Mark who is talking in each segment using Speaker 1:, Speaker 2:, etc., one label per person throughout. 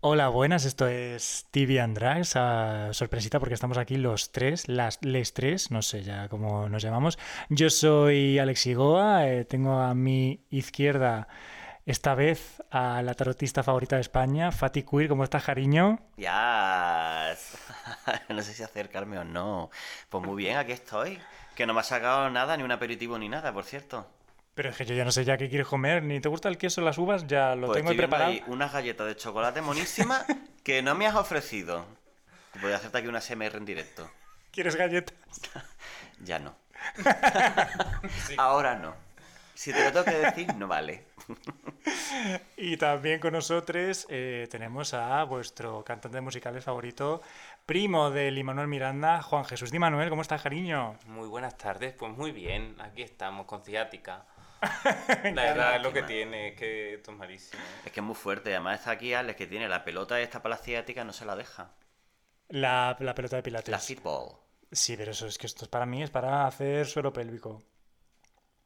Speaker 1: Hola, buenas, esto es TV and Drags. Ah, sorpresita porque estamos aquí los tres, las les tres, no sé ya cómo nos llamamos. Yo soy Alex Igoa, eh, tengo a mi izquierda esta vez a la tarotista favorita de España, Fati Queer. ¿Cómo estás, cariño?
Speaker 2: Ya. no sé si acercarme o no. Pues muy bien, aquí estoy. Que no me ha sacado nada, ni un aperitivo ni nada, por cierto.
Speaker 1: Pero es que yo ya no sé ya qué quieres comer, ni te gusta el queso, las uvas, ya lo
Speaker 2: Pues
Speaker 1: tengo
Speaker 2: estoy viendo
Speaker 1: preparado.
Speaker 2: ahí unas galletas de chocolate monísimas que no me has ofrecido. Te podría hacerte aquí una SMR en directo.
Speaker 1: ¿Quieres galletas?
Speaker 2: Ya no. Ahora no. Si te lo tengo que decir, no vale.
Speaker 1: Y también con nosotros eh, tenemos a vuestro cantante de musicales favorito, primo de Limanuel Miranda, Juan Jesús Di Manuel. ¿Cómo estás, cariño?
Speaker 3: Muy buenas tardes, pues muy bien, aquí estamos con ciática. La verdad es lo que
Speaker 2: lástima.
Speaker 3: tiene, es que esto es malísimo. ¿eh?
Speaker 2: Es que es muy fuerte. Además está aquí Alex, que tiene la pelota esta para la ciática, no se la deja.
Speaker 1: La, la pelota de pilates.
Speaker 2: La fitball.
Speaker 1: Sí, pero eso es que esto es para mí, es para hacer suelo pélvico.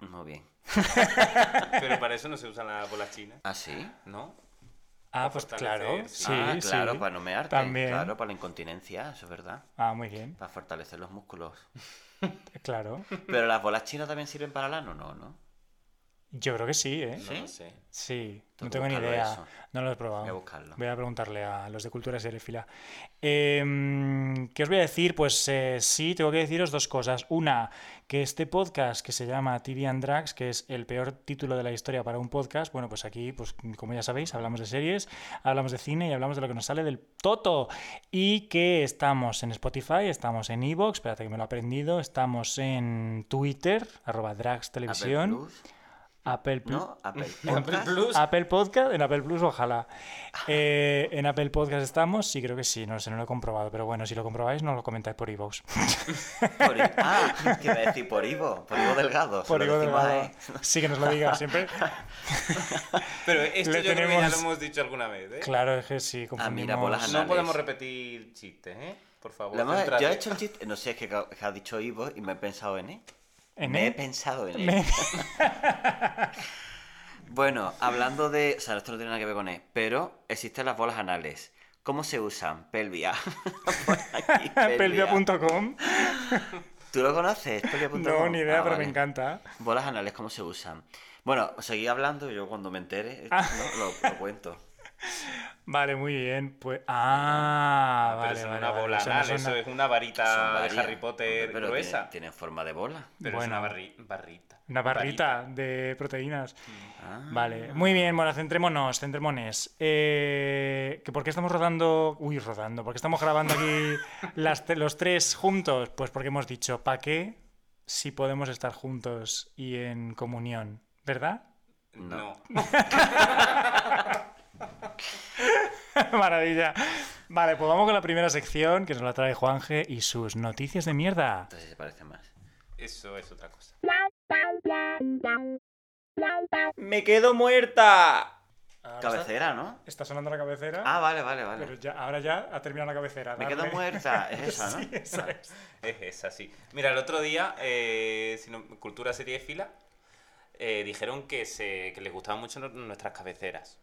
Speaker 2: Muy bien.
Speaker 3: Pero para eso no se usan las bolas chinas,
Speaker 2: ¿Ah, sí?
Speaker 3: ¿no?
Speaker 1: Ah, pues
Speaker 3: fortalecer,
Speaker 1: claro.
Speaker 3: sí.
Speaker 1: Sí,
Speaker 2: ah, claro,
Speaker 1: sí.
Speaker 2: para no mearte.
Speaker 1: También.
Speaker 2: Claro, para la incontinencia, eso es verdad.
Speaker 1: Ah, muy bien.
Speaker 2: Para fortalecer los músculos.
Speaker 1: Claro.
Speaker 2: Pero las bolas chinas también sirven para el ano, ¿no? ¿No?
Speaker 1: Yo creo que sí, ¿eh?
Speaker 3: No
Speaker 2: ¿Sí?
Speaker 3: lo sé.
Speaker 1: Sí,
Speaker 2: Tengo
Speaker 1: no
Speaker 2: que
Speaker 1: tengo ni
Speaker 2: buscarlo
Speaker 1: idea.
Speaker 2: eso.
Speaker 1: No lo he probado.
Speaker 2: Voy a buscarlo.
Speaker 1: Voy a preguntarle a los de Cultura Serefila. ¿Qué os voy a decir? Pues eh, sí, tengo que deciros dos cosas. Una, que este podcast que se llama TV and Drags, que es el peor título de la historia para un podcast, bueno, pues aquí, pues como ya sabéis, hablamos de series, hablamos de cine y hablamos de lo que nos sale del toto. Y que estamos en Spotify, estamos en Evox, espérate que me lo he aprendido, estamos en Twitter, arroba Drags
Speaker 2: Apple
Speaker 1: Televisión,
Speaker 2: Plus,
Speaker 1: Apple Plus.
Speaker 2: ¿No? Apple
Speaker 3: Apple
Speaker 2: Podcast.
Speaker 3: Plus,
Speaker 1: ¿Mm? Apple Podcast, en Apple Plus, ojalá. Eh, en Apple Podcast estamos, sí, creo que sí, no sé, no lo he comprobado, pero bueno, si lo comprobáis, no lo comentáis por iVoox.
Speaker 2: Por i- Ah, que iba a decir por Ivo, por Ivo Delgado. se
Speaker 1: por
Speaker 2: lo
Speaker 1: iVoox
Speaker 2: decimos a
Speaker 1: Delgado.
Speaker 2: él.
Speaker 1: Sí, que nos lo diga siempre.
Speaker 3: pero esto
Speaker 1: le
Speaker 3: yo creo que ya lo
Speaker 1: tenemos-
Speaker 3: hemos dicho alguna vez, ¿eh?
Speaker 1: Claro, es que sí, confundimos.
Speaker 2: mira, por las
Speaker 3: No
Speaker 2: Anales.
Speaker 3: podemos repetir chistes, ¿eh? Por favor,
Speaker 2: Lo hemos-
Speaker 3: céntrate.
Speaker 2: yo he hecho un chiste, no sé, es que, ca- que ha dicho Ivo y me he pensado en él.
Speaker 1: ¿En
Speaker 2: Me he
Speaker 1: él?
Speaker 2: pensado en él.
Speaker 1: Me-
Speaker 2: Bueno, hablando de. O sea, esto no tiene nada que ver con él, pero existen las bolas anales. ¿Cómo se usan? Pelvia. Por aquí,
Speaker 1: Pelvia.com.
Speaker 2: ¿Tú lo conoces? Pelvia.com.
Speaker 1: No, ni idea,
Speaker 2: Ah,
Speaker 1: pero
Speaker 2: vale.
Speaker 1: me encanta.
Speaker 2: Bolas anales, ¿cómo se usan? Bueno, seguí hablando y yo cuando me entere
Speaker 1: Ah.
Speaker 2: ¿no? lo, lo cuento.
Speaker 1: Vale, muy bien. Pues. Ah,
Speaker 3: Pero
Speaker 1: vale,
Speaker 3: eso no
Speaker 1: vale.
Speaker 3: es una
Speaker 1: vale,
Speaker 3: bola
Speaker 1: eso no
Speaker 3: anal,
Speaker 1: son
Speaker 3: eso
Speaker 1: na-
Speaker 3: es una varita
Speaker 2: Son
Speaker 3: de
Speaker 2: varias,
Speaker 3: Harry Potter
Speaker 2: hombre, pero
Speaker 3: gruesa.
Speaker 2: Tiene, tiene forma de bola.
Speaker 3: Pero es
Speaker 1: Bueno.
Speaker 3: una barri- barrita.
Speaker 1: Una barrita de proteínas.
Speaker 2: Ah.
Speaker 1: Vale, muy bien, bueno, centrémonos, centrémonos. Eh, que ¿Por qué estamos rodando? Uy, rodando, ¿por qué estamos grabando aquí las te- los tres juntos? Pues porque hemos dicho, ¿para qué si podemos estar juntos y en comunión? ¿Verdad?
Speaker 3: No.
Speaker 1: Maravilla. Vale, pues vamos con la primera sección que nos la trae Juanje y sus noticias de mierda.
Speaker 2: Entonces se parece más.
Speaker 3: Eso es otra cosa.
Speaker 1: ¡Me quedo muerta!
Speaker 2: Cabecera, ¿no?
Speaker 1: Está, está sonando la cabecera.
Speaker 2: Ah, vale, vale,
Speaker 1: Pero
Speaker 2: vale.
Speaker 1: ya, ahora ya ha terminado la cabecera.
Speaker 2: Me quedo
Speaker 1: Darle-
Speaker 2: muerta. Es esa, ¿no?
Speaker 1: Sí, esa
Speaker 2: Vale.
Speaker 1: es.
Speaker 3: Es esa, sí. Mira, el otro día, eh, si no- Cultura Serie Fila, eh, dijeron que, se, que les gustaban mucho nu- nuestras cabeceras.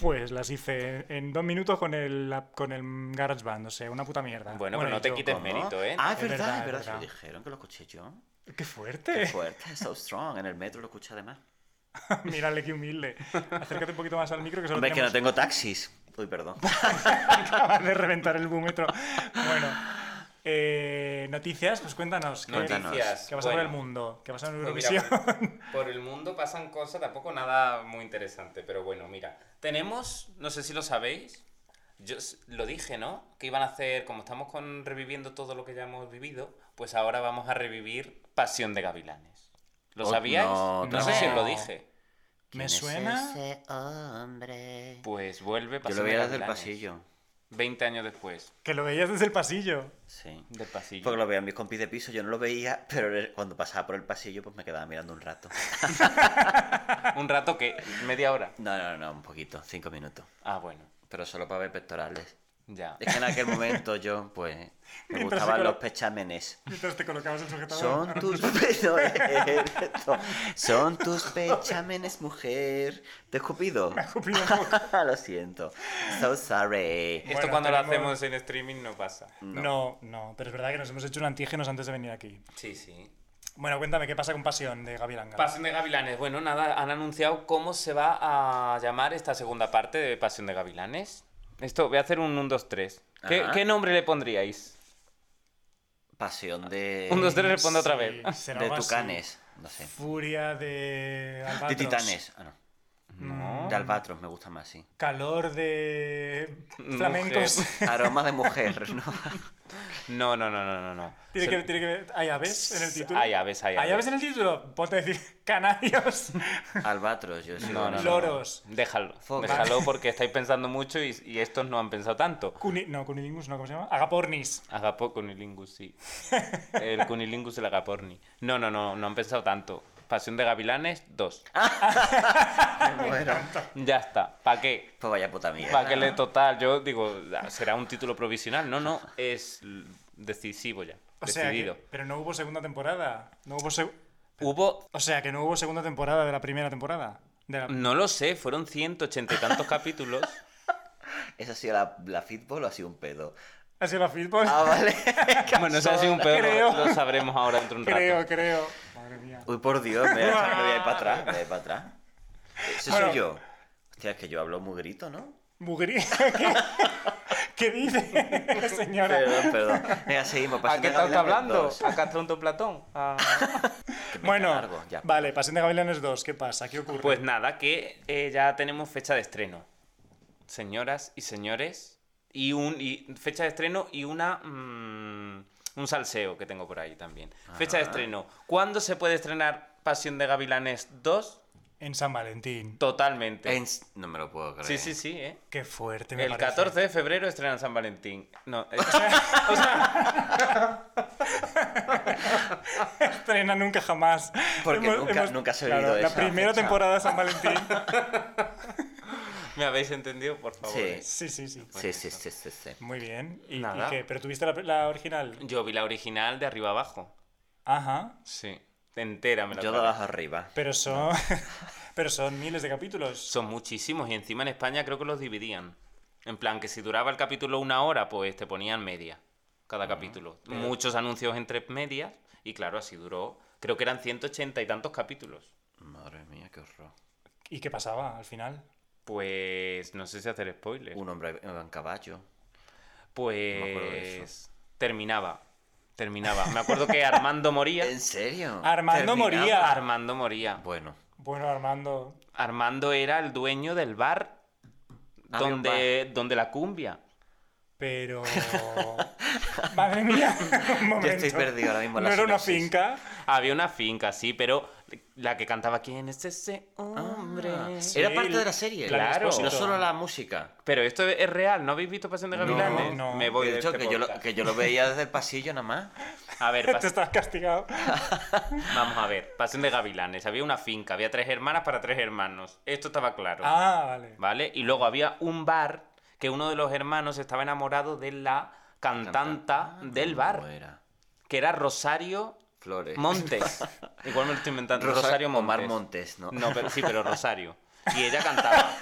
Speaker 1: Pues las hice en dos minutos con el, la- con el GarageBand, o sea, una puta mierda.
Speaker 3: Bueno, pero no te
Speaker 1: yo-
Speaker 3: quites-
Speaker 2: ¿Cómo?
Speaker 3: mérito, ¿eh?
Speaker 2: Ah, es
Speaker 1: Es verdad,
Speaker 2: verdad,
Speaker 1: es
Speaker 2: es verdad. se lo
Speaker 1: verdad.
Speaker 2: dijeron que lo escuché yo.
Speaker 1: ¡Qué
Speaker 2: Qué
Speaker 1: fuerte!
Speaker 2: fuerte, so strong. En el metro lo escuché además.
Speaker 1: Mírale qué humilde. Acércate un poquito más al micro que solo
Speaker 2: Hombre, es que no
Speaker 1: tenemos-
Speaker 2: tengo taxis. Uy, perdón.
Speaker 1: acabas de reventar el búmetro. Bueno, eh, noticias, pues cuéntanos. ¿qué-
Speaker 2: Cuéntanos.
Speaker 1: ¿Qué pasa por el
Speaker 3: Bueno,
Speaker 1: mundo? ¿Qué pasa en
Speaker 3: pues mira,
Speaker 1: Eurovisión?
Speaker 3: por, por el mundo pasan cosas, tampoco nada muy interesante, pero bueno, mira. Tenemos, no sé si lo sabéis, yo s- lo dije, ¿no? Que iban a hacer, como estamos con, reviviendo todo lo que ya hemos vivido, pues ahora vamos a revivir Pasión de Gavilanes. ¿Lo
Speaker 2: Oh,
Speaker 3: sabíais?
Speaker 2: no,
Speaker 3: no sé si os
Speaker 1: no.
Speaker 3: lo dije.
Speaker 1: Me
Speaker 2: ¿Quién es
Speaker 1: suena.
Speaker 2: ese hombre?
Speaker 3: Pues vuelve
Speaker 2: Yo lo
Speaker 3: Pasión de
Speaker 2: veía desde el
Speaker 3: Gavilanes.
Speaker 2: pasillo.
Speaker 3: 20 años después
Speaker 1: Que lo veías desde el pasillo.
Speaker 2: Sí.
Speaker 3: del pasillo.
Speaker 2: Porque lo veían mis compis de piso, yo no lo veía, pero el- cuando pasaba por el pasillo, pues me quedaba mirando un rato.
Speaker 3: Un rato que media hora.
Speaker 2: No, no, no, un poquito, cinco minutos.
Speaker 3: Ah, bueno.
Speaker 2: Pero solo para ver pectorales.
Speaker 3: Ya.
Speaker 2: Es que en aquel momento yo, pues, me
Speaker 1: Mientras
Speaker 2: gustaban
Speaker 1: se
Speaker 2: los
Speaker 1: colo-
Speaker 2: pechámenes.
Speaker 1: Mientras te colocabas el sujetador.
Speaker 2: Son tus pe- no, es esto. Son tus pechámenes, mujer. Te he escupido.
Speaker 1: escupido en la
Speaker 2: Lo siento. So sorry.
Speaker 3: Esto
Speaker 1: Bueno,
Speaker 3: cuando lo
Speaker 1: tenemos-
Speaker 3: hacemos en streaming no pasa.
Speaker 1: No. no, pero es verdad que nos hemos hecho un antígenos antes de venir aquí.
Speaker 3: Sí, sí.
Speaker 1: Bueno, cuéntame, ¿qué pasa con Pasión de Gaby Langa?
Speaker 3: Pasión de Gavilanes. Bueno, nada, han anunciado cómo se va a llamar esta segunda parte de Pasión de Gavilanes. Esto, voy a hacer un 1, 2, 3. ¿Qué,
Speaker 2: Ajá.
Speaker 3: qué nombre le pondríais?
Speaker 2: Pasión de.
Speaker 3: Un, dos, tres, responde otra vez.
Speaker 1: será
Speaker 2: De
Speaker 1: algo así.
Speaker 2: tucanes. No sé.
Speaker 1: Furia de albatros.
Speaker 2: De titanes. Ah, no.
Speaker 1: No.
Speaker 2: De albatros, me gusta más, sí.
Speaker 1: Calor de flamencos.
Speaker 3: Mujer.
Speaker 2: Aroma de mujer, ¿no?
Speaker 3: No, no, no, no, no. no.
Speaker 1: Tiene que,
Speaker 3: Se-
Speaker 1: tiene que ver- ¿Hay aves en el título?
Speaker 3: Hay aves, hay
Speaker 1: ¿Hay aves
Speaker 3: aves.
Speaker 1: en el título? Ponte a decir canarios.
Speaker 2: Albatros, yo sí.
Speaker 3: No, no, no, no.
Speaker 1: Loros.
Speaker 3: Déjalo.
Speaker 2: Focas.
Speaker 3: Déjalo porque estáis pensando mucho y, y estos no han pensado tanto.
Speaker 1: Cuni- no, cunilingus, no, ¿cómo se llama? Agapornis.
Speaker 3: Agapo cunilingus, sí. El cunilingus el agaporni. No, no, no, no han pensado tanto. Pasión de Gavilanes, dos.
Speaker 2: Bueno,
Speaker 3: Ya está. ¿Para qué?
Speaker 2: pues vaya puta mierda.
Speaker 3: Para que le total, yo digo, ah, será un título provisional. No, no, es l- decisivo ya.
Speaker 1: O sea, que-
Speaker 3: decidido.
Speaker 1: pero no hubo segunda temporada. No hubo seg-
Speaker 3: Hubo,
Speaker 1: o sea, que no hubo segunda temporada de la primera temporada. De la-
Speaker 3: no lo sé, fueron 180 y tantos capítulos.
Speaker 2: ¿Eso ha sido la, la fitball o ha sido un pedo?
Speaker 1: ¿Ha sido la Fitbol?
Speaker 2: Ah, vale.
Speaker 3: bueno, eso ha sido un peor,
Speaker 1: creo.
Speaker 3: lo sabremos ahora dentro de un rato.
Speaker 1: creo, creo. Madre mía.
Speaker 2: Uy, por Dios, me voy a me voy a ir para atrás, me voy a ir para atrás. Eso
Speaker 1: Bueno.
Speaker 2: soy yo. Hostia, es que yo hablo muy grito, ¿no?
Speaker 1: Mugri- ¿Qué, qué dice, señora?
Speaker 2: Perdón, perdón. Venga, seguimos.
Speaker 3: ¿A
Speaker 2: Pasión
Speaker 3: qué
Speaker 2: de
Speaker 3: estás
Speaker 2: Gavilanes
Speaker 3: hablando?
Speaker 2: dos.
Speaker 3: ¿A Castronto Platón? Ah. A-
Speaker 2: Que me
Speaker 1: bueno,
Speaker 2: largo, ya.
Speaker 1: vale, Pasión de Gavilanes 2, ¿qué pasa? ¿Qué ocurre?
Speaker 3: Pues nada, que eh, ya tenemos fecha de estreno. Señoras y señores. Y, un, y fecha de estreno y una mm, un salseo que tengo por ahí también. Fecha de
Speaker 2: Ajá.
Speaker 3: estreno. ¿Cuándo se puede estrenar Pasión de Gavilanes 2?
Speaker 1: En San Valentín.
Speaker 3: Totalmente.
Speaker 2: En- No me lo puedo creer.
Speaker 3: Sí, sí, sí, ¿eh?
Speaker 1: Qué fuerte, me
Speaker 3: El
Speaker 1: parece.
Speaker 3: 14 de febrero estrenan San Valentín. No, eh, o sea, o sea,
Speaker 1: Estrena nunca jamás.
Speaker 2: Porque nunca- nunca se ha
Speaker 1: claro,
Speaker 2: vivido
Speaker 1: La
Speaker 2: esa
Speaker 1: primera
Speaker 2: fecha.
Speaker 1: temporada de San Valentín.
Speaker 3: ¿me habéis entendido? Por favor.
Speaker 2: Sí.
Speaker 3: eh.
Speaker 1: sí, sí, sí.
Speaker 2: Sí, sí, sí, sí, sí.
Speaker 1: Muy bien. ¿Y, y
Speaker 3: Nada.
Speaker 1: qué? ¿Pero tuviste la, la original?
Speaker 3: Yo vi la original de arriba abajo.
Speaker 1: Ajá.
Speaker 3: Sí. Entera me la
Speaker 2: Yo de
Speaker 3: acabé.
Speaker 2: abajo arriba.
Speaker 1: Pero son, pero son miles de capítulos.
Speaker 3: Son muchísimos y encima en España creo que los dividían. En plan, que si duraba el capítulo una hora, pues te ponían media cada capítulo. Muchos anuncios entre medias y claro, así duró. Creo que eran 180 y tantos capítulos.
Speaker 2: Madre mía, qué horror.
Speaker 1: ¿Y qué pasaba al final?
Speaker 3: Pues no sé si hacer spoiler.
Speaker 2: Un hombre en caballo. acuerdo de
Speaker 3: Pues terminaba. Terminaba. Me acuerdo que Armando moría.
Speaker 2: ¿En serio?
Speaker 1: Armando
Speaker 2: Terminaba.
Speaker 1: moría.
Speaker 3: Armando moría.
Speaker 2: Bueno.
Speaker 1: Bueno, Armando.
Speaker 3: Armando era el dueño del bar
Speaker 2: Había Ah, un
Speaker 3: donde, donde la cumbia.
Speaker 1: Pero. Madre mía. Un momento.
Speaker 2: Yo estoy perdido ahora mismo en
Speaker 1: No
Speaker 2: la
Speaker 1: era una
Speaker 2: sinopsis.
Speaker 1: finca.
Speaker 3: Había una finca, sí, pero la que cantaba ¿Quién es ese hombre?
Speaker 2: Ah,
Speaker 1: Sí,
Speaker 2: Era parte de la serie.
Speaker 1: Claro.
Speaker 3: Claro.
Speaker 2: No solo la música.
Speaker 3: Pero esto es real, ¿no habéis visto Pasión de
Speaker 2: No,
Speaker 3: Gavilanes?
Speaker 1: no.
Speaker 3: Me voy
Speaker 2: He
Speaker 3: de
Speaker 2: dicho
Speaker 3: este
Speaker 2: que, yo lo,
Speaker 3: podcast.
Speaker 2: que yo lo veía desde el pasillo nada más.
Speaker 3: A ver,
Speaker 1: Te
Speaker 3: pas-
Speaker 1: estás castigado.
Speaker 3: vamos a ver. Pasión de Gavilanes. Había una finca, había tres hermanas para tres hermanos. Esto estaba claro.
Speaker 1: Ah, vale.
Speaker 3: ¿Vale? Y luego había un bar que uno de los hermanos estaba enamorado de la cantanta del
Speaker 2: ¿Cómo
Speaker 3: bar,
Speaker 2: era?
Speaker 3: que era Rosario
Speaker 2: Flores.
Speaker 3: Montes. Igual me lo estoy inventando.
Speaker 2: Rosa-
Speaker 3: Rosario Montes.
Speaker 2: Omar Montes, ¿no?
Speaker 3: No, pero, sí, pero Rosario. Y ella cantaba.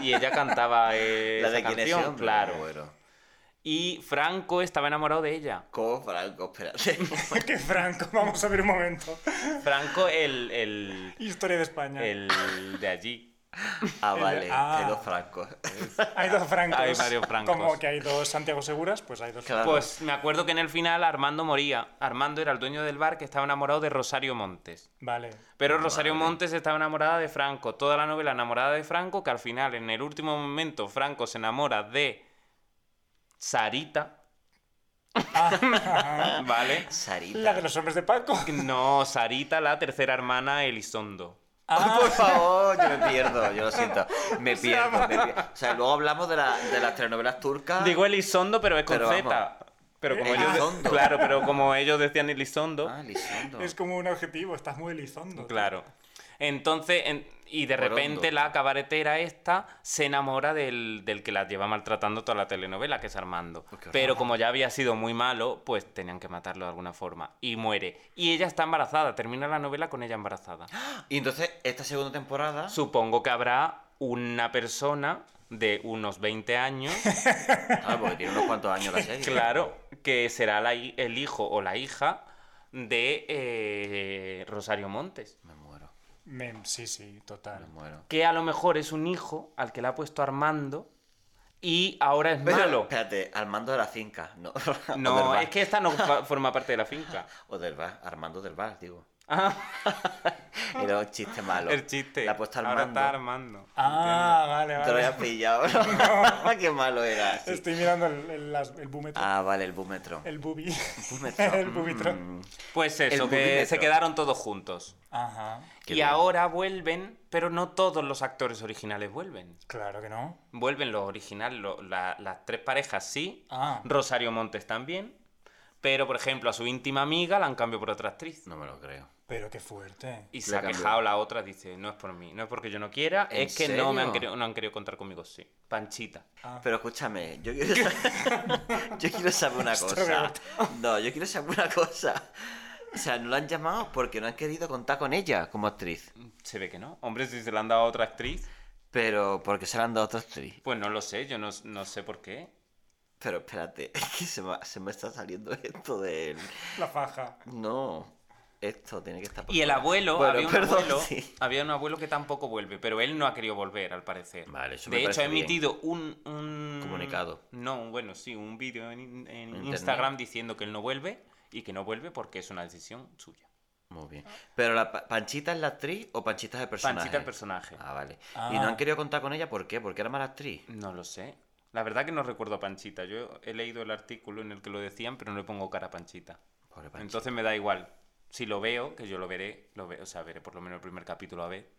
Speaker 3: Y ella cantaba eh,
Speaker 2: la de
Speaker 3: esa
Speaker 2: quién es ese
Speaker 3: canción,
Speaker 2: hombre,
Speaker 3: claro.
Speaker 2: Bueno.
Speaker 3: Y Franco estaba enamorado de ella.
Speaker 2: ¿Cómo, Franco? Espérate.
Speaker 1: Qué franco. Vamos a ver un momento.
Speaker 3: Franco, el, el,
Speaker 1: Historia de España.
Speaker 3: el de allí.
Speaker 2: Ah, vale.
Speaker 1: Ah.
Speaker 2: Hay dos francos.
Speaker 1: Hay dos francos.
Speaker 3: Hay varios francos.
Speaker 1: Como que hay dos Santiago Seguras, pues hay dos.
Speaker 2: Claro.
Speaker 3: Pues me acuerdo que en el final Armando moría. Armando era el dueño del bar que estaba enamorado de Rosario Montes.
Speaker 1: Vale.
Speaker 3: Pero Rosario
Speaker 2: Vale.
Speaker 3: Montes estaba enamorada de Franco, toda la novela enamorada de Franco, que al final, en el último momento, Franco se enamora de Sarita,
Speaker 1: Ah,
Speaker 3: ¿vale?
Speaker 2: Sarita.
Speaker 1: la de los hombres de Paco.
Speaker 3: No, Sarita, la tercera hermana Elizondo.
Speaker 2: Ah, por favor, yo me pierdo, yo lo siento. Me pierdo, me pierdo. O sea, luego hablamos de, la- de las telenovelas turcas.
Speaker 3: Digo Elizondo, pero es con
Speaker 2: Ah. Pero vamos.
Speaker 3: Z. Pero como
Speaker 1: Eh,
Speaker 3: ellos
Speaker 2: Elizondo.
Speaker 3: claro, pero como ellos decían Elizondo,
Speaker 2: Ah, Elizondo.
Speaker 1: Es como un objetivo. Estás muy elizondo.
Speaker 3: claro. Entonces, en- y de
Speaker 2: Orondo.
Speaker 3: repente la cabaretera esta se enamora del, del que la lleva maltratando toda la telenovela, que es Armando.
Speaker 2: Pues qué horror.
Speaker 3: Pero como ya había sido muy malo, pues tenían que matarlo de alguna forma. Y muere. Y ella está embarazada, termina la novela con ella embarazada.
Speaker 2: Y entonces, esta segunda temporada.
Speaker 3: Supongo que habrá una persona de unos 20 años,
Speaker 2: Ah, porque tiene unos cuantos años la serie.
Speaker 3: claro, que será la hi- el hijo o la hija de eh, Rosario Montes.
Speaker 2: Me muero,
Speaker 1: Mem, sí, sí, total.
Speaker 2: me muero.
Speaker 3: que a lo mejor es un hijo al que le ha puesto Armando y ahora es
Speaker 2: Pero,
Speaker 3: malo.
Speaker 2: espérate, Armando de la finca. No, O del
Speaker 3: No,
Speaker 2: bar.
Speaker 3: es que esta no fa- forma parte de la finca.
Speaker 2: O del bar, Armando del bar, digo.
Speaker 3: Ah,
Speaker 2: Era un chiste malo.
Speaker 3: el chiste.
Speaker 2: Le ha puesto
Speaker 3: Ahora
Speaker 2: Armando.
Speaker 3: está Armando.
Speaker 1: Ah, vale,
Speaker 2: Te lo
Speaker 1: vale.
Speaker 2: habías pillado. Qué malo era. sí.
Speaker 1: Estoy mirando el, el, las- el búmetro.
Speaker 2: Ah, vale, el búmetro.
Speaker 1: El bubi.
Speaker 2: búmetro.
Speaker 1: el búmetro.
Speaker 2: Mm,
Speaker 3: Pues eso,
Speaker 2: El
Speaker 3: que
Speaker 2: bubímetro.
Speaker 3: se quedaron todos juntos.
Speaker 1: Ajá.
Speaker 2: Qué
Speaker 3: y
Speaker 2: bien.
Speaker 3: ahora vuelven, pero no todos los actores originales vuelven.
Speaker 1: Claro que no.
Speaker 3: Vuelven los originales, lo- la- las tres parejas sí.
Speaker 1: Ah.
Speaker 3: Rosario Montes también. Pero, por ejemplo, a su íntima amiga la han cambiado por otra actriz.
Speaker 2: No me lo creo.
Speaker 1: Pero qué fuerte.
Speaker 3: Y se
Speaker 2: Le
Speaker 3: ha
Speaker 2: cambió.
Speaker 3: quejado la otra, dice, no es por mí, no es porque yo no quiera,
Speaker 2: ¿En
Speaker 3: es que no me han
Speaker 2: serio?
Speaker 3: querido, no han querido contar conmigo, sí. Panchita.
Speaker 1: Ah.
Speaker 2: Pero escúchame, yo quiero saber, yo quiero saber una
Speaker 1: Esto
Speaker 2: cosa. No, yo quiero saber una cosa. O sea, no la han llamado porque no han querido contar con ella como actriz.
Speaker 3: Se ve que no. Hombre, si se la han dado a otra actriz,
Speaker 2: Pero porque se la han dado a otra actriz.
Speaker 3: pues no lo sé, yo no, no sé por qué.
Speaker 2: Pero espérate, es que se me, se me está saliendo esto del...
Speaker 1: La faja.
Speaker 2: No, esto tiene que estar... por
Speaker 3: Y el
Speaker 2: fuera.
Speaker 3: abuelo,
Speaker 2: Bueno,
Speaker 3: había, un
Speaker 2: perdón,
Speaker 3: abuelo
Speaker 2: sí.
Speaker 3: había un abuelo que tampoco vuelve, pero él no ha querido volver, al parecer.
Speaker 2: Vale, eso me
Speaker 3: De hecho, ha
Speaker 2: parece bien.
Speaker 3: emitido un, un-
Speaker 2: Comunicado.
Speaker 3: No, un- bueno, sí, un vídeo en, en
Speaker 2: Internet.
Speaker 3: Instagram diciendo que él no vuelve y que no vuelve porque es una decisión suya.
Speaker 2: Muy bien. Pero la pa- Panchita es la actriz o Panchita es el personaje.
Speaker 3: Panchita el personaje.
Speaker 2: Ah, vale.
Speaker 1: Ah.
Speaker 2: Y no han querido contar con ella, ¿por qué? Porque era mala actriz.
Speaker 3: No lo sé. La verdad que no recuerdo a Panchita. Yo he leído el artículo en el que lo decían, pero no le pongo cara a Panchita.
Speaker 2: Pobre Panchita.
Speaker 3: Entonces me da igual. Si lo veo, que yo lo veré, lo ve- o sea, veré por lo menos el primer capítulo a ver,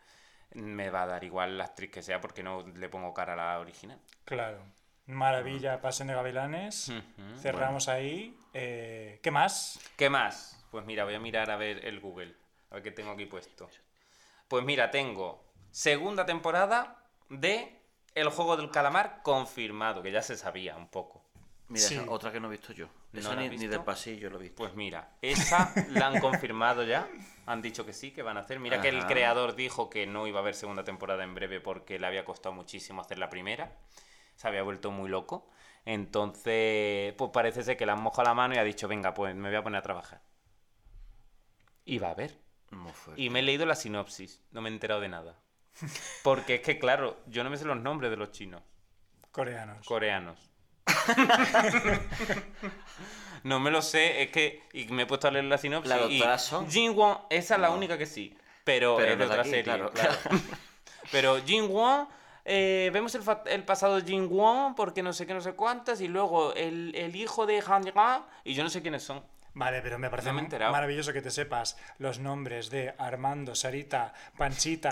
Speaker 3: me va a dar igual la actriz que sea porque no le pongo cara a la original.
Speaker 1: Claro. Maravilla, Pasión de Gavilanes.
Speaker 3: Ujú.
Speaker 1: Cerramos ahí. Eh, ¿Qué más?
Speaker 3: ¿Qué más? Pues mira, voy a mirar a ver el Google, a ver qué tengo aquí puesto. Pues mira, tengo segunda temporada de El juego del calamar confirmado, que ya se sabía un poco.
Speaker 2: Mira,
Speaker 1: Sí.
Speaker 2: esa otra que no he visto yo.
Speaker 3: ¿No
Speaker 2: Esa
Speaker 3: la
Speaker 2: ni,
Speaker 3: has
Speaker 2: ni
Speaker 3: visto?
Speaker 2: del pasillo lo he visto.
Speaker 3: Pues mira, esa la han confirmado ya. Han dicho que sí, que van a hacer. Mira que el
Speaker 2: Ajá.
Speaker 3: creador dijo que no iba a haber segunda temporada en breve porque le había costado muchísimo hacer la primera. Se había vuelto muy loco. Entonces, pues parece ser que le han mojado la mano y ha dicho, venga, pues me voy a poner a trabajar. Y va a haber.
Speaker 2: Muy fuerte.
Speaker 3: Y me he leído la sinopsis. No me he enterado de nada. Porque es que, claro, yo no me sé los nombres de los chinos
Speaker 1: Coreanos.
Speaker 3: coreanos. no me lo sé, es que y me he puesto a leer la sinopsis.
Speaker 2: La
Speaker 3: y
Speaker 2: doctora Song.
Speaker 3: Jin Won, esa es la
Speaker 2: No.
Speaker 3: única que sí, pero,
Speaker 2: Pero
Speaker 3: es
Speaker 2: no de
Speaker 3: de otra
Speaker 2: aquí,
Speaker 3: serie.
Speaker 2: claro.
Speaker 3: claro. pero Jin Won, eh, vemos el, fa- el pasado de Jin Won, porque no sé qué, no sé cuántas, y luego el, el hijo de Han Ga, y yo no sé quiénes son.
Speaker 1: Vale, pero me parece
Speaker 3: No me he enterado.
Speaker 1: maravilloso que te sepas los nombres de Armando, Sarita, Panchita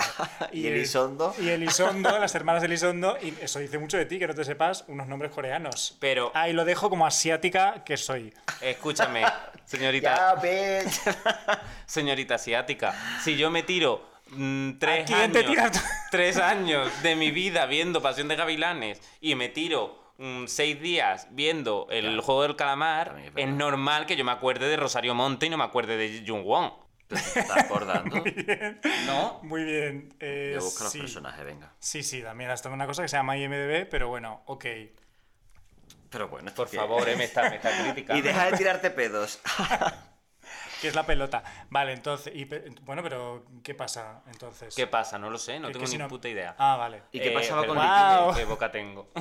Speaker 2: Y Elizondo.
Speaker 1: Y Elizondo, las hermanas de Elizondo. Y eso dice mucho de ti, que no te sepas unos nombres coreanos.
Speaker 3: Pero
Speaker 1: Ahí lo dejo como asiática que soy.
Speaker 3: escúchame,
Speaker 2: Ya,
Speaker 3: señorita,
Speaker 2: bitch.
Speaker 3: señorita asiática, si yo me tiro mm, tres,
Speaker 1: quién te
Speaker 3: años,
Speaker 1: tiras tú?
Speaker 3: tres años de mi vida viendo Pasión de Gavilanes y me tiro mm, seis días viendo el
Speaker 2: Ya.
Speaker 3: juego del calamar,
Speaker 2: También es
Speaker 3: es
Speaker 2: verdad.
Speaker 3: normal que yo me acuerde de Rosario Monte y no me acuerde de Jung Won.
Speaker 2: ¿Pero te estás acordando? Voy
Speaker 3: ¿No?
Speaker 1: Muy bien. eh,
Speaker 2: a buscar los
Speaker 1: sí.
Speaker 2: personajes, venga.
Speaker 1: sí, sí, también hasta una cosa que se llama IMDB, pero bueno, ok.
Speaker 2: Pero bueno, ¿esto
Speaker 3: Por
Speaker 2: qué?
Speaker 3: favor, eh, me está, me está criticando.
Speaker 2: Y deja de tirarte pedos.
Speaker 1: Que es la pelota. Vale, entonces. y pe- bueno, pero ¿qué pasa entonces?
Speaker 3: ¿Qué pasa? No lo sé, no
Speaker 1: Que-
Speaker 3: tengo
Speaker 1: que si
Speaker 3: ni
Speaker 1: no-
Speaker 3: puta idea.
Speaker 1: Ah, vale.
Speaker 2: ¿Y qué
Speaker 3: Eh,
Speaker 2: pasaba
Speaker 3: pero
Speaker 2: con
Speaker 3: guau.
Speaker 1: Vicky?
Speaker 3: Qué boca tengo.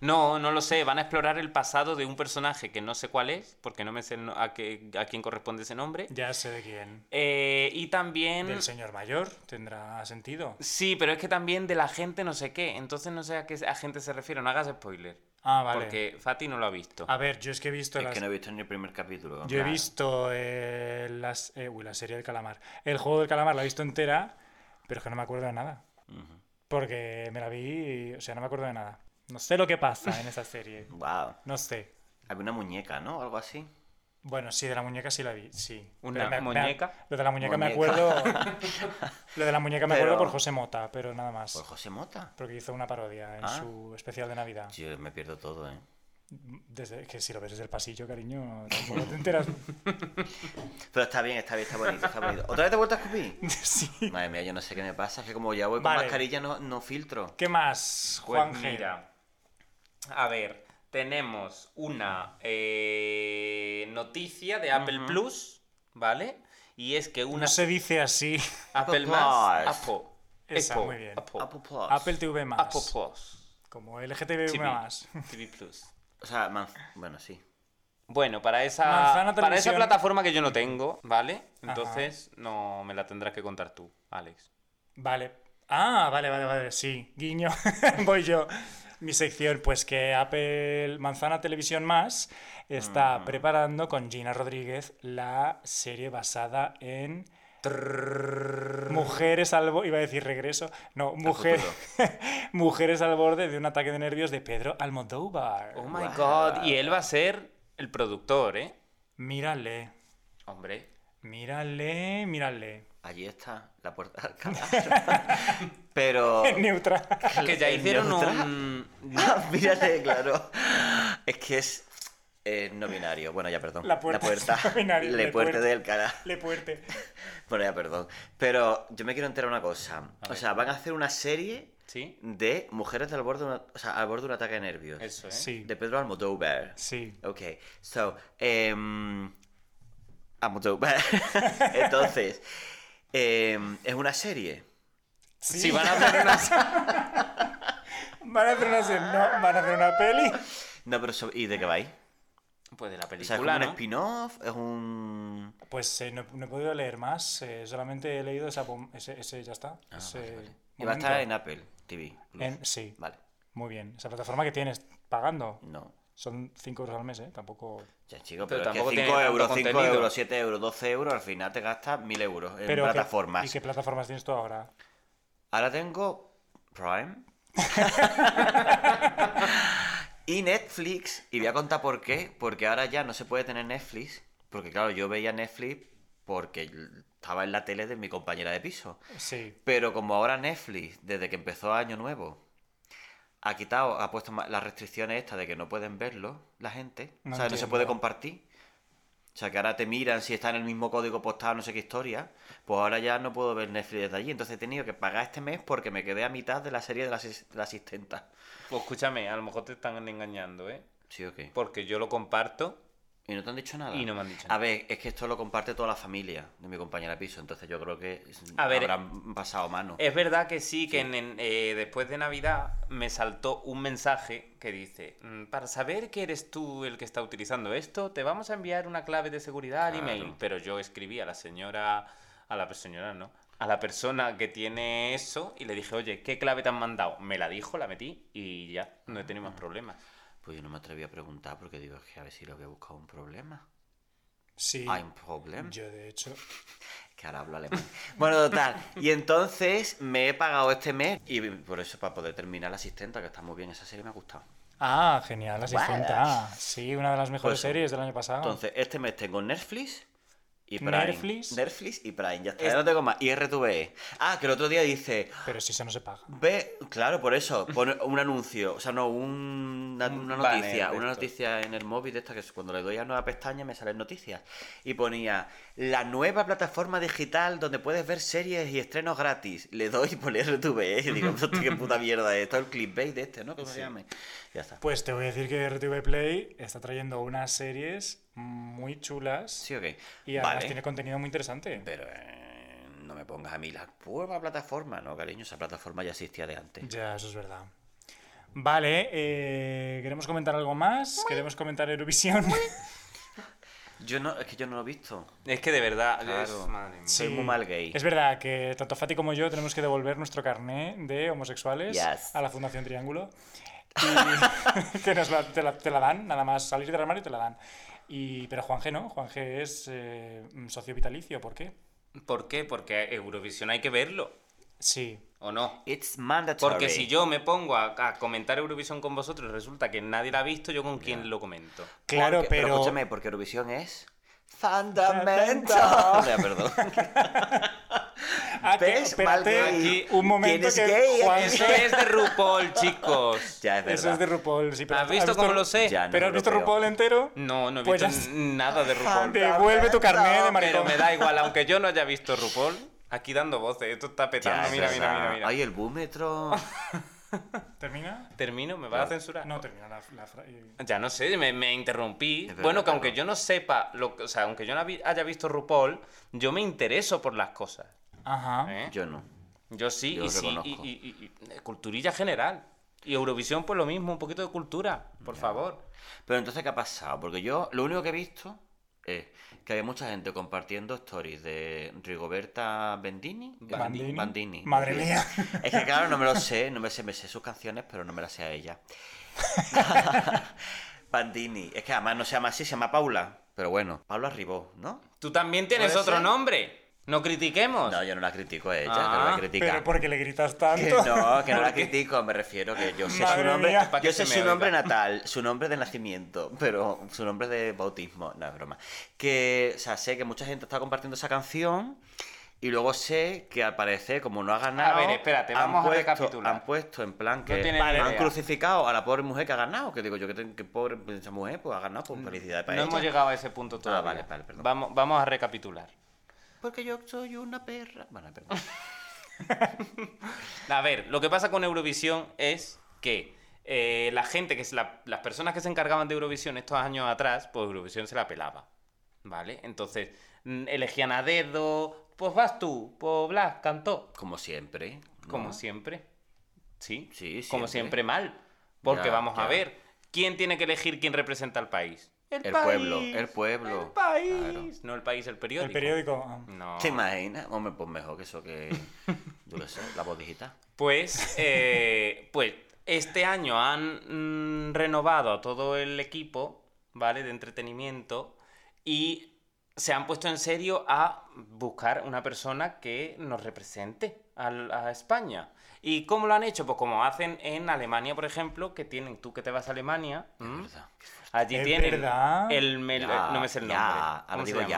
Speaker 3: No, no lo sé. Van a explorar el pasado de un personaje que no sé cuál es, porque no me sé el no- a, qué- a quién corresponde ese nombre.
Speaker 1: Ya sé de quién.
Speaker 3: Eh, y también...
Speaker 1: Del señor mayor, tendrá sentido.
Speaker 3: Sí, pero es que también de la gente no sé qué. Entonces no sé a qué agente se refiere. No hagas spoiler.
Speaker 1: Ah, vale.
Speaker 3: Porque Fati no lo ha visto.
Speaker 1: A ver, yo es que he visto
Speaker 2: Es
Speaker 1: las.
Speaker 2: que no he visto ni el primer capítulo.
Speaker 1: Yo he
Speaker 2: Claro.
Speaker 1: visto eh, las, eh, uy, la serie del calamar. El juego del calamar la he visto entera, pero es que no me acuerdo de nada.
Speaker 2: Ujú.
Speaker 1: Porque me la vi, y- o sea, no me acuerdo de nada. No sé lo que pasa en esa serie.
Speaker 2: Wow.
Speaker 1: No sé.
Speaker 2: Había una muñeca, ¿no? Algo así.
Speaker 1: Bueno, sí, de la muñeca sí la vi, sí.
Speaker 3: Una
Speaker 1: Me- me-
Speaker 3: muñeca.
Speaker 1: lo de la muñeca, me
Speaker 2: Muñeca.
Speaker 1: acuerdo. lo de la muñeca me
Speaker 2: Pero-
Speaker 1: acuerdo por José Mota, pero nada más.
Speaker 2: Por José Mota.
Speaker 1: Porque hizo una parodia en
Speaker 2: Ah.
Speaker 1: su especial de Navidad.
Speaker 2: Yo me pierdo todo, ¿eh?
Speaker 1: Desde, que si lo ves desde el pasillo, cariño, tampoco te enteras.
Speaker 2: Pero está bien, está bien, está bonito, está bonito. ¿Otra vez te he vuelto a escupir?
Speaker 1: sí.
Speaker 2: Madre mía, yo no sé qué me pasa, es que como ya voy con
Speaker 1: Vale.
Speaker 2: mascarilla no, no filtro.
Speaker 1: ¿Qué más,
Speaker 3: Pues
Speaker 1: Juan
Speaker 3: mira, a ver, tenemos una eh, noticia de Apple
Speaker 2: Ujú.
Speaker 3: Plus, ¿vale? Y es que una
Speaker 1: No se dice así.
Speaker 3: Apple
Speaker 2: Apple
Speaker 3: más
Speaker 2: Plus.
Speaker 3: Apple,
Speaker 1: Esa,
Speaker 3: Apple,
Speaker 1: muy bien.
Speaker 3: Apple,
Speaker 2: Apple Plus.
Speaker 1: Oh, Apple TV más.
Speaker 3: Apple Plus,
Speaker 1: Como LGTB
Speaker 3: TV,
Speaker 1: más.
Speaker 3: TV Plus.
Speaker 2: O sea, man- bueno, sí.
Speaker 3: Bueno, para esa,
Speaker 1: Manzana
Speaker 3: para esa
Speaker 1: Televisión.
Speaker 3: plataforma que yo no tengo, ¿vale?
Speaker 1: Ajá.
Speaker 3: Entonces no me la tendrás que contar tú, Alex.
Speaker 1: Vale. Ah, vale, vale, vale. Sí, guiño. Voy yo. Mi sección, pues que Apple Manzana Televisión Más está preparando con Gina Rodríguez la serie basada en. Mujeres al borde. Iba a decir regreso. No, mujer... mujeres al borde de un ataque de nervios de Pedro Almodóvar.
Speaker 3: Oh my
Speaker 2: Wow.
Speaker 3: god, y él va a ser el productor, ¿eh?
Speaker 1: Mírale.
Speaker 3: Hombre,
Speaker 1: Mírale, mírale.
Speaker 2: Allí está la puerta de Alcalá. Pero...
Speaker 1: Neutra.
Speaker 3: Ah, que ya
Speaker 2: ¿En
Speaker 3: hicieron
Speaker 2: neutra?
Speaker 3: un
Speaker 2: Ah, Mírate, claro. Es que es eh, no binario. Bueno, ya perdón.
Speaker 1: La puerta es no binario,
Speaker 2: Le
Speaker 1: le
Speaker 2: puerta
Speaker 1: puerta.
Speaker 2: del cara.
Speaker 1: Le puerte.
Speaker 2: Bueno, ya perdón. Pero yo me quiero enterar una cosa.
Speaker 3: A
Speaker 2: O
Speaker 3: ver.
Speaker 2: sea, van a hacer una serie
Speaker 3: ¿Sí?
Speaker 2: de mujeres al borde de, una- o sea, al borde de un ataque de nervios.
Speaker 3: Eso, ¿eh?
Speaker 1: Sí.
Speaker 2: De Pedro Almodóvar.
Speaker 1: Sí.
Speaker 2: Ok, so, em, Almodóvar. Entonces, em, es una serie.
Speaker 1: Sí.
Speaker 3: Si van a hacer una
Speaker 1: Van a hacer una serie, no, van a hacer una peli.
Speaker 2: No, pero sobre- ¿y de qué va ahí?
Speaker 3: Pues de la
Speaker 2: O sea,
Speaker 3: película,
Speaker 2: es como un
Speaker 3: ¿no?
Speaker 2: spin-off, es un...
Speaker 1: Pues eh, no, no he podido leer más, eh, solamente he leído esa pom- ese, ese ya está.
Speaker 2: Ah,
Speaker 1: ese
Speaker 2: vale, vale. Y va a
Speaker 1: momento.
Speaker 2: estar en Apple TV. Plus.
Speaker 1: En- sí,
Speaker 2: Vale,
Speaker 1: muy bien. Esa plataforma que tienes pagando
Speaker 2: no.
Speaker 1: son 5 euros al mes, ¿eh? Tampoco.
Speaker 2: Ya, chico,
Speaker 3: Pero
Speaker 2: pero, es
Speaker 3: tampoco
Speaker 2: que
Speaker 3: tiene
Speaker 2: 5
Speaker 3: tanto
Speaker 2: euros, 5
Speaker 3: contenido.
Speaker 2: euros, 7 euros, 12 euros, al final te gastas 1000 euros en
Speaker 1: ¿qué-
Speaker 2: plataformas.
Speaker 1: ¿Y qué plataformas tienes tú ahora?
Speaker 2: Ahora tengo Prime y Netflix. Y voy a contar por qué. Porque ahora ya no se puede tener Netflix. Porque claro, yo veía Netflix porque estaba en la tele de mi compañera de piso.
Speaker 1: Sí.
Speaker 2: Pero como ahora Netflix, desde que empezó Año Nuevo, ha quitado, ha puesto ma- las restricciones estas de que no pueden verlo la gente.
Speaker 1: No
Speaker 2: o sea, no se
Speaker 1: entiendo.
Speaker 2: puede compartir. O sea, que ahora te miran si está en el mismo código postal, no sé qué historia. Pues ahora ya no puedo ver Netflix desde allí. Entonces he tenido que pagar este mes porque me quedé a mitad de la serie de la, asis- de la asistenta.
Speaker 3: Pues escúchame, a lo mejor te están engañando, ¿eh?
Speaker 2: Sí, ok.
Speaker 3: Porque yo lo comparto.
Speaker 2: Y no te han dicho nada.
Speaker 3: Y no me han dicho
Speaker 2: A ver, es que esto lo comparte toda la familia de mi compañera de piso. Entonces yo creo que
Speaker 3: A ver, eh,
Speaker 2: habrán pasado mano.
Speaker 3: Es verdad que sí, que en- en, eh, después de Navidad me saltó un mensaje que dice, "Mm, para saber que eres tú el que está utilizando esto, te vamos a enviar una clave de seguridad al
Speaker 2: Claro.
Speaker 3: email. Pero yo escribí a la señora, a la señora no, a la persona que tiene eso y le dije, oye, ¿qué clave te han mandado? Me la dijo, la metí y ya, no he tenido
Speaker 2: Ah.
Speaker 3: más problemas.
Speaker 2: Pues yo no me atreví a preguntar porque digo, es que a ver si le voy a buscar un problema.
Speaker 1: Sí.
Speaker 2: Hay un problema.
Speaker 1: Yo, de hecho.
Speaker 2: Que ahora hablo alemán. Bueno, total. Y entonces me he pagado este mes y por eso para poder terminar la asistenta, que está muy bien esa serie, me ha gustado.
Speaker 1: Ah, genial, asistenta.
Speaker 2: Guau.
Speaker 1: Sí, una de las mejores
Speaker 2: Pues,
Speaker 1: series del año pasado.
Speaker 2: Entonces, este mes tengo Netflix y Prime.
Speaker 1: Netflix.
Speaker 2: Netflix y Prime, ya está. Ya no tengo más. Y RTVE. Ah, que el otro día dice,
Speaker 1: Pero si se no se paga.
Speaker 2: ve, claro, por eso, pone un anuncio, o sea, no, un- una,
Speaker 3: Un
Speaker 2: una
Speaker 3: banner
Speaker 2: noticia,
Speaker 3: de
Speaker 2: una
Speaker 3: estos.
Speaker 2: noticia en el móvil de esta que es cuando le doy a nueva pestaña me salen noticias. Y ponía, la nueva plataforma digital donde puedes ver series y estrenos gratis. Le doy y pone RTVE ¿eh? y digo, "Hostia, qué puta mierda es esto, el clickbait de este, ¿no? ¿Cómo se llama? Ya está.
Speaker 1: Pues te voy a decir que RTV Play está trayendo unas series muy chulas.
Speaker 2: Sí, ok.
Speaker 1: Y además
Speaker 2: vale.
Speaker 1: tiene contenido muy interesante.
Speaker 2: Pero eh, no me pongas a mí la nueva plataforma, ¿no, cariño? Esa plataforma ya existía de antes.
Speaker 1: Ya, eso es verdad. Vale, eh, ¿queremos comentar algo más? ¿Queremos comentar Eurovisión?
Speaker 2: Yo no, es que yo no lo he visto.
Speaker 3: Es que de verdad,
Speaker 2: Claro.
Speaker 3: es- madre mía.
Speaker 2: Soy muy mal gay.
Speaker 1: Es verdad que tanto Fati como yo tenemos que devolver nuestro carné de homosexuales
Speaker 2: Yes.
Speaker 1: a la Fundación Triángulo. Y que nos la, te, la, te la dan, nada más salir del armario te la dan. Y, pero Juan G no, Juan G es eh, un socio vitalicio, ¿por qué?
Speaker 3: ¿Por qué? Porque Eurovisión hay que verlo,
Speaker 1: Sí,
Speaker 3: ¿o no?
Speaker 2: It's mandatory.
Speaker 3: Porque si yo me pongo a, a comentar Eurovisión con vosotros y resulta que nadie la ha visto, yo con quién lo comento.
Speaker 1: claro,
Speaker 2: Porque-
Speaker 1: pero...
Speaker 2: Escúchame, porque Eurovisión es Fundamental. Mira, perdón.
Speaker 1: Ah, que-
Speaker 2: ¿Ves? Mal
Speaker 1: espérate,
Speaker 2: gay.
Speaker 1: un momento
Speaker 2: ¿Quién es gay?
Speaker 1: que Juan-
Speaker 3: Eso es de RuPaul, chicos.
Speaker 2: Ya, es verdad.
Speaker 1: Eso es de RuPaul, sí, pero
Speaker 3: ¿Has visto cómo lo sé?
Speaker 2: Ya, no
Speaker 1: ¿Pero
Speaker 2: me
Speaker 1: has
Speaker 2: lo
Speaker 1: visto
Speaker 2: creo.
Speaker 1: RuPaul entero?
Speaker 3: No, no he
Speaker 1: Pues
Speaker 3: visto
Speaker 1: ya-
Speaker 3: nada
Speaker 2: Ah,
Speaker 3: de RuPaul.
Speaker 1: Devuelve tu carnet de
Speaker 3: Pero
Speaker 1: maricón.
Speaker 3: me da igual, aunque yo no haya visto RuPaul, aquí dando voces, esto está
Speaker 2: Ya,
Speaker 3: petando.
Speaker 2: es
Speaker 3: mira, mira,
Speaker 2: verdad.
Speaker 3: mira, mira.
Speaker 2: Ay, el búmetro.
Speaker 1: ¿Termina?
Speaker 3: Termino, me vas a censurar.
Speaker 1: No, termina la, la frase.
Speaker 3: Ya no sé, me, me interrumpí.
Speaker 2: Es verdad,
Speaker 3: bueno, que aunque
Speaker 2: perdón.
Speaker 3: yo no sepa, lo, que- o sea, aunque yo no habi- haya visto RuPaul, yo me intereso por las cosas.
Speaker 2: Ah.
Speaker 1: Ajá.
Speaker 3: ¿eh? Yo,
Speaker 2: Yo no.
Speaker 3: sí,
Speaker 2: yo
Speaker 3: y
Speaker 2: lo
Speaker 3: sí, y,
Speaker 2: reconozco.
Speaker 3: y- y- y- culturilla general. Y Eurovisión, pues lo mismo, un poquito de cultura, por favor.
Speaker 2: Pero entonces, ¿qué ha pasado? Porque yo lo único que he visto es que había mucha gente compartiendo stories de Rigoberta Bendini.
Speaker 1: Bandini.
Speaker 2: Bandini.
Speaker 1: Madre mía.
Speaker 2: Es que claro, no me lo sé, no me sé, me sé sus canciones, pero no me las sé a ella. Bandini. Es que además no se llama así, se llama Paula. Pero bueno, Paula Ribó, ¿no?
Speaker 3: Tú también tienes
Speaker 2: ¿Puede
Speaker 3: otro
Speaker 2: ser?
Speaker 3: nombre. No critiquemos.
Speaker 2: No, yo no la critico a ella,
Speaker 3: Ah,
Speaker 2: pero la critica.
Speaker 1: Ah. Pero porque le gritas
Speaker 2: Que
Speaker 1: tanto.
Speaker 2: no, que no la
Speaker 3: ¿Por qué?
Speaker 2: critico, me refiero que yo sé
Speaker 1: Madre
Speaker 2: su nombre,
Speaker 1: mía.
Speaker 3: Pa' que
Speaker 2: yo sé
Speaker 3: se
Speaker 2: su
Speaker 3: me
Speaker 2: nombre
Speaker 3: oiga.
Speaker 2: natal, su nombre de nacimiento, pero su nombre de bautismo, no es broma. Que, o sea, sé que mucha gente está compartiendo esa canción y luego sé que al parecer, como no ha ganado,
Speaker 3: ver, espérate, vamos a
Speaker 2: puesto,
Speaker 3: recapitular.
Speaker 2: Han puesto en plan que
Speaker 3: tiene ni
Speaker 2: han
Speaker 3: idea.
Speaker 2: crucificado a la pobre mujer que ha ganado, que digo yo que, te- que pobre esa mujer pues ha ganado, pues felicidades para
Speaker 3: Mm, No
Speaker 2: ella. Ah,
Speaker 3: hemos llegado a ese punto todavía.
Speaker 2: vale, vale, perdón.
Speaker 3: Vamos, vamos a recapitular.
Speaker 2: Porque yo soy una perra. Bueno, perdón.
Speaker 3: A ver, lo que pasa con Eurovisión es que eh, la gente, que es la- las personas que se encargaban de Eurovisión estos años atrás, pues Eurovisión se la pelaba. ¿Vale? Entonces, mm, elegían a dedo, pues vas tú, pues Blas cantó.
Speaker 2: Como siempre. ¿no?
Speaker 3: Como siempre. ¿Sí?
Speaker 2: Sí, siempre.
Speaker 3: Como siempre mal. Porque
Speaker 2: Ya,
Speaker 3: vamos a
Speaker 2: ya.
Speaker 3: ver, ¿quién tiene que elegir quién representa al país?
Speaker 2: El
Speaker 3: país,
Speaker 2: pueblo, el pueblo.
Speaker 3: El país.
Speaker 2: Claro.
Speaker 3: No el país, el periódico.
Speaker 1: El periódico. ah.
Speaker 3: No.
Speaker 2: ¿Te imaginas? Hombre, pues mejor que eso que. Yo qué sé, la voz digital.
Speaker 3: Pues, eh, pues este año han mm, renovado a todo el equipo, ¿vale? De entretenimiento y se han puesto en serio a buscar una persona que nos represente al- a España. ¿Y cómo lo han hecho? Pues como hacen en Alemania, por ejemplo, que tienen, tú que te vas a Alemania, ¿m?
Speaker 2: ¿verdad?
Speaker 3: allí
Speaker 1: Es
Speaker 3: tienen
Speaker 1: verdad.
Speaker 3: ¿Mm? el... mel-
Speaker 2: Ya,
Speaker 3: no me sé el nombre.
Speaker 2: Ya, ahora
Speaker 3: ¿Cómo se
Speaker 2: digo
Speaker 3: llama?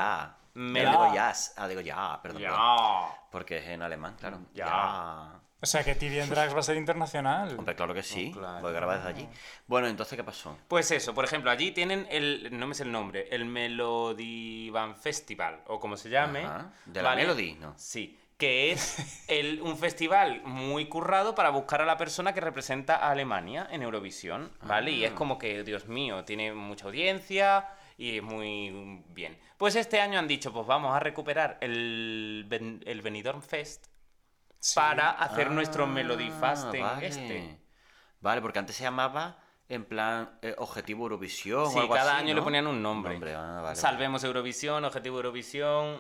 Speaker 2: ya.
Speaker 3: Me-
Speaker 2: Ahora digo ya, ahora digo ya, perdón.
Speaker 3: Ya. Mm,
Speaker 2: Porque es en alemán, claro.
Speaker 3: Ya.
Speaker 1: O sea que TV en Drags va a ser internacional.
Speaker 2: Hombre, claro que sí.
Speaker 3: Oh, claro.
Speaker 2: Voy a grabar desde allí. Bueno, entonces, ¿qué pasó?
Speaker 3: Pues eso, por ejemplo, allí tienen el, no me sé el nombre, el Melody Van Festival, o como se llame.
Speaker 2: Ajá. ¿De la Melody? No.
Speaker 3: Sí, que es el, un festival muy currado para buscar a la persona que representa a Alemania en Eurovisión, ¿vale?
Speaker 2: Ah.
Speaker 3: Y es como que, Dios mío, tiene mucha audiencia y es muy bien. Pues este año han dicho, pues vamos a recuperar el, Ben- el Benidorm Fest
Speaker 1: Sí.
Speaker 3: para hacer
Speaker 2: Ah,
Speaker 3: nuestro Melody Fasting
Speaker 2: vale.
Speaker 3: este.
Speaker 2: Vale, porque antes se llamaba en plan eh, Objetivo Eurovisión.
Speaker 3: Sí,
Speaker 2: o algo
Speaker 3: cada
Speaker 2: así,
Speaker 3: año
Speaker 2: ¿no?
Speaker 3: le ponían un nombre.
Speaker 2: ah, vale, vale.
Speaker 3: Salvemos Eurovisión, Objetivo Eurovisión,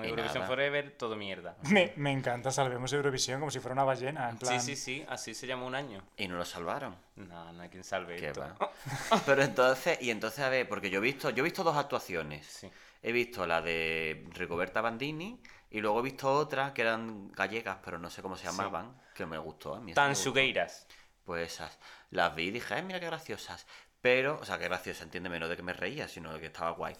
Speaker 3: mm,
Speaker 2: Y
Speaker 3: Eurovisión
Speaker 2: nada.
Speaker 3: Forever, todo mierda.
Speaker 1: Me, me encanta, salvemos Eurovisión como si fuera una ballena. En plan,
Speaker 3: Sí, sí, sí, así se llamó un año.
Speaker 2: Y no lo salvaron.
Speaker 3: No, no hay quien salve
Speaker 2: Qué
Speaker 3: esto.
Speaker 2: va. Pero entonces, y entonces, a ver, porque yo he visto, yo he visto dos actuaciones.
Speaker 3: Sí.
Speaker 2: He visto la de Rigoberta Bandini y luego he visto otras que eran gallegas, pero no sé cómo se llamaban, que me gustó a mí. esa me
Speaker 3: Tan
Speaker 2: gustó.
Speaker 3: Sugueiras.
Speaker 2: Pues esas. Las vi y dije, ay, mira qué graciosas. Pero, o sea, qué graciosa, entiéndeme, no de que me reía, sino de que estaba guay.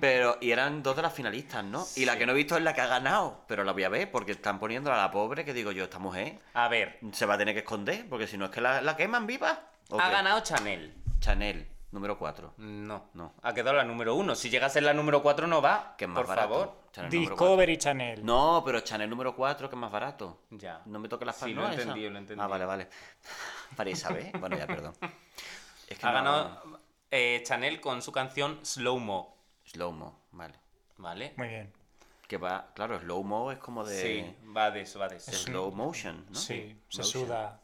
Speaker 2: Pero, y eran dos de las finalistas, ¿no? Y la
Speaker 3: Sí.
Speaker 2: que no he visto es la que ha ganado, pero la voy a ver porque están poniéndola a la pobre, que digo yo, esta mujer
Speaker 3: A ver,
Speaker 2: se va a tener que esconder, porque si no es que la, la queman viva. ¿O
Speaker 3: ¿ha
Speaker 2: qué?
Speaker 3: ganado Chanel?
Speaker 2: Chanel, número 4.
Speaker 3: No.
Speaker 2: No.
Speaker 3: Ha quedado la número uno. Si llega a ser la número cuatro no va.
Speaker 2: Que es más
Speaker 3: por
Speaker 2: barato.
Speaker 3: favor.
Speaker 2: Chanel número
Speaker 1: Discovery
Speaker 2: cuatro.
Speaker 1: Channel.
Speaker 2: No, pero Chanel número 4, que es más barato.
Speaker 3: Ya.
Speaker 2: No me toque las
Speaker 3: Sí,
Speaker 2: palmas.
Speaker 3: lo
Speaker 2: ¿no? Esa.
Speaker 3: entendí, lo entendí.
Speaker 2: Ah, vale, vale. Para Isabel. Bueno, ya, perdón. Es
Speaker 3: ha
Speaker 2: no-
Speaker 3: ganado eh, Chanel con su canción Slow Mo,
Speaker 2: Slow-mo, vale.
Speaker 3: ¿vale?
Speaker 1: Muy bien.
Speaker 2: Que va, claro, slow-mo es como de
Speaker 3: Sí, va de eso, va de eso.
Speaker 2: de slow motion, ¿no?
Speaker 1: Sí, se
Speaker 2: Motion.
Speaker 1: suda.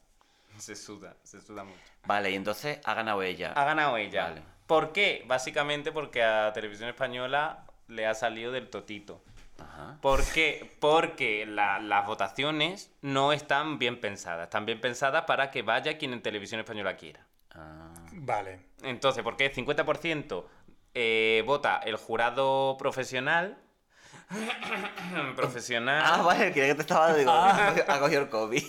Speaker 3: Se suda, se suda mucho.
Speaker 2: Vale, y entonces ha ganado ella.
Speaker 1: Ah.
Speaker 3: Ha ganado ella.
Speaker 2: Vale.
Speaker 3: ¿Por qué? Básicamente porque a Televisión Española le ha salido del totito.
Speaker 2: Ajá.
Speaker 3: ¿Por qué? Porque la- las votaciones no están bien pensadas. Están bien pensadas para que vaya quien en Televisión Española quiera.
Speaker 2: Ah,
Speaker 1: Vale.
Speaker 3: Entonces, ¿por qué 50% eh, vota el jurado profesional? Profesional.
Speaker 2: Ah, vale, quería que te estaba. Digo,
Speaker 1: Ah.
Speaker 2: ha cogido el COVID.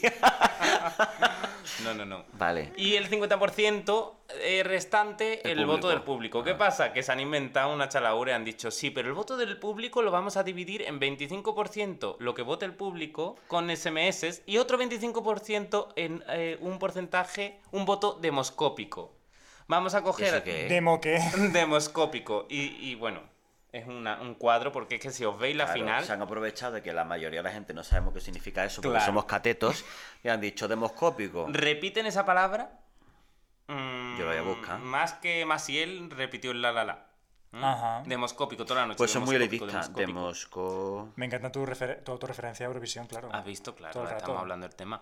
Speaker 3: No, no, no.
Speaker 2: vale.
Speaker 3: Y el 50% eh, restante,
Speaker 2: El
Speaker 3: el, voto
Speaker 2: público.
Speaker 3: del público. ¿Qué pasa? Que se han inventado una chalaura y han dicho, sí, pero el voto del público lo vamos a dividir en 25% lo que vote el público con SMS y otro 25% en eh, un porcentaje, un voto demoscópico. Vamos a coger...
Speaker 2: ¿Eso qué es?
Speaker 1: Demo que.
Speaker 3: Demoscópico. Y, y bueno, es una- un cuadro porque es que si os veis la
Speaker 2: Claro,
Speaker 3: final...
Speaker 2: Se han aprovechado de que la mayoría de la gente no sabemos qué significa eso porque
Speaker 3: Claro.
Speaker 2: somos catetos y han dicho demoscópico.
Speaker 3: ¿Repiten esa palabra? Mm,
Speaker 2: Yo la voy a buscar.
Speaker 3: Más que Maciel repitió el la la la. ¿Mm?
Speaker 1: Ajá.
Speaker 3: Demoscópico toda la noche.
Speaker 2: Pues son muy
Speaker 3: demoscópico,
Speaker 2: elitistas.
Speaker 3: demoscópico.
Speaker 2: Demosco.
Speaker 1: Me encanta tu, refer- tu autorreferencia a Eurovisión, claro.
Speaker 2: Ah,
Speaker 3: Has visto, claro,
Speaker 1: Todo el
Speaker 3: ahora
Speaker 1: rato.
Speaker 3: estamos hablando del tema.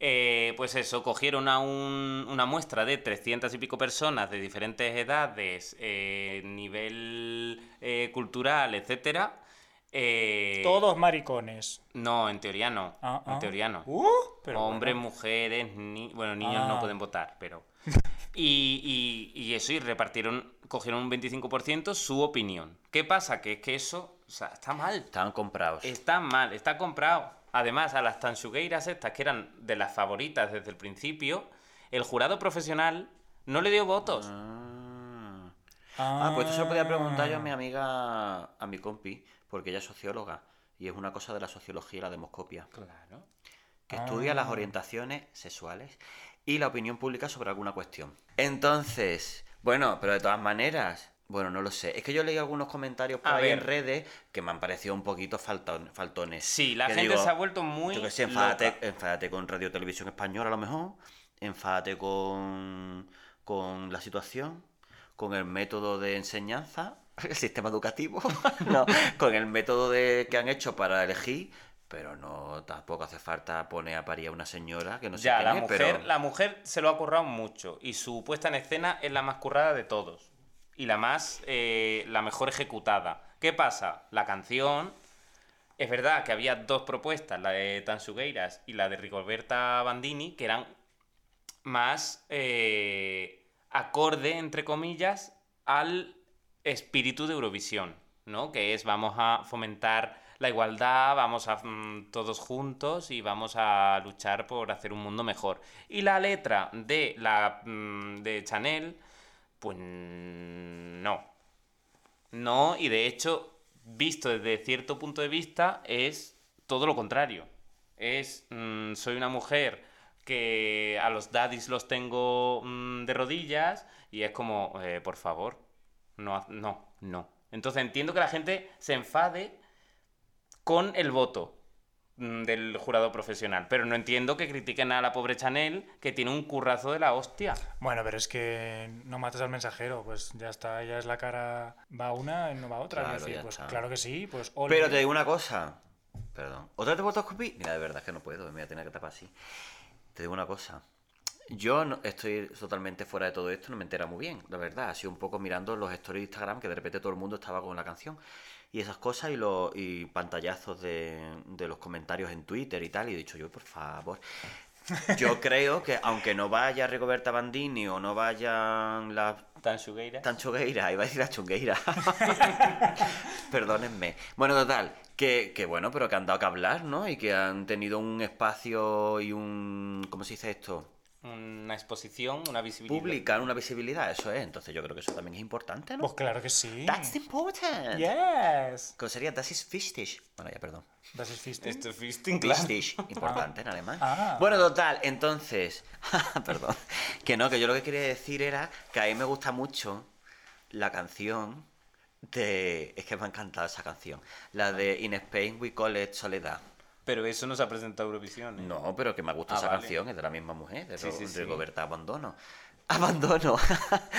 Speaker 3: Eh, pues eso, cogieron a un- una muestra de 300 y pico personas de diferentes edades, eh, nivel eh, cultural, etcétera. Eh,
Speaker 1: Todos maricones.
Speaker 3: No, en teoría no.
Speaker 1: Ah, ah.
Speaker 3: En teoría no.
Speaker 1: Uh, pero
Speaker 3: Hombres,
Speaker 1: bueno.
Speaker 3: mujeres, ni... bueno, niños
Speaker 1: Ah.
Speaker 3: no pueden votar, pero... Y, y- y eso, y repartieron, cogieron un 25% su opinión. ¿Qué pasa? Que es que eso o sea, está mal.
Speaker 2: Estaban comprados.
Speaker 3: Está mal, está comprado. Además, a las tanchugueiras estas, que eran de las favoritas desde el principio, el jurado profesional no le dio votos.
Speaker 2: Ah. Ah, pues eso se lo podía preguntar yo a mi amiga, a mi compi, porque ella es socióloga y es una cosa de la sociología y la demoscopia,
Speaker 3: Claro.
Speaker 2: que estudia
Speaker 3: Ah.
Speaker 2: las orientaciones sexuales y la opinión pública sobre alguna cuestión. Entonces, bueno, pero de todas maneras, bueno, no lo sé. Es que yo leí algunos comentarios por
Speaker 3: A
Speaker 2: ahí en
Speaker 3: ver.
Speaker 2: redes que me han parecido un poquito falton- faltones.
Speaker 3: Sí, la
Speaker 2: Que
Speaker 3: gente
Speaker 2: digo,
Speaker 3: se ha vuelto muy.
Speaker 2: Yo que sé,
Speaker 3: loca.
Speaker 2: enfádate, enfádate con Radio Televisión Española a lo mejor, enfádate con, con la situación, con el método de enseñanza, el sistema educativo, no, con el método de, que han hecho para elegir, pero no tampoco hace falta poner a parir a una señora que no sé
Speaker 3: Ya,
Speaker 2: quién
Speaker 3: la
Speaker 2: es,
Speaker 3: mujer,
Speaker 2: pero
Speaker 3: la mujer se lo ha currado mucho y su puesta en escena es la más currada de todos y la más, eh, la mejor ejecutada. ¿Qué pasa? La canción, es verdad que había dos propuestas, la de Tansugueiras y la de Rigoberta Bandini, que eran más eh, acorde, entre comillas, al espíritu de Eurovisión, ¿no? Que es vamos a fomentar la igualdad, vamos a mm, todos juntos y vamos a luchar por hacer un mundo mejor. Y la letra de la mm, de Chanel, pues mm, no. No, y de hecho, visto desde cierto punto de vista, es todo lo contrario. Es, mm, soy una mujer que a los daddies los tengo mm, de rodillas y es como, eh, por favor, no, haz- no, no. Entonces entiendo que la gente se enfade con el voto mm, del jurado profesional, pero no entiendo que critiquen a la pobre Chanel que tiene un currazo de la hostia.
Speaker 1: Bueno, pero es que no mates al mensajero, pues ya está, ya es la cara. Va una, no va otra. es
Speaker 2: Claro,
Speaker 1: decir,
Speaker 2: ya
Speaker 1: pues
Speaker 2: está.
Speaker 1: claro que sí, pues ole.
Speaker 2: Pero te digo una cosa. Perdón. ¿Otra vez te vuelto a escupir? Mira, de verdad es que no puedo. Me voy a tener que tapar así. Te digo una cosa. Yo no- estoy totalmente fuera de todo esto, no me entera muy bien, la verdad. Ha sido un poco mirando los stories de Instagram que de repente todo el mundo estaba con la canción y esas cosas y, los y pantallazos de, de los comentarios en Twitter y tal. Y he dicho yo, por favor. Yo creo que aunque no vaya Rigoberta Bandini o no vayan las
Speaker 3: Tan sugueira.
Speaker 2: Tan chungueira, iba a decir la chungueira. Perdónenme. Bueno, total, que, que bueno, pero que han dado que hablar, ¿no? Y que han tenido un espacio y un. ¿Cómo se dice esto?
Speaker 3: Una exposición, una visibilidad.
Speaker 2: Publican una visibilidad, eso es. Entonces yo creo que eso también es importante,
Speaker 1: Pues
Speaker 2: ¿no?
Speaker 1: claro que sí.
Speaker 2: That's important.
Speaker 1: Yes.
Speaker 2: Que sería das is fistish. Bueno, ya, perdón.
Speaker 1: Das ist fisting.
Speaker 3: Esto es fisting, claro.
Speaker 2: Fistish, importante en alemán.
Speaker 1: Ah.
Speaker 2: Bueno, total, entonces. perdón. Que no, que yo lo que quería decir era que a mí me gusta mucho la canción de. Es que me ha encantado esa canción. La de In Spain We Call It Soledad.
Speaker 3: Pero eso no se ha presentado Eurovisión. ¿eh?
Speaker 2: No, pero que me ha gustado
Speaker 3: Ah,
Speaker 2: esa
Speaker 3: vale.
Speaker 2: canción, es de la misma mujer, de
Speaker 3: Sí,
Speaker 2: Ro-
Speaker 3: sí, sí.
Speaker 2: Rigoberta Abandono. Abandono.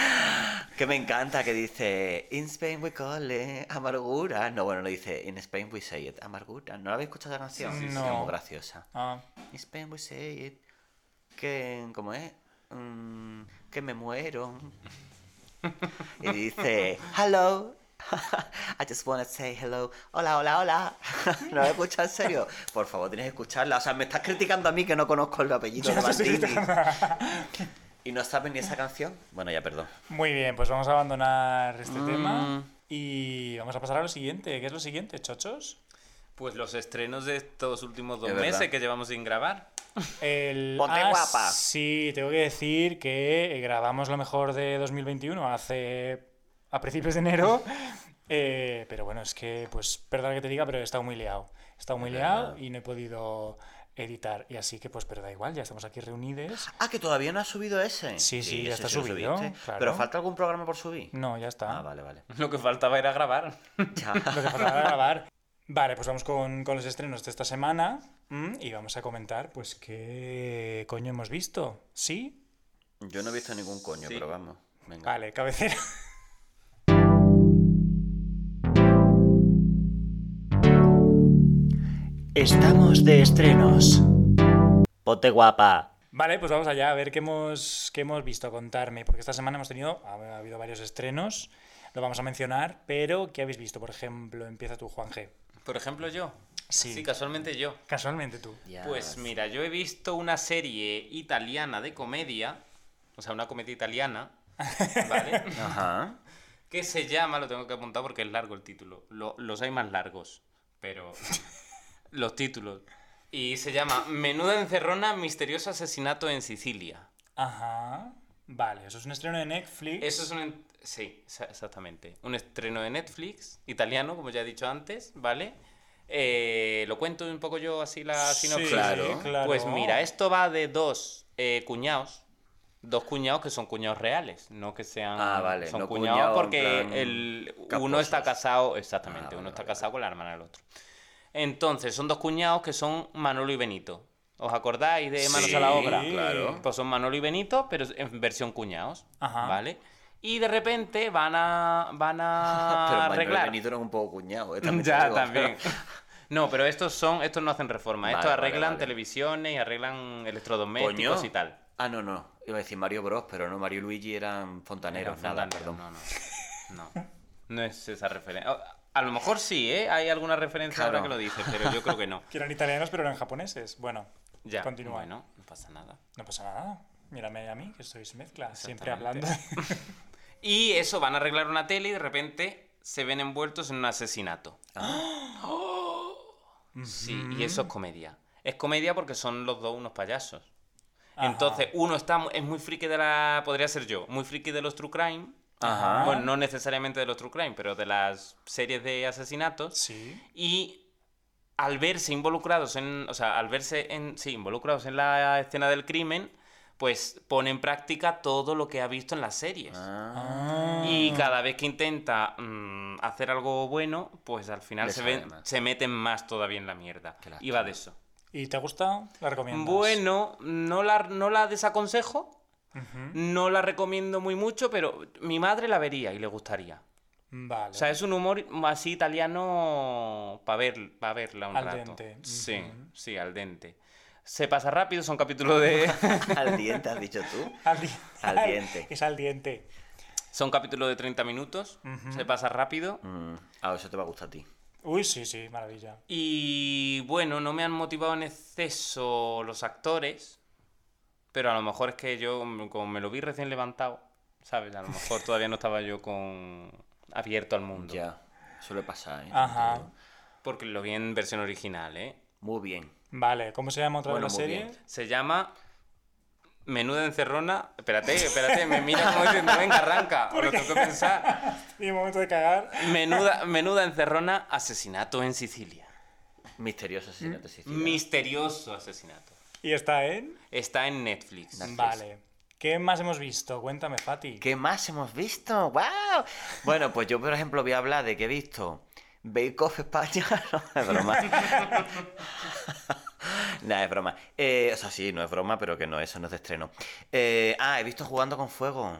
Speaker 2: que me encanta, que dice In Spain we call it amargura. No, bueno, no dice In Spain we say it, amargura. ¿No la habéis escuchado la canción?
Speaker 1: Sí, sí, sí.
Speaker 2: Es
Speaker 1: No.
Speaker 2: muy graciosa.
Speaker 1: Ah,
Speaker 2: In Spain we say it. Que, ¿cómo es? Mm, que me muero. y dice, hello. I just wanna say hello. Hola, hola, hola. ¿No lo escuchas en serio? Por favor, tienes que escucharla. O sea, me estás criticando a mí que no conozco el apellido de
Speaker 1: Ya, sí,
Speaker 2: Bandini. ¿Y no sabes ni esa canción? Bueno, ya, perdón. Mm.
Speaker 1: muy bien, pues vamos a abandonar este tema. Y vamos a pasar a lo siguiente. ¿Qué es lo siguiente, chochos?
Speaker 3: Pues los estrenos de estos últimos dos
Speaker 2: Es verdad.
Speaker 3: meses que llevamos sin grabar.
Speaker 1: El...
Speaker 2: Ponte
Speaker 1: Ah,
Speaker 2: guapa.
Speaker 1: Sí, tengo que decir que eh, grabamos lo mejor de 2021 hace... a principios de enero. Eh, pero bueno, es que, pues, perdón que te diga, pero he estado muy liado. He estado muy
Speaker 2: Es
Speaker 1: liado
Speaker 2: verdad.
Speaker 1: y no he podido editar. Y así que, pues, pero da igual, ya estamos aquí reunidos.
Speaker 2: Ah, que todavía no has subido ese.
Speaker 1: Sí, sí, ya
Speaker 2: ese
Speaker 1: está
Speaker 2: lo
Speaker 1: subido,
Speaker 2: subiste.
Speaker 1: claro.
Speaker 2: Pero falta algún programa por subir.
Speaker 1: No, ya está.
Speaker 2: Ah, vale, vale.
Speaker 3: Lo que faltaba era grabar.
Speaker 1: Lo
Speaker 2: Ya.
Speaker 1: que faltaba era grabar. Vale, pues vamos con, con los estrenos de esta semana ¿m? y vamos a comentar, pues, qué coño hemos visto. ¿Sí?
Speaker 2: Yo no he visto ningún coño,
Speaker 3: Sí.
Speaker 2: pero vamos. Venga.
Speaker 1: Vale, cabecera.
Speaker 2: Estamos de estrenos. Ponte guapa.
Speaker 1: Vale, pues vamos allá a ver qué hemos, qué hemos visto, contarme, porque esta semana hemos tenido, ha, ha habido varios estrenos, lo vamos a mencionar, pero ¿qué habéis visto? Por ejemplo, empieza tú, Juan G.
Speaker 3: Por ejemplo, yo.
Speaker 1: Sí.
Speaker 3: Sí, casualmente yo.
Speaker 1: Casualmente tú.
Speaker 2: Ya.
Speaker 3: Pues mira, yo he visto una serie italiana de comedia, o sea, una comedia italiana, ¿vale?
Speaker 2: Ajá.
Speaker 3: que se llama, lo tengo que apuntar porque es largo el título, lo- los hay más largos, pero los títulos. Y se llama Menuda encerrona, misterioso asesinato en Sicilia.
Speaker 1: Ajá. Vale, eso es un estreno de Netflix.
Speaker 3: Eso es un... en- Sí, exa- exactamente. Un estreno de Netflix, italiano, como ya he dicho antes, ¿vale? Eh, lo cuento un poco yo así la
Speaker 1: Sí,
Speaker 3: sinopsis.
Speaker 2: Claro.
Speaker 1: claro.
Speaker 3: Pues mira, esto va de dos eh, cuñados. Dos cuñados que son cuñados reales, no que sean.
Speaker 2: Ah, vale,
Speaker 3: Son
Speaker 2: no
Speaker 3: cuñados
Speaker 2: cuñado en
Speaker 3: porque
Speaker 2: plan
Speaker 3: el, uno
Speaker 2: casposos.
Speaker 3: está casado, exactamente,
Speaker 2: Ah, vale,
Speaker 3: uno está
Speaker 2: vale,
Speaker 3: casado con la hermana del otro. Entonces, son dos cuñados que son Manolo y Benito. ¿Os acordáis de Manos a la obra?
Speaker 2: Claro.
Speaker 3: Pues son Manolo y Benito, pero en versión cuñados,
Speaker 1: Ajá.
Speaker 3: ¿vale? Y de repente van a van a
Speaker 2: Ah, Pero Manuel
Speaker 3: arreglar.
Speaker 2: Benito era un poco cuñado, ¿eh? También te
Speaker 3: ya
Speaker 2: digo,
Speaker 3: también. No, pero estos son estos no hacen reforma, estos
Speaker 2: Vale, vale,
Speaker 3: arreglan
Speaker 2: vale.
Speaker 3: televisiones y arreglan electrodomésticos
Speaker 2: Coño.
Speaker 3: y tal.
Speaker 2: Ah, no, no. Iba a decir Mario Bros, pero no, Mario y Luigi eran fontaneros,
Speaker 3: Eran
Speaker 2: nada,
Speaker 3: fontaneros,
Speaker 2: perdón.
Speaker 3: No, no. No. No es esa referencia. A lo mejor sí, ¿eh? Hay alguna referencia ahora
Speaker 2: Claro.
Speaker 3: que lo dices, pero yo creo que no.
Speaker 1: Que eran italianos, pero eran japoneses. Bueno,
Speaker 3: Ya.
Speaker 1: continúa.
Speaker 3: Bueno, no pasa nada.
Speaker 1: No pasa nada. Mírame a mí, que sois mezcla. Siempre hablando.
Speaker 3: Y eso, van a arreglar una tele y de repente se ven envueltos en un asesinato.
Speaker 2: Ah.
Speaker 3: Sí, y eso es comedia. Es comedia porque son los dos unos payasos.
Speaker 1: Ajá.
Speaker 3: Entonces, uno está, mu- es muy friki de la. Podría ser yo, muy friki de los true crime.
Speaker 2: Ajá.
Speaker 3: Bueno, no necesariamente de los true crime, pero de las series de asesinatos.
Speaker 1: Sí.
Speaker 3: Y al verse involucrados en. O sea, al verse en. Sí, involucrados en la escena del crimen, pues pone en práctica todo lo que ha visto en las series.
Speaker 2: Ah,
Speaker 3: Y cada vez que intenta mm, hacer algo bueno, pues al final
Speaker 2: Le
Speaker 3: se,
Speaker 2: sale
Speaker 3: ven-
Speaker 2: más.
Speaker 3: se meten más todavía en la mierda.
Speaker 2: Qué lástima.
Speaker 3: Y va de eso.
Speaker 1: ¿Y te ha gustado? ¿La recomiendas?
Speaker 3: Bueno, no la, no la desaconsejo,
Speaker 1: Ujú.
Speaker 3: no la recomiendo muy mucho, pero mi madre la vería y le gustaría.
Speaker 1: Vale.
Speaker 3: O sea, es un humor así italiano para ver, pa verla un
Speaker 1: Al
Speaker 3: rato.
Speaker 1: dente, ujú.
Speaker 3: Sí, sí, al dente. Se pasa rápido, son capítulos de...
Speaker 2: al diente has dicho tú.
Speaker 1: Al di-
Speaker 2: Al diente.
Speaker 1: es al diente.
Speaker 3: son capítulos de 30 minutos,
Speaker 1: Ujú.
Speaker 3: se pasa rápido.
Speaker 2: Mm, Ah, eso te va a gustar a ti.
Speaker 1: Uy, sí, sí, maravilla.
Speaker 3: Y bueno, no me han motivado en exceso los actores, pero a lo mejor es que yo, mm, como me lo vi recién levantado, ¿sabes? A lo mejor todavía no estaba yo con abierto al mundo.
Speaker 2: Ya. Suele pasar, ¿eh?
Speaker 1: Ajá.
Speaker 2: Te digo.
Speaker 3: Porque lo vi en versión original, ¿eh?
Speaker 2: Muy bien.
Speaker 1: Vale, ¿cómo se llama otra
Speaker 2: Bueno,
Speaker 1: vez la
Speaker 2: muy
Speaker 1: serie?
Speaker 2: bien.
Speaker 3: Se llama Menuda Encerrona. Espérate, espérate, me mira como diciendo, venga, arranca, o lo tengo que pensar.
Speaker 1: Y momento de cagar.
Speaker 3: Menuda, menuda Encerrona, asesinato en Sicilia.
Speaker 2: Misterioso asesinato
Speaker 3: Mm,
Speaker 2: de Sicilia.
Speaker 3: Misterioso asesinato.
Speaker 1: Y está en.
Speaker 3: Está en Netflix.
Speaker 2: Netflix.
Speaker 1: Vale. ¿Qué más hemos visto? Cuéntame, Fati.
Speaker 2: ¿Qué más hemos visto? ¡Wow! Bueno, pues yo, por ejemplo, voy a hablar de que he visto Bake Off España. no, es broma. Nada, es broma. Eh, o sea, sí, no es broma, pero que no, eso no es de estreno. Eh, ah, he visto Jugando con Fuego.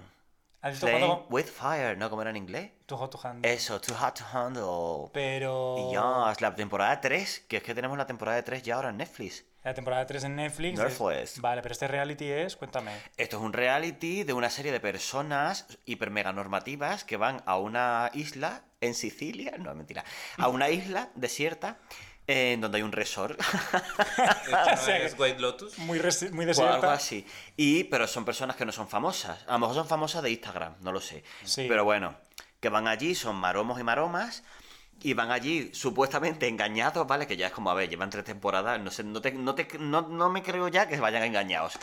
Speaker 1: ¿Has visto
Speaker 2: Playing
Speaker 1: cuando
Speaker 2: with Fire, ¿no? Como era en inglés.
Speaker 1: tu Hot to Hand?
Speaker 2: Eso, Too Hot to Handle.
Speaker 1: Pero.
Speaker 2: Eh, Y ya, es la temporada 3, que es que tenemos la temporada 3 ya ahora en Netflix.
Speaker 1: La temporada 3 en Netflix. es-
Speaker 2: Netflix.
Speaker 1: Vale, pero este reality es. Cuéntame.
Speaker 2: Esto es un reality de una serie de personas hiper mega normativas que van a una isla en Sicilia, no mentira, a una isla desierta eh, en donde hay un resort
Speaker 3: ¿Esto no es White Lotus?
Speaker 1: Muy, resi- muy
Speaker 2: o algo
Speaker 1: desierta.
Speaker 2: así. Y pero son personas que no son famosas, a lo mejor son famosas de Instagram, no lo sé.
Speaker 1: Sí.
Speaker 2: Pero bueno, que van allí, son maromos y maromas, y van allí supuestamente engañados, ¿vale? Que ya es como, a ver, llevan tres temporadas, no sé, no, te- no, te- no- no me creo ya que vayan engañados.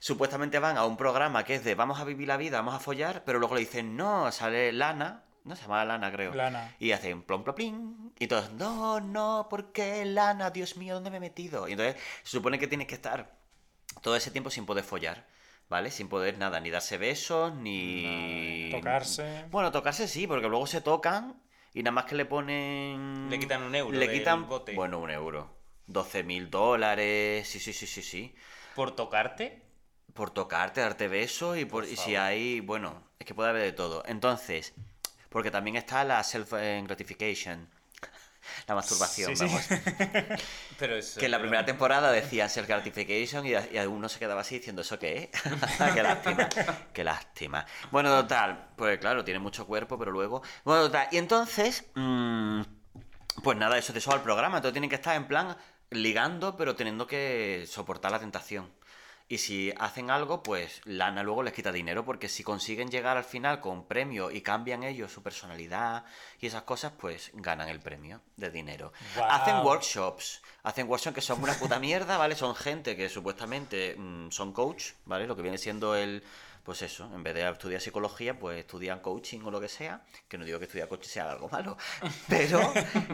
Speaker 2: Supuestamente van a un programa que es de vamos a vivir la vida, vamos a follar, pero luego le dicen, no, sale Lana, no se llama Lana, creo.
Speaker 1: Lana.
Speaker 2: Y hacen plom plom plin. Y todos, no, no, ¿por qué Lana? Dios mío, ¿dónde me he metido? Y entonces se supone que tienes que estar todo ese tiempo sin poder follar, ¿vale? Sin poder nada, ni darse besos, ni.
Speaker 1: Tocarse.
Speaker 2: Bueno, tocarse sí, porque luego se tocan y nada más que le ponen.
Speaker 3: Le quitan un euro
Speaker 2: Le
Speaker 3: del
Speaker 2: quitan.
Speaker 3: bote.
Speaker 2: Bueno, un euro. 12 mil dólares. Sí, sí, sí, sí, sí.
Speaker 3: ¿Por tocarte?
Speaker 2: Por tocarte, darte besos y, por, y si
Speaker 3: favor.
Speaker 2: hay. Bueno, es que puede haber de todo. Entonces, porque también está la self-gratification. La masturbación,
Speaker 1: Sí, sí.
Speaker 2: vamos.
Speaker 3: Pero eso,
Speaker 2: Que en la
Speaker 3: pero-
Speaker 2: primera temporada decía self-gratification y, y alguno se quedaba así diciendo, ¿eso qué es? qué lástima, qué lástima. Bueno, total, pues claro, tiene mucho cuerpo, pero luego... Bueno, total, y entonces, mm, pues nada, eso te soba el programa, entonces tienen que estar en plan ligando, pero teniendo que soportar la tentación. Y si hacen algo, pues Lana luego les quita dinero, porque si consiguen llegar al final con premio y cambian ellos su personalidad y esas cosas, pues ganan el premio de dinero.
Speaker 1: Guau.
Speaker 2: Hacen workshops. Hacen workshops que son una puta mierda, ¿vale? Son gente que supuestamente mm, son coach, ¿vale? Lo que viene siendo el. Pues eso, en vez de estudiar psicología, pues estudian coaching o lo que sea. Que no digo que estudiar coaching sea algo malo. Pero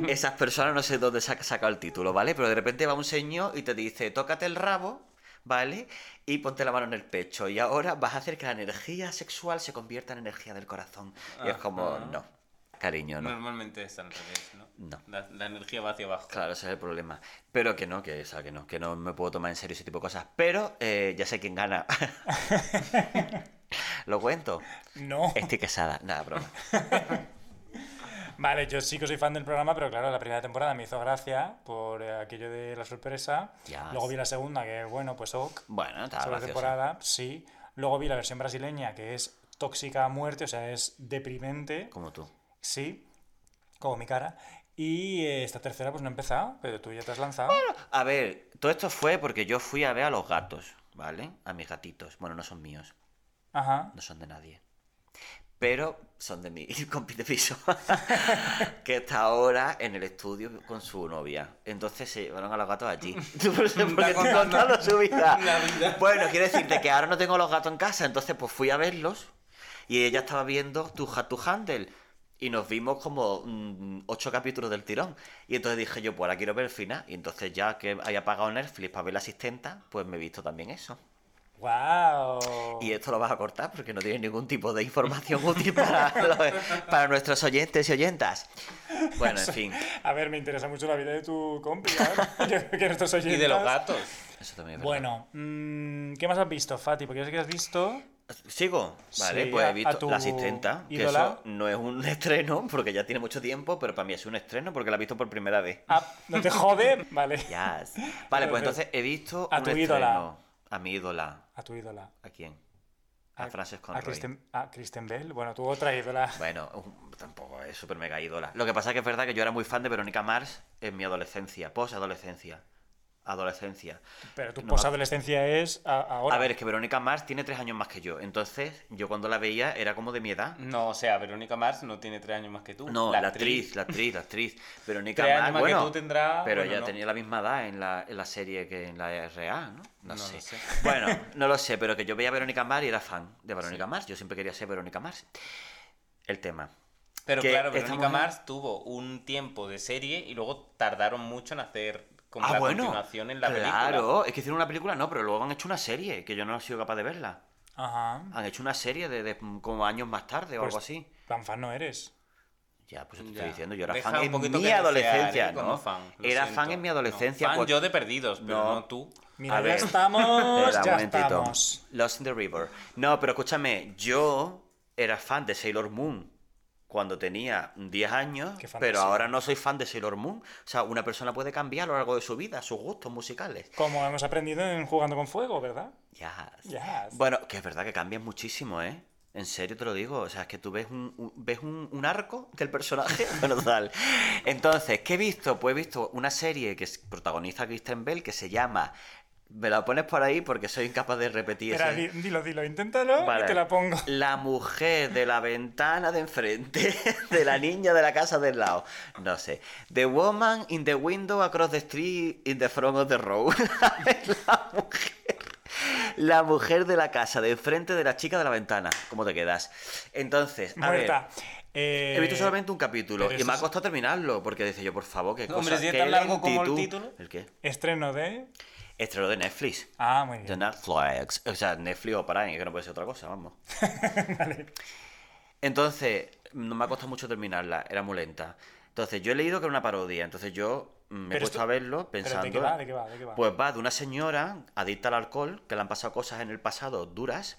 Speaker 2: esas personas no sé dónde se ha sacado el título, ¿vale? Pero de repente va un señor y te dice, tócate el rabo, ¿vale? Y ponte la mano en el pecho. Y ahora vas a hacer que la energía sexual se convierta en energía del corazón. Y es como,
Speaker 3: Ajá.
Speaker 2: no, cariño, no.
Speaker 3: Normalmente es al revés, ¿no?
Speaker 2: No.
Speaker 3: La, la energía va hacia abajo.
Speaker 2: Claro, ese es el problema. Pero que no, que, o sea, que no, que no me puedo tomar en serio ese tipo de cosas. Pero eh, ya sé quién gana. Lo cuento.
Speaker 1: No.
Speaker 2: Estoy casada. Nada, broma.
Speaker 1: Vale, yo sí que soy fan del programa, pero claro, la primera temporada me hizo gracia por eh, aquello de la sorpresa.
Speaker 2: Ya.
Speaker 1: Luego vi la segunda, que bueno, pues ok.
Speaker 2: Bueno, estaba
Speaker 1: Segunda
Speaker 2: gracioso.
Speaker 1: temporada, sí. Luego vi la versión brasileña, que es tóxica a muerte, o sea, es deprimente.
Speaker 2: Como tú.
Speaker 1: Sí, como mi cara. Y eh, esta tercera, pues no he empezado, pero tú ya te has lanzado.
Speaker 2: A ver, todo esto fue porque yo fui a ver a los gatos, ¿vale? A mis gatitos. Bueno, no son míos,
Speaker 1: Ajá.
Speaker 2: no son de nadie. Pero son de mi compi de piso, que está ahora en el estudio con su novia. Entonces se llevaron a los gatos allí. Porque estoy
Speaker 3: contando
Speaker 2: contando su vida.
Speaker 3: la vida.
Speaker 2: Bueno, quiero decirte que ahora no tengo los gatos en casa, entonces pues fui a verlos y ella estaba viendo tu Hat to Handle y nos vimos como mm, ocho capítulos del tirón. Y entonces dije yo, pues ahora quiero ver el final. Y entonces ya que haya pagado Netflix para ver la asistenta, pues me he visto también eso.
Speaker 1: ¡Wow!
Speaker 2: Y esto lo vas a cortar porque no tiene ningún tipo de información útil para, los- para nuestros oyentes y oyentas. Bueno, en fin,
Speaker 1: A ver, me interesa mucho la vida de tu compi, ¿eh? Yo creo que nuestros
Speaker 3: Y de los
Speaker 1: oyentes-
Speaker 3: gatos.
Speaker 2: eso también es verdad.
Speaker 1: Bueno, mm, ¿qué más has visto, Fati? Porque yo sé que has visto.
Speaker 2: Sigo, vale,
Speaker 1: Sí,
Speaker 2: pues
Speaker 1: a-
Speaker 2: he
Speaker 1: a
Speaker 2: visto
Speaker 1: tu
Speaker 2: La Asistenta, que
Speaker 1: ídola.
Speaker 2: eso no es un estreno porque ya tiene mucho tiempo, pero para mí es un estreno porque la he visto por primera vez.
Speaker 1: Ah, no te jode, vale.
Speaker 2: Yes. Vale, pues entonces he visto
Speaker 1: A
Speaker 2: un
Speaker 1: tu
Speaker 2: estreno.
Speaker 1: ídola.
Speaker 2: A mi ídola.
Speaker 1: A tu ídola.
Speaker 2: ¿A quién? A, Frances Conroy.
Speaker 1: A Kristen, a Kristen Bell. Bueno, tu otra ídola.
Speaker 2: Bueno, um, tampoco es súper mega ídola. Lo que pasa es que es verdad que yo era muy fan de Verónica Mars en mi adolescencia, posadolescencia. Adolescencia.
Speaker 1: Pero tu
Speaker 2: No,
Speaker 1: posadolescencia es a- ahora.
Speaker 2: A ver, es que Verónica Mars tiene tres años más que yo. Entonces, yo cuando la veía era como de mi edad.
Speaker 3: No, o sea, Verónica Mars no tiene tres años más que tú.
Speaker 2: No, la, actriz, la actriz, la actriz. Verónica
Speaker 3: Mm. Tres
Speaker 2: Mars,
Speaker 3: años más que
Speaker 2: bueno,
Speaker 3: tú tendrá,
Speaker 2: pero
Speaker 3: bueno,
Speaker 2: ella
Speaker 3: no.
Speaker 2: tenía la misma edad en la, en la serie que en la RA, ¿no? No,
Speaker 3: No lo
Speaker 2: sé.
Speaker 3: sé.
Speaker 2: Bueno, no lo sé, pero que yo veía a Verónica Mars y era fan de Verónica Mars. Yo siempre quería ser Verónica Mars. El tema.
Speaker 3: Pero
Speaker 2: que
Speaker 3: claro,
Speaker 2: esta
Speaker 3: Verónica
Speaker 2: mujer-
Speaker 3: Mars tuvo un tiempo de serie y luego tardaron mucho en hacer como
Speaker 2: ah,
Speaker 3: la
Speaker 2: bueno.
Speaker 3: continuación en la película.
Speaker 2: claro, es que hicieron una película, no, pero luego han hecho una serie, que yo no he sido capaz de verla.
Speaker 1: Ajá.
Speaker 2: Han hecho una serie de, de como años más tarde o
Speaker 1: Pues-
Speaker 2: algo así.
Speaker 1: Tan fan no eres.
Speaker 2: Ya, pues te
Speaker 3: Ya.
Speaker 2: estoy diciendo, yo era
Speaker 3: Deja
Speaker 2: fan
Speaker 3: un
Speaker 2: en
Speaker 3: poquito
Speaker 2: mi
Speaker 3: que desear,
Speaker 2: adolescencia,
Speaker 3: ¿eh? Como
Speaker 2: ¿no?
Speaker 3: fan, lo
Speaker 2: era
Speaker 3: siento.
Speaker 2: fan en mi
Speaker 3: No,
Speaker 2: adolescencia.
Speaker 3: fan
Speaker 2: cual-
Speaker 3: yo de perdidos, pero
Speaker 2: No.
Speaker 3: no, tú.
Speaker 1: Mira,
Speaker 2: A
Speaker 1: ya
Speaker 2: ver.
Speaker 1: estamos.
Speaker 2: Espera, un
Speaker 1: ya
Speaker 2: momentito.
Speaker 1: estamos.
Speaker 2: Lost in the River. No, pero escúchame, yo era fan de Sailor Moon cuando tenía 10 años,
Speaker 1: Qué fantasía.
Speaker 2: pero ahora no soy fan de Sailor Moon. O sea, una persona puede cambiar a lo largo de su vida sus gustos musicales.
Speaker 1: Como hemos aprendido en Jugando con Fuego, ¿verdad?
Speaker 2: Ya.
Speaker 1: Yes.
Speaker 2: Bueno, que es verdad que cambian muchísimo, ¿eh? En serio te lo digo, o sea, es que tú ves un, un- ves un, un arco del personaje, bueno, tal. Entonces, ¿qué he visto? Pues he visto una serie que es- protagoniza Kristen Bell que se llama Me la pones por ahí porque soy incapaz de repetir
Speaker 1: Espera,
Speaker 2: ese-
Speaker 1: di- dilo, dilo, inténtalo
Speaker 2: Vale.
Speaker 1: y te la pongo.
Speaker 2: La mujer de la ventana de enfrente, de la niña de la casa del lado. No sé. The woman in the window across the street in the front of the road. la mujer. La mujer de la casa de enfrente de la chica de la ventana. ¿Cómo te quedas? Entonces, a
Speaker 1: Muerta.
Speaker 2: ver.
Speaker 1: Eh,
Speaker 2: He visto solamente un capítulo
Speaker 1: pero
Speaker 2: y me
Speaker 1: eso
Speaker 2: ha
Speaker 1: es-
Speaker 2: costado terminarlo porque dice yo, por favor, qué
Speaker 3: No,
Speaker 2: cosa.
Speaker 3: hombre, si es
Speaker 2: qué
Speaker 3: tan largo como el
Speaker 2: lentitud.
Speaker 3: título.
Speaker 2: ¿El qué?
Speaker 1: Estreno de.
Speaker 2: Estreno de Netflix.
Speaker 1: Ah, muy
Speaker 2: De
Speaker 1: bien.
Speaker 2: Netflix. O sea, Netflix o Prime, que no puede ser otra cosa, vamos. Entonces, no me ha costado mucho terminarla, era muy lenta. Entonces, yo he leído que era una parodia, entonces yo mm, me he
Speaker 1: Pero
Speaker 2: puesto
Speaker 1: esto-
Speaker 2: a verlo
Speaker 1: ¿Pero
Speaker 2: pensando.
Speaker 1: de qué va? ¿De qué va? ¿De qué va?
Speaker 2: Pues va de una señora adicta al alcohol, que le han pasado cosas en el pasado duras,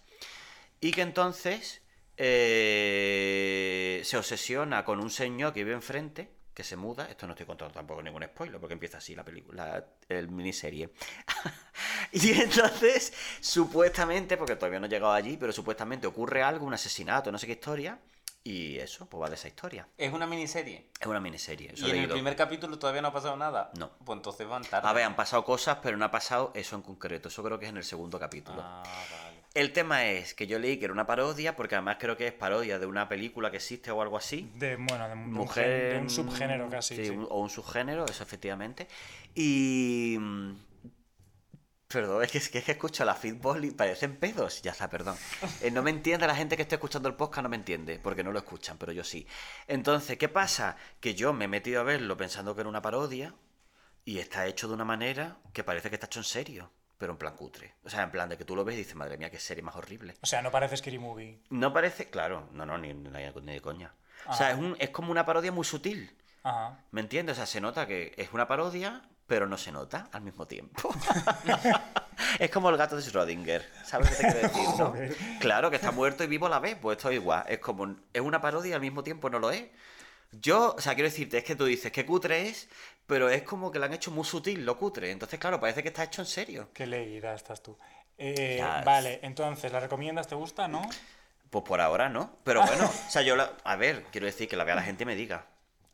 Speaker 2: y que entonces eh, se obsesiona con un señor que vive enfrente, que se muda. Esto no estoy contando tampoco ningún spoiler, porque empieza así la película, la- el miniserie. y entonces, supuestamente, porque todavía no he llegado allí, pero supuestamente ocurre algo, un asesinato, no sé qué historia, y eso, pues va de esa historia.
Speaker 3: Es una miniserie.
Speaker 2: Es una miniserie. eso he
Speaker 3: Y en el
Speaker 2: leído.
Speaker 3: primer capítulo todavía no ha pasado nada.
Speaker 2: No. Ah,
Speaker 3: Pues entonces van tarde.
Speaker 2: A ver, han pasado cosas, pero no ha pasado eso en concreto. Eso creo que es en el segundo capítulo.
Speaker 3: Ah, vale.
Speaker 2: El tema es que yo leí que era una parodia, porque además creo que es parodia de una película que existe o algo así.
Speaker 1: De, bueno, de un, de un
Speaker 2: Mujer.
Speaker 1: gen- de un subgénero casi.
Speaker 2: sí,
Speaker 1: sí.
Speaker 2: un- o un subgénero, eso efectivamente. Y. mm, Perdón, es que, es que- es que escucho la fitball y parecen pedos. Ya está, perdón. Eh, no me entiende la gente que está escuchando el podcast, no me entiende, porque no lo escuchan, pero yo sí. Entonces, ¿qué pasa? Que yo me he metido a verlo pensando que era una parodia y está hecho de una manera que parece que está hecho en serio, pero en plan cutre. O sea, en plan de que tú lo ves y dices, madre mía, qué serie más horrible.
Speaker 1: O sea, no parece Scary Movie.
Speaker 2: No parece, claro, no, no, ni, ni- ni de coña. O
Speaker 1: Ah.
Speaker 2: sea, es, un- es como una parodia muy sutil,
Speaker 1: Ajá.
Speaker 2: ¿me entiendes? O sea, se nota que es una parodia, pero no se nota al mismo tiempo. es como el gato de Schrödinger, ¿sabes qué te quiero decir? no?
Speaker 1: Joder.
Speaker 2: Claro, que está muerto y vivo a la vez, pues esto es igual. Es como, es una parodia y al mismo tiempo no lo es. Yo, o sea, quiero decirte, es que tú dices que cutre es, pero es como que lo han hecho muy sutil, lo cutre. Entonces, claro, parece que está hecho en serio.
Speaker 1: Qué leída estás tú. Eh,
Speaker 2: Ya, es-
Speaker 1: Vale, entonces, ¿la recomiendas? ¿Te gusta? ¿No?
Speaker 2: Pues por ahora no, pero bueno, o sea, yo la, a ver, quiero decir que la vea la gente y me diga.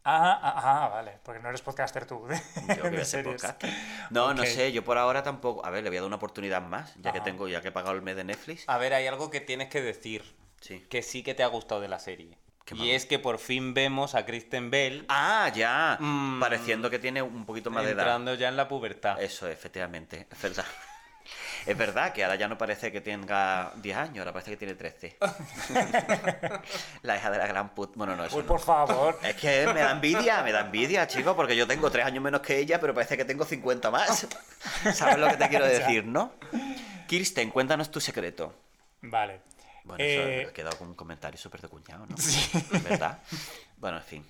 Speaker 1: Ah, ah, ah, vale, porque no eres podcaster tú. De,
Speaker 2: Yo que
Speaker 1: de
Speaker 2: voy a hacer
Speaker 1: series.
Speaker 2: podcast. No, no
Speaker 1: Ok.
Speaker 2: sé, yo por ahora tampoco. A ver, le voy a dar una oportunidad más, ya que
Speaker 1: Ajá.
Speaker 2: tengo, ya que he pagado el mes de Netflix.
Speaker 3: A ver, hay algo que tienes que decir.
Speaker 2: Sí.
Speaker 3: Que sí que te ha gustado de la serie.
Speaker 2: Qué
Speaker 3: y
Speaker 2: malo.
Speaker 3: es que por fin vemos a Kristen Bell
Speaker 2: Ah, ya.
Speaker 3: Mm.
Speaker 2: Pareciendo que tiene un poquito más de edad. Eh.
Speaker 3: entrando ya en la pubertad.
Speaker 2: Eso, efectivamente. Es verdad. Es verdad que ahora ya no parece que tenga 10 años, ahora parece que tiene 13. la hija de la gran puta. Bueno, no, eso
Speaker 1: Uy,
Speaker 2: no.
Speaker 1: por favor.
Speaker 2: Es que me da envidia, me da envidia, chicos, porque yo tengo 3 años menos que ella, pero parece que tengo 50 más. ¿Sabes lo que te quiero decir, no? Kirsten, cuéntanos tu secreto.
Speaker 1: Vale.
Speaker 2: Bueno,
Speaker 1: Eh,
Speaker 2: eso ha quedado como un comentario súper de cuñado, ¿no? ¿Verdad? Bueno, en fin.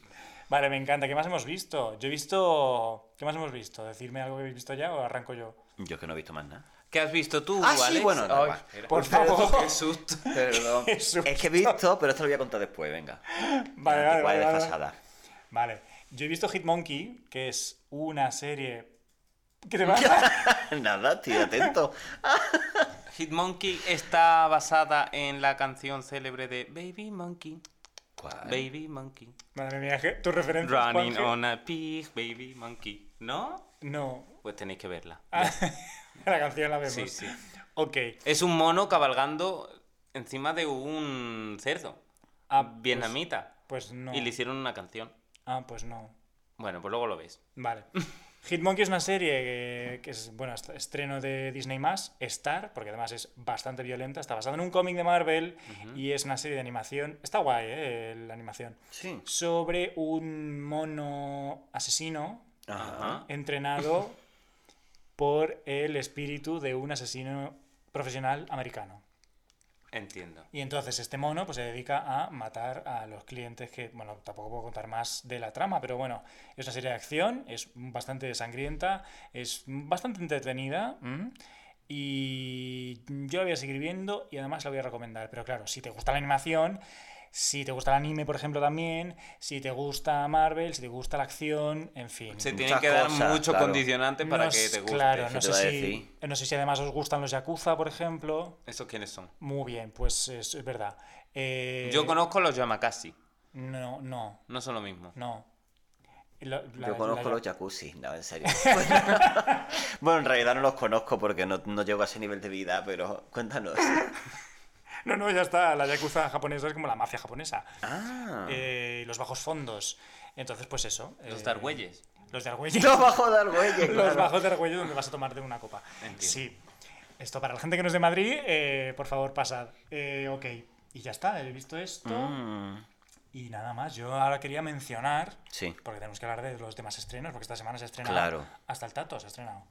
Speaker 1: Vale, me encanta. ¿Qué más hemos visto? Yo he visto. ¿Qué más hemos visto? ¿Decirme algo que habéis visto ya o arranco yo?
Speaker 2: Yo que no he visto más nada.
Speaker 3: ¿Qué has visto tú,
Speaker 2: Ah, sí,
Speaker 3: Alex?
Speaker 2: bueno, da
Speaker 3: Ay,
Speaker 2: igual.
Speaker 3: espera.
Speaker 1: Por favor.
Speaker 3: Qué susto.
Speaker 2: Perdón.
Speaker 1: Qué
Speaker 2: es
Speaker 1: susto.
Speaker 2: que he visto, pero esto lo voy a contar después, venga.
Speaker 1: Vale, vale,
Speaker 2: Antigua y
Speaker 1: vale, vale.
Speaker 2: desfasada.
Speaker 1: Vale. Yo he visto Hitmonkey, que es una serie. ¿Qué te pasa?
Speaker 2: Nada, tío, atento.
Speaker 3: Hitmonkey está basada en la canción célebre de Baby Monkey,
Speaker 2: ¿Cuál?
Speaker 3: Baby Monkey.
Speaker 1: Madre mía, ¿qué- tu referencia.
Speaker 3: Running on a pig, Baby Monkey. ¿No?
Speaker 1: No.
Speaker 3: Pues tenéis que verla.
Speaker 1: Ah, la canción la vemos.
Speaker 3: Sí, sí.
Speaker 1: Ok.
Speaker 3: Es un mono cabalgando encima de un cerdo
Speaker 1: Ah, pues-
Speaker 3: vietnamita.
Speaker 1: Pues no.
Speaker 3: Y le hicieron una canción.
Speaker 1: Ah, pues no.
Speaker 3: Bueno, pues luego lo ves.
Speaker 1: Vale. Hitmonkey es una serie que, que es, bueno, est- estreno de Disney+, Star, porque además es bastante violenta, está basada en un cómic de Marvel y es una serie de animación, está guay, ¿eh? la animación,
Speaker 2: Sí.
Speaker 1: sobre un mono asesino
Speaker 2: Ajá.
Speaker 1: entrenado por el espíritu de un asesino profesional americano.
Speaker 3: Entiendo.
Speaker 1: Y entonces este mono pues, se dedica a matar a los clientes que, bueno, tampoco puedo contar más de la trama, pero bueno, es una serie de acción, es bastante sangrienta, es bastante entretenida ¿m? y yo la voy a seguir viendo y además la voy a recomendar. Pero claro, si te gusta la animación, si te gusta el anime, por ejemplo, también, si te gusta Marvel, si te gusta la acción, en fin.
Speaker 3: Se
Speaker 2: Muchas
Speaker 3: tienen que dar
Speaker 2: cosas,
Speaker 3: mucho
Speaker 2: claro.
Speaker 3: condicionante para
Speaker 1: No
Speaker 3: que
Speaker 1: s-
Speaker 3: te guste.
Speaker 1: Claro,
Speaker 2: eso
Speaker 1: no
Speaker 2: te
Speaker 1: sé,
Speaker 2: iba a
Speaker 1: si,
Speaker 2: decir.
Speaker 1: no sé si además os gustan los Yakuza, por ejemplo.
Speaker 3: ¿Esos quiénes son?
Speaker 1: Muy bien, pues es, es verdad. Eh,
Speaker 3: Yo conozco los Yamakasi.
Speaker 1: No, no,
Speaker 3: No son lo mismo.
Speaker 1: no. la- la-
Speaker 2: Yo conozco
Speaker 1: la-
Speaker 2: los jacuzzi, no, en serio. bueno, en realidad no los conozco porque no, no llego a ese nivel de vida, pero cuéntanos.
Speaker 1: No, no, ya está. La yakuza japonesa es como la mafia japonesa.
Speaker 2: Ah,
Speaker 1: Eh, y los bajos fondos. Entonces, pues eso.
Speaker 3: Los
Speaker 1: eh,
Speaker 3: de Argüelles.
Speaker 1: Los de Argüelles.
Speaker 2: los bajos de Argüelles,
Speaker 1: Los
Speaker 2: claro.
Speaker 1: bajos de Argüello donde vas a tomarte una copa.
Speaker 3: Entiendo.
Speaker 1: Sí. Esto para la gente que no es de Madrid, eh, por favor, pasad. Eh, ok. Y ya está, he visto esto.
Speaker 2: Mm,
Speaker 1: Y nada más. Yo ahora quería mencionar.
Speaker 2: sí,
Speaker 1: Porque tenemos que hablar de los demás estrenos, porque esta semana se ha estrenado.
Speaker 2: Claro.
Speaker 1: Hasta el Tato se ha estrenado.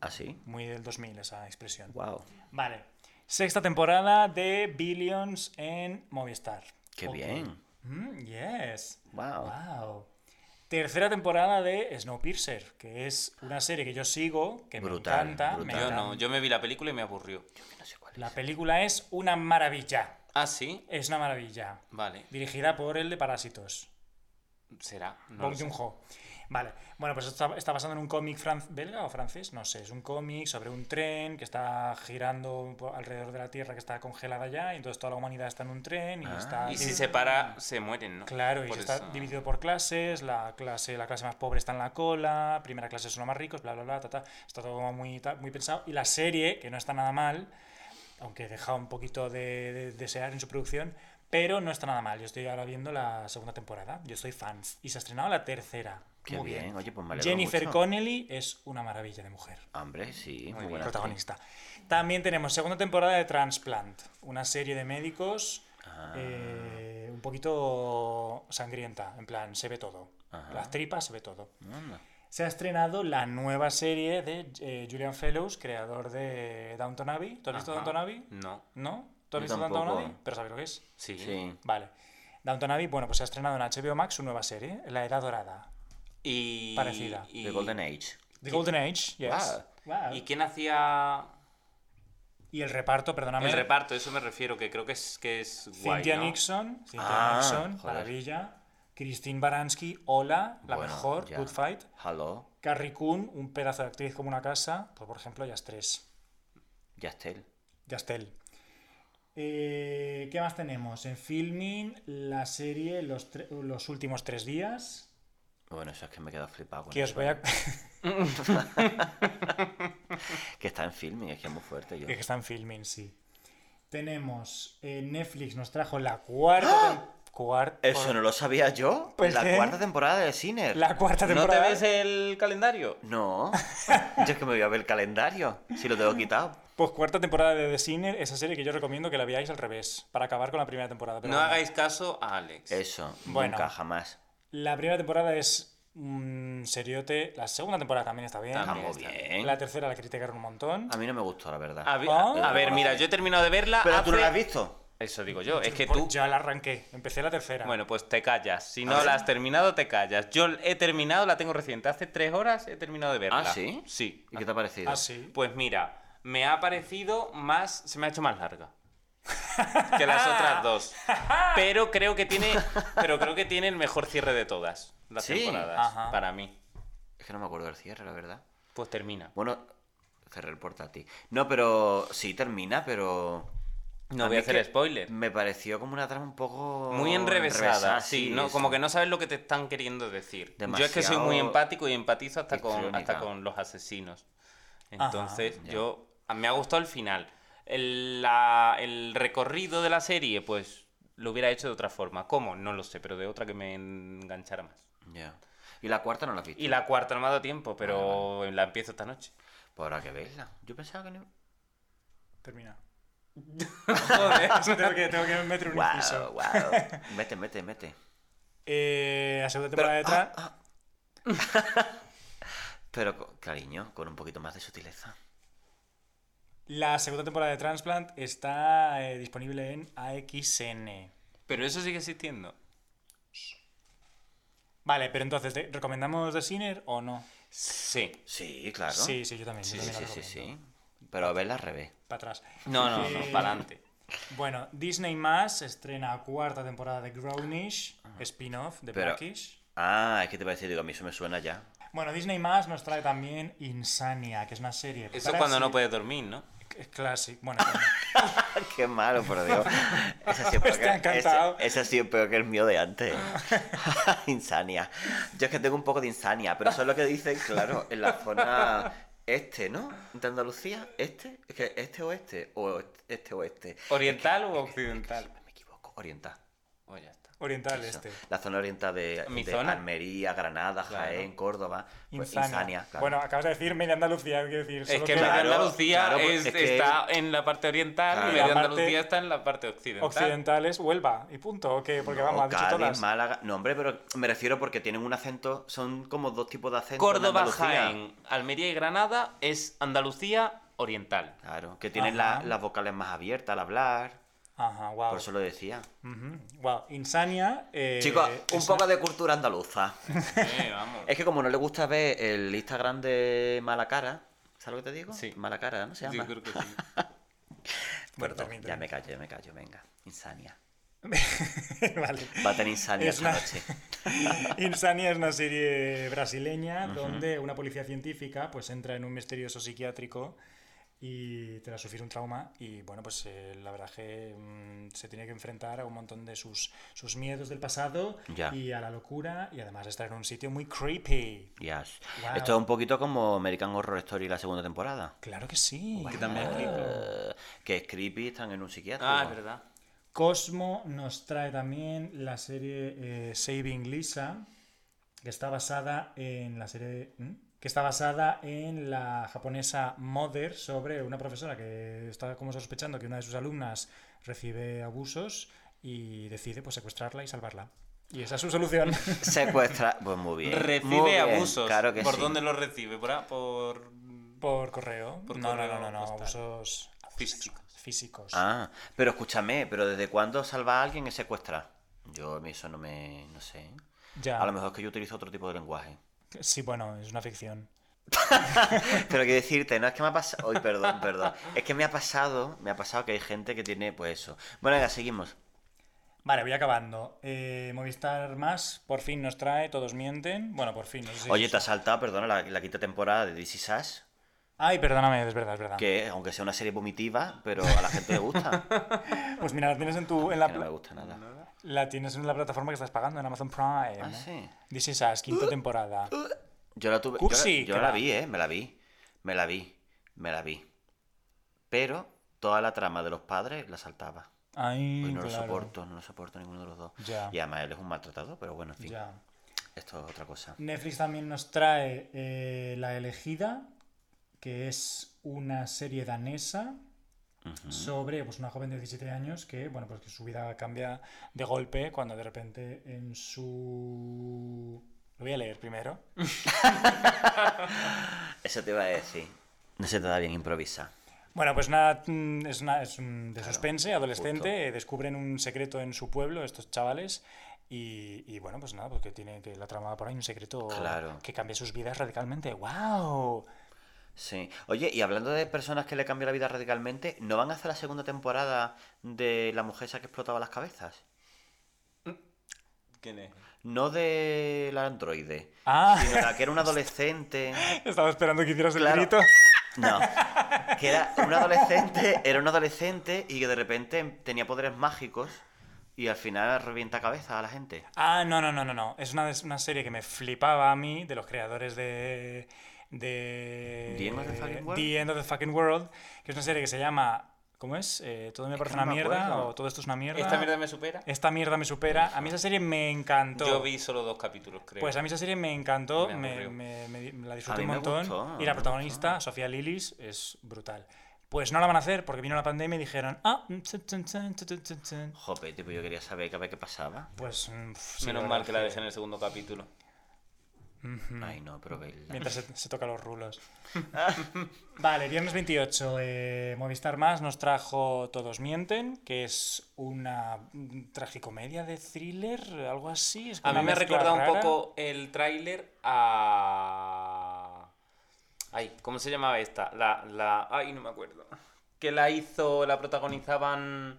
Speaker 2: así.
Speaker 1: Muy del 2000 esa expresión.
Speaker 2: Wow.
Speaker 1: Vale. Sexta temporada de Billions en Movistar.
Speaker 2: Qué
Speaker 1: Ok.
Speaker 2: bien.
Speaker 1: Mm, yes.
Speaker 2: Wow.
Speaker 1: Wow. Tercera temporada de Snowpiercer, que es una serie que yo sigo, que
Speaker 2: Brutal,
Speaker 1: me encanta.
Speaker 2: brutal.
Speaker 1: me
Speaker 3: Yo
Speaker 1: encanta.
Speaker 3: no, yo me vi la película y me aburrió.
Speaker 2: No sé cuál es.
Speaker 1: La película es una maravilla.
Speaker 3: Ah, sí.
Speaker 1: Es una maravilla.
Speaker 3: Vale.
Speaker 1: Dirigida por el de Parásitos,
Speaker 3: Será. No
Speaker 1: Bong
Speaker 3: lo sé.
Speaker 1: Joon-ho. Vale. Bueno, pues está, está basado en un cómic fran- belga o francés, no sé. Es un cómic sobre un tren que está girando por- alrededor de la Tierra, que está congelada ya, y entonces toda la humanidad está en un tren y
Speaker 2: Ah.
Speaker 1: está...
Speaker 3: Y si se para, se mueren, ¿no?
Speaker 1: Claro, y
Speaker 3: Por
Speaker 1: se está
Speaker 3: eso.
Speaker 1: dividido por clases, la clase, la clase más pobre está en la cola, primera clase son los más ricos, bla, bla, bla, ta, ta. Está todo como muy, ta- muy pensado. Y la serie, que no está nada mal, aunque deja un poquito de, de desear en su producción, pero no está nada mal. Yo estoy ahora viendo la segunda temporada, yo soy fans. Y se ha estrenado la tercera.
Speaker 2: Qué
Speaker 1: muy
Speaker 2: bien.
Speaker 1: bien.
Speaker 2: Oye, pues me alegro
Speaker 1: Jennifer
Speaker 2: mucho.
Speaker 1: Connelly es una maravilla de mujer
Speaker 2: Hombre, sí, muy,
Speaker 3: bien.
Speaker 2: buena. actriz.
Speaker 1: protagonista. También tenemos segunda temporada de Transplant, una serie de médicos
Speaker 2: Ah.
Speaker 1: eh, un poquito sangrienta, en plan, se ve todo.
Speaker 2: Ajá.
Speaker 1: Las tripas se ve todo.
Speaker 2: Anda.
Speaker 1: Se ha estrenado la nueva serie de eh, Julian Fellows, creador de Downton Abbey. ¿Tú has visto
Speaker 3: Ajá.
Speaker 1: Downton Abbey?
Speaker 3: No.
Speaker 1: ¿No? ¿Tú has
Speaker 2: Yo
Speaker 1: visto
Speaker 2: tampoco.
Speaker 1: Downton Abbey? Pero sabes lo que es.
Speaker 3: Sí.
Speaker 2: Sí.
Speaker 1: Vale. Downton Abbey, bueno, pues se ha estrenado en HBO Max su nueva serie, La Edad Dorada.
Speaker 3: Y.
Speaker 1: Parecida.
Speaker 3: y-
Speaker 2: The Golden Age.
Speaker 1: The Golden Age, yes. Wow.
Speaker 3: ¿Y quién hacía
Speaker 1: Y el reparto, perdóname.
Speaker 3: el reparto? Eso me refiero, que creo que es, que es guay.
Speaker 1: Cynthia
Speaker 3: ¿no?
Speaker 1: Nixon, Cynthia
Speaker 2: Ah,
Speaker 1: Nixon,
Speaker 2: joder.
Speaker 1: maravilla. Christine Baranski, hola, la
Speaker 2: Bueno,
Speaker 1: mejor,
Speaker 2: ya.
Speaker 1: Good Fight.
Speaker 2: Hello,
Speaker 1: Carrie Coon, un pedazo de actriz como una casa. Pues, por ejemplo, Yastres.
Speaker 2: Yastel.
Speaker 1: Yastel. Eh, ¿Qué más tenemos? En filming, la serie Los, tre- los últimos tres días.
Speaker 2: Bueno, eso es que me he quedado flipado. con
Speaker 1: Que os
Speaker 2: eso,
Speaker 1: voy a.
Speaker 2: Que está en filming, es que es muy fuerte. Yo.
Speaker 1: que está en filming, sí. Tenemos. eh, Netflix nos trajo la cuarta. tem- cuar-
Speaker 2: ¡Ah! Eso no lo sabía yo.
Speaker 1: Pues,
Speaker 2: la
Speaker 1: ¿eh?
Speaker 2: cuarta temporada de Sinner.
Speaker 1: La cuarta
Speaker 3: ¿No te
Speaker 1: temporada.
Speaker 3: ves el calendario?
Speaker 2: No. yo es que me voy a ver el calendario. Si lo tengo quitado.
Speaker 1: Pues cuarta temporada de The Sinner, esa serie que yo recomiendo que la veáis al revés, para acabar con la primera temporada. pero
Speaker 3: No
Speaker 1: bueno.
Speaker 3: hagáis caso a Alex.
Speaker 2: Eso.
Speaker 1: Bueno.
Speaker 2: Nunca, jamás.
Speaker 1: La primera temporada es un seriote, la segunda temporada también está bien,
Speaker 3: También. Ah,
Speaker 2: Vamos
Speaker 3: está
Speaker 2: bien.
Speaker 1: la tercera la criticaron un montón.
Speaker 2: A mí no me gustó, la verdad.
Speaker 3: A, ver-
Speaker 1: Ah.
Speaker 3: a ver, mira, yo he terminado de verla.
Speaker 2: Pero tú no
Speaker 3: hace-
Speaker 2: la has visto.
Speaker 3: Eso digo yo, es que
Speaker 1: Por-
Speaker 3: tú.
Speaker 1: Pues, Ya la arranqué, empecé la tercera.
Speaker 3: Bueno, pues te callas. Si no
Speaker 2: ver.
Speaker 3: la has terminado, te callas. Yo he terminado, la tengo reciente. Hace tres horas he terminado de verla.
Speaker 2: ¿Ah, sí?
Speaker 3: Sí.
Speaker 2: ¿Y qué te ha parecido?
Speaker 1: Ah, sí.
Speaker 3: Pues mira, me ha parecido más. Se me ha hecho más larga. Que las otras dos. Pero creo que tiene. Pero creo que tiene el mejor cierre de todas las
Speaker 2: Sí.
Speaker 3: temporadas.
Speaker 1: Ajá.
Speaker 3: Para mí.
Speaker 2: Es que no me acuerdo del cierre, la verdad.
Speaker 3: Pues termina.
Speaker 2: Bueno, cerré el portátil. No, pero sí termina, pero.
Speaker 3: No
Speaker 2: A
Speaker 3: voy
Speaker 2: mí
Speaker 3: a
Speaker 2: es
Speaker 3: hacer
Speaker 2: que
Speaker 3: spoiler.
Speaker 2: Me pareció como una trama un poco.
Speaker 3: Muy enrevesada, sí, no,
Speaker 2: eso.
Speaker 3: como que no sabes lo que te están queriendo decir. Yo es que soy
Speaker 2: Demasiado
Speaker 3: muy empático y empatizo hasta con,
Speaker 2: histriónica.
Speaker 3: hasta con los asesinos.
Speaker 1: Ajá,
Speaker 3: Entonces,
Speaker 2: ya.
Speaker 3: yo a- me ha gustado el final. El, la- el recorrido de la serie, pues lo hubiera hecho de otra forma. ¿Cómo? No lo sé, pero de otra que me enganchara más.
Speaker 2: Ya. Y la cuarta no la has visto.
Speaker 3: Y la cuarta no me ha dado tiempo, pero la empiezo esta noche.
Speaker 2: Pues habrá que verla. Yo pensaba que no.
Speaker 1: Termina.
Speaker 3: Joder.
Speaker 1: tengo, que, tengo que meter un
Speaker 2: Wow,
Speaker 1: inciso.
Speaker 2: wow. Mete, mete, mete.
Speaker 1: Eh, la segunda temporada de
Speaker 3: ah,
Speaker 1: Tran-
Speaker 2: Pero, co- cariño, con un poquito más de sutileza.
Speaker 1: La segunda temporada de Transplant está eh, disponible en AXN.
Speaker 3: pero eso sigue existiendo.
Speaker 1: Vale, pero entonces, ¿te- ¿recomendamos The Sinner o no?
Speaker 3: Sí.
Speaker 2: Sí, claro.
Speaker 1: Sí, sí, yo también. yo
Speaker 2: sí, sí,
Speaker 1: también
Speaker 2: sí,
Speaker 1: la
Speaker 2: sí,
Speaker 1: recomiendo.
Speaker 2: sí. Pero a verla al revés.
Speaker 1: Para atrás.
Speaker 3: No, no, no,
Speaker 1: Eh,
Speaker 3: para adelante.
Speaker 1: Bueno, Disney más estrena cuarta temporada de Grownish, spin-off de
Speaker 2: Pero-
Speaker 1: Blackish.
Speaker 2: Ah, es que te parece, digo, a mí eso me suena ya.
Speaker 1: Bueno, Disney más nos trae también Insania, que es una serie.
Speaker 3: Eso es cuando no
Speaker 1: puede
Speaker 3: puedes dormir, ¿no?
Speaker 1: Clásico. Bueno, también.
Speaker 2: Qué malo, por Dios. Ese ha sido peor,
Speaker 1: Pues te ha
Speaker 2: que, ese-
Speaker 1: encantado. Ah.
Speaker 2: ese ha sido peor que el mío de antes. insania. Yo es que tengo un poco de insania, pero eso es lo que dicen, claro, en la zona este, ¿no? De Andalucía, este, es que este o este, o este o este.
Speaker 3: ¿Oriental o occidental?
Speaker 2: Me equivoco, oriental.
Speaker 3: Pues ya está.
Speaker 1: Oriental
Speaker 2: Eso,
Speaker 1: este.
Speaker 2: La zona oriental de,
Speaker 3: Mi
Speaker 2: de
Speaker 3: zona.
Speaker 2: Almería, Granada, Jaén,
Speaker 3: Claro.
Speaker 2: Córdoba. Pues,
Speaker 1: Insania.
Speaker 2: insania. claro.
Speaker 1: Bueno, acabas de decir media Andalucía, quiero decir.
Speaker 3: Es
Speaker 1: solo
Speaker 3: que
Speaker 2: Claro,
Speaker 3: media Andalucía
Speaker 2: claro, pues
Speaker 3: es-
Speaker 2: es que-
Speaker 3: está en la parte oriental
Speaker 2: Claro.
Speaker 3: y media
Speaker 1: La parte
Speaker 3: Andalucía está en la parte occidental.
Speaker 1: occidentales, Huelva y punto. ¿O qué? Porque
Speaker 2: No,
Speaker 1: vamos, has dicho
Speaker 2: Cádiz,
Speaker 1: todas.
Speaker 2: Málaga. No, hombre, pero me refiero porque tienen un acento. Son como dos tipos de acento. en
Speaker 3: Córdoba,
Speaker 2: Andalucía.
Speaker 3: Jaén, Almería y Granada es Andalucía oriental.
Speaker 2: Claro, que tienen la-
Speaker 1: Ajá.
Speaker 2: las vocales más abiertas al hablar.
Speaker 1: Ajá, wow.
Speaker 2: Por eso lo decía.
Speaker 1: Wow, Insania. eh,
Speaker 2: Chicos, un
Speaker 1: es
Speaker 2: poco de cultura andaluza. Eh,
Speaker 3: Sí, vamos.
Speaker 2: es que como no le gusta ver el Instagram de Malacara. ¿Sabes lo que te digo?
Speaker 3: Sí.
Speaker 2: Malacara, ¿no se llama?
Speaker 3: Yo creo que sí.
Speaker 1: Bueno,
Speaker 2: Perdón,
Speaker 1: también,
Speaker 2: ya
Speaker 1: también.
Speaker 2: me callo, ya me callo, venga. Insania.
Speaker 1: una- vale.
Speaker 2: Va a tener insania
Speaker 1: Es
Speaker 2: esta
Speaker 1: una-
Speaker 2: noche.
Speaker 1: Insania es una serie brasileña donde una policía científica pues entra en un misterioso psiquiátrico y tras sufrir un trauma y bueno pues eh, la verdad es que mm, se tiene que enfrentar a un montón de sus, sus miedos del pasado
Speaker 2: Ya.
Speaker 1: y a la locura y además estar en un sitio muy creepy.
Speaker 2: Yes.
Speaker 1: Wow.
Speaker 2: Esto es un poquito como American Horror Story la segunda temporada.
Speaker 1: Claro que sí.
Speaker 3: Que también es creepy.
Speaker 2: Eh, que es creepy, están en un psiquiátrico.
Speaker 3: Ah, es verdad.
Speaker 1: Cosmo nos trae también la serie eh, Saving Lisa, que está basada en la serie. ¿Mm? que está basada en la japonesa Mother sobre una profesora que está como sospechando que una de sus alumnas recibe abusos y decide pues secuestrarla y salvarla. Y esa es su solución.
Speaker 2: Secuestra. Pues muy bien.
Speaker 3: Recibe
Speaker 2: muy bien,
Speaker 3: abusos.
Speaker 2: Claro que
Speaker 3: ¿Por
Speaker 2: sí.
Speaker 3: dónde los recibe? ¿Por, a- por...
Speaker 1: Por correo.
Speaker 3: Por
Speaker 1: no,
Speaker 3: correo
Speaker 1: no, no, no, no,
Speaker 3: postal.
Speaker 1: abusos
Speaker 3: Físicos.
Speaker 1: físicos.
Speaker 2: Ah, pero escúchame, pero ¿desde cuándo salva a alguien es secuestrar? Yo a mí eso no me. no sé. ¿eh?
Speaker 1: Ya.
Speaker 2: A lo mejor es que yo utilizo otro tipo de lenguaje.
Speaker 1: Sí, bueno, es una ficción.
Speaker 2: Pero quiero decirte, no es que me ha pasado. Uy, perdón, perdón. Es que me ha pasado, me ha pasado que hay gente que tiene, pues eso. Bueno, venga, seguimos.
Speaker 1: Vale, voy acabando. Eh, Movistar Más por fin nos trae Todos Mienten. Bueno, por fin. No sé si-
Speaker 2: Oye, te has saltado, perdona, la, la quinta temporada de DC Sass,
Speaker 1: Ay, perdóname, es verdad, es verdad.
Speaker 2: que aunque sea una serie vomitiva, pero a la gente le gusta.
Speaker 1: Pues mira, la tienes en tu... En la,
Speaker 2: que no
Speaker 1: pla-
Speaker 2: me gusta nada.
Speaker 1: la tienes en la plataforma que estás pagando, en Amazon Prime.
Speaker 2: Ah, sí.
Speaker 1: This is Us, quinta temporada.
Speaker 2: Yo la tuve. yo la-
Speaker 1: Cursi,
Speaker 2: yo
Speaker 1: que
Speaker 2: la,
Speaker 1: va.
Speaker 2: vi, ¿eh? Me la vi. Me la vi. Me la vi. Pero toda la trama de los padres la saltaba.
Speaker 1: Ay,
Speaker 2: Uy, Pues no lo
Speaker 1: claro.
Speaker 2: soporto, no lo soporto ninguno de los dos.
Speaker 1: Ya.
Speaker 2: Y además él es un maltratador, pero bueno, en fin.
Speaker 1: Ya.
Speaker 2: Esto es otra cosa.
Speaker 1: Netflix también nos trae eh, La Elegida, que es una serie danesa sobre pues, una joven de 17 años que, bueno, pues que su vida cambia de golpe cuando de repente en su... Lo voy a leer primero.
Speaker 2: Eso te iba a decir. No se te da bien improvisar.
Speaker 1: Bueno, pues nada, mm, es, una, es un de
Speaker 2: Claro,
Speaker 1: suspense, adolescente,
Speaker 2: justo.
Speaker 1: eh, descubren un secreto en su pueblo, estos chavales, y, y bueno, pues nada, porque tiene que la trama va por ahí un secreto
Speaker 2: Claro.
Speaker 1: que cambia sus vidas radicalmente. ¡Wow!
Speaker 2: Sí. Oye, y hablando de personas que le cambió la vida radicalmente, ¿no van a hacer la segunda temporada de la mujer esa que explotaba las cabezas?
Speaker 3: ¿Quién es?
Speaker 2: No de la androide,
Speaker 1: Ah,
Speaker 2: sino la que era una adolescente.
Speaker 1: estaba esperando que hicieras el
Speaker 2: Claro.
Speaker 1: grito.
Speaker 2: No. Que era un adolescente, era un adolescente y que de repente tenía poderes mágicos y al final revienta cabeza a la gente.
Speaker 1: Ah, no, no, no, no, no. Es una, es una serie que me flipaba a mí, de los creadores de. de.
Speaker 2: The End of the Fucking World.
Speaker 1: The End of the Fucking World, que es una serie que se llama. ¿Cómo es? Eh, todo me
Speaker 2: Es
Speaker 1: parece
Speaker 2: que no
Speaker 1: una
Speaker 2: me
Speaker 1: mierda,
Speaker 2: acuerdo.
Speaker 1: o todo esto es una mierda.
Speaker 3: ¿Esta mierda me supera?
Speaker 1: Esta mierda me supera. A mí esa serie me encantó.
Speaker 3: Yo vi solo dos capítulos, creo.
Speaker 1: Pues a mí esa serie me encantó,
Speaker 3: Me
Speaker 1: me,
Speaker 3: aburrió.
Speaker 1: me- me- me la disfruté
Speaker 2: A
Speaker 1: un
Speaker 2: mí me
Speaker 1: montón.
Speaker 2: gustó,
Speaker 1: y
Speaker 2: me
Speaker 1: la
Speaker 2: gustó.
Speaker 1: protagonista, Sofía Lillis, es brutal. Pues no la van a hacer porque vino la pandemia y dijeron, ah, mm, tsun, tsun, tsun, tsun, tsun, tsun".
Speaker 2: Jope, tipo, yo quería saber que a ver qué pasaba.
Speaker 1: pues mm, pf, sí,
Speaker 3: Menos
Speaker 1: la
Speaker 3: mal
Speaker 1: verdad
Speaker 3: que la dejé en el segundo capítulo.
Speaker 1: Hmm.
Speaker 2: Ay, no, pero verla.
Speaker 1: Mientras se, se toca los rulos. vale, viernes 28. eh, Movistar Más nos trajo Todos Mienten, que es una mm, tragicomedia de thriller, algo así. es
Speaker 3: A
Speaker 1: una
Speaker 3: mí me ha
Speaker 1: mezcla
Speaker 3: recordado un
Speaker 1: rara.
Speaker 3: poco el tráiler a... Ay, ¿cómo se llamaba esta? La, la... Ay, no me acuerdo. Que la hizo, la protagonizaban...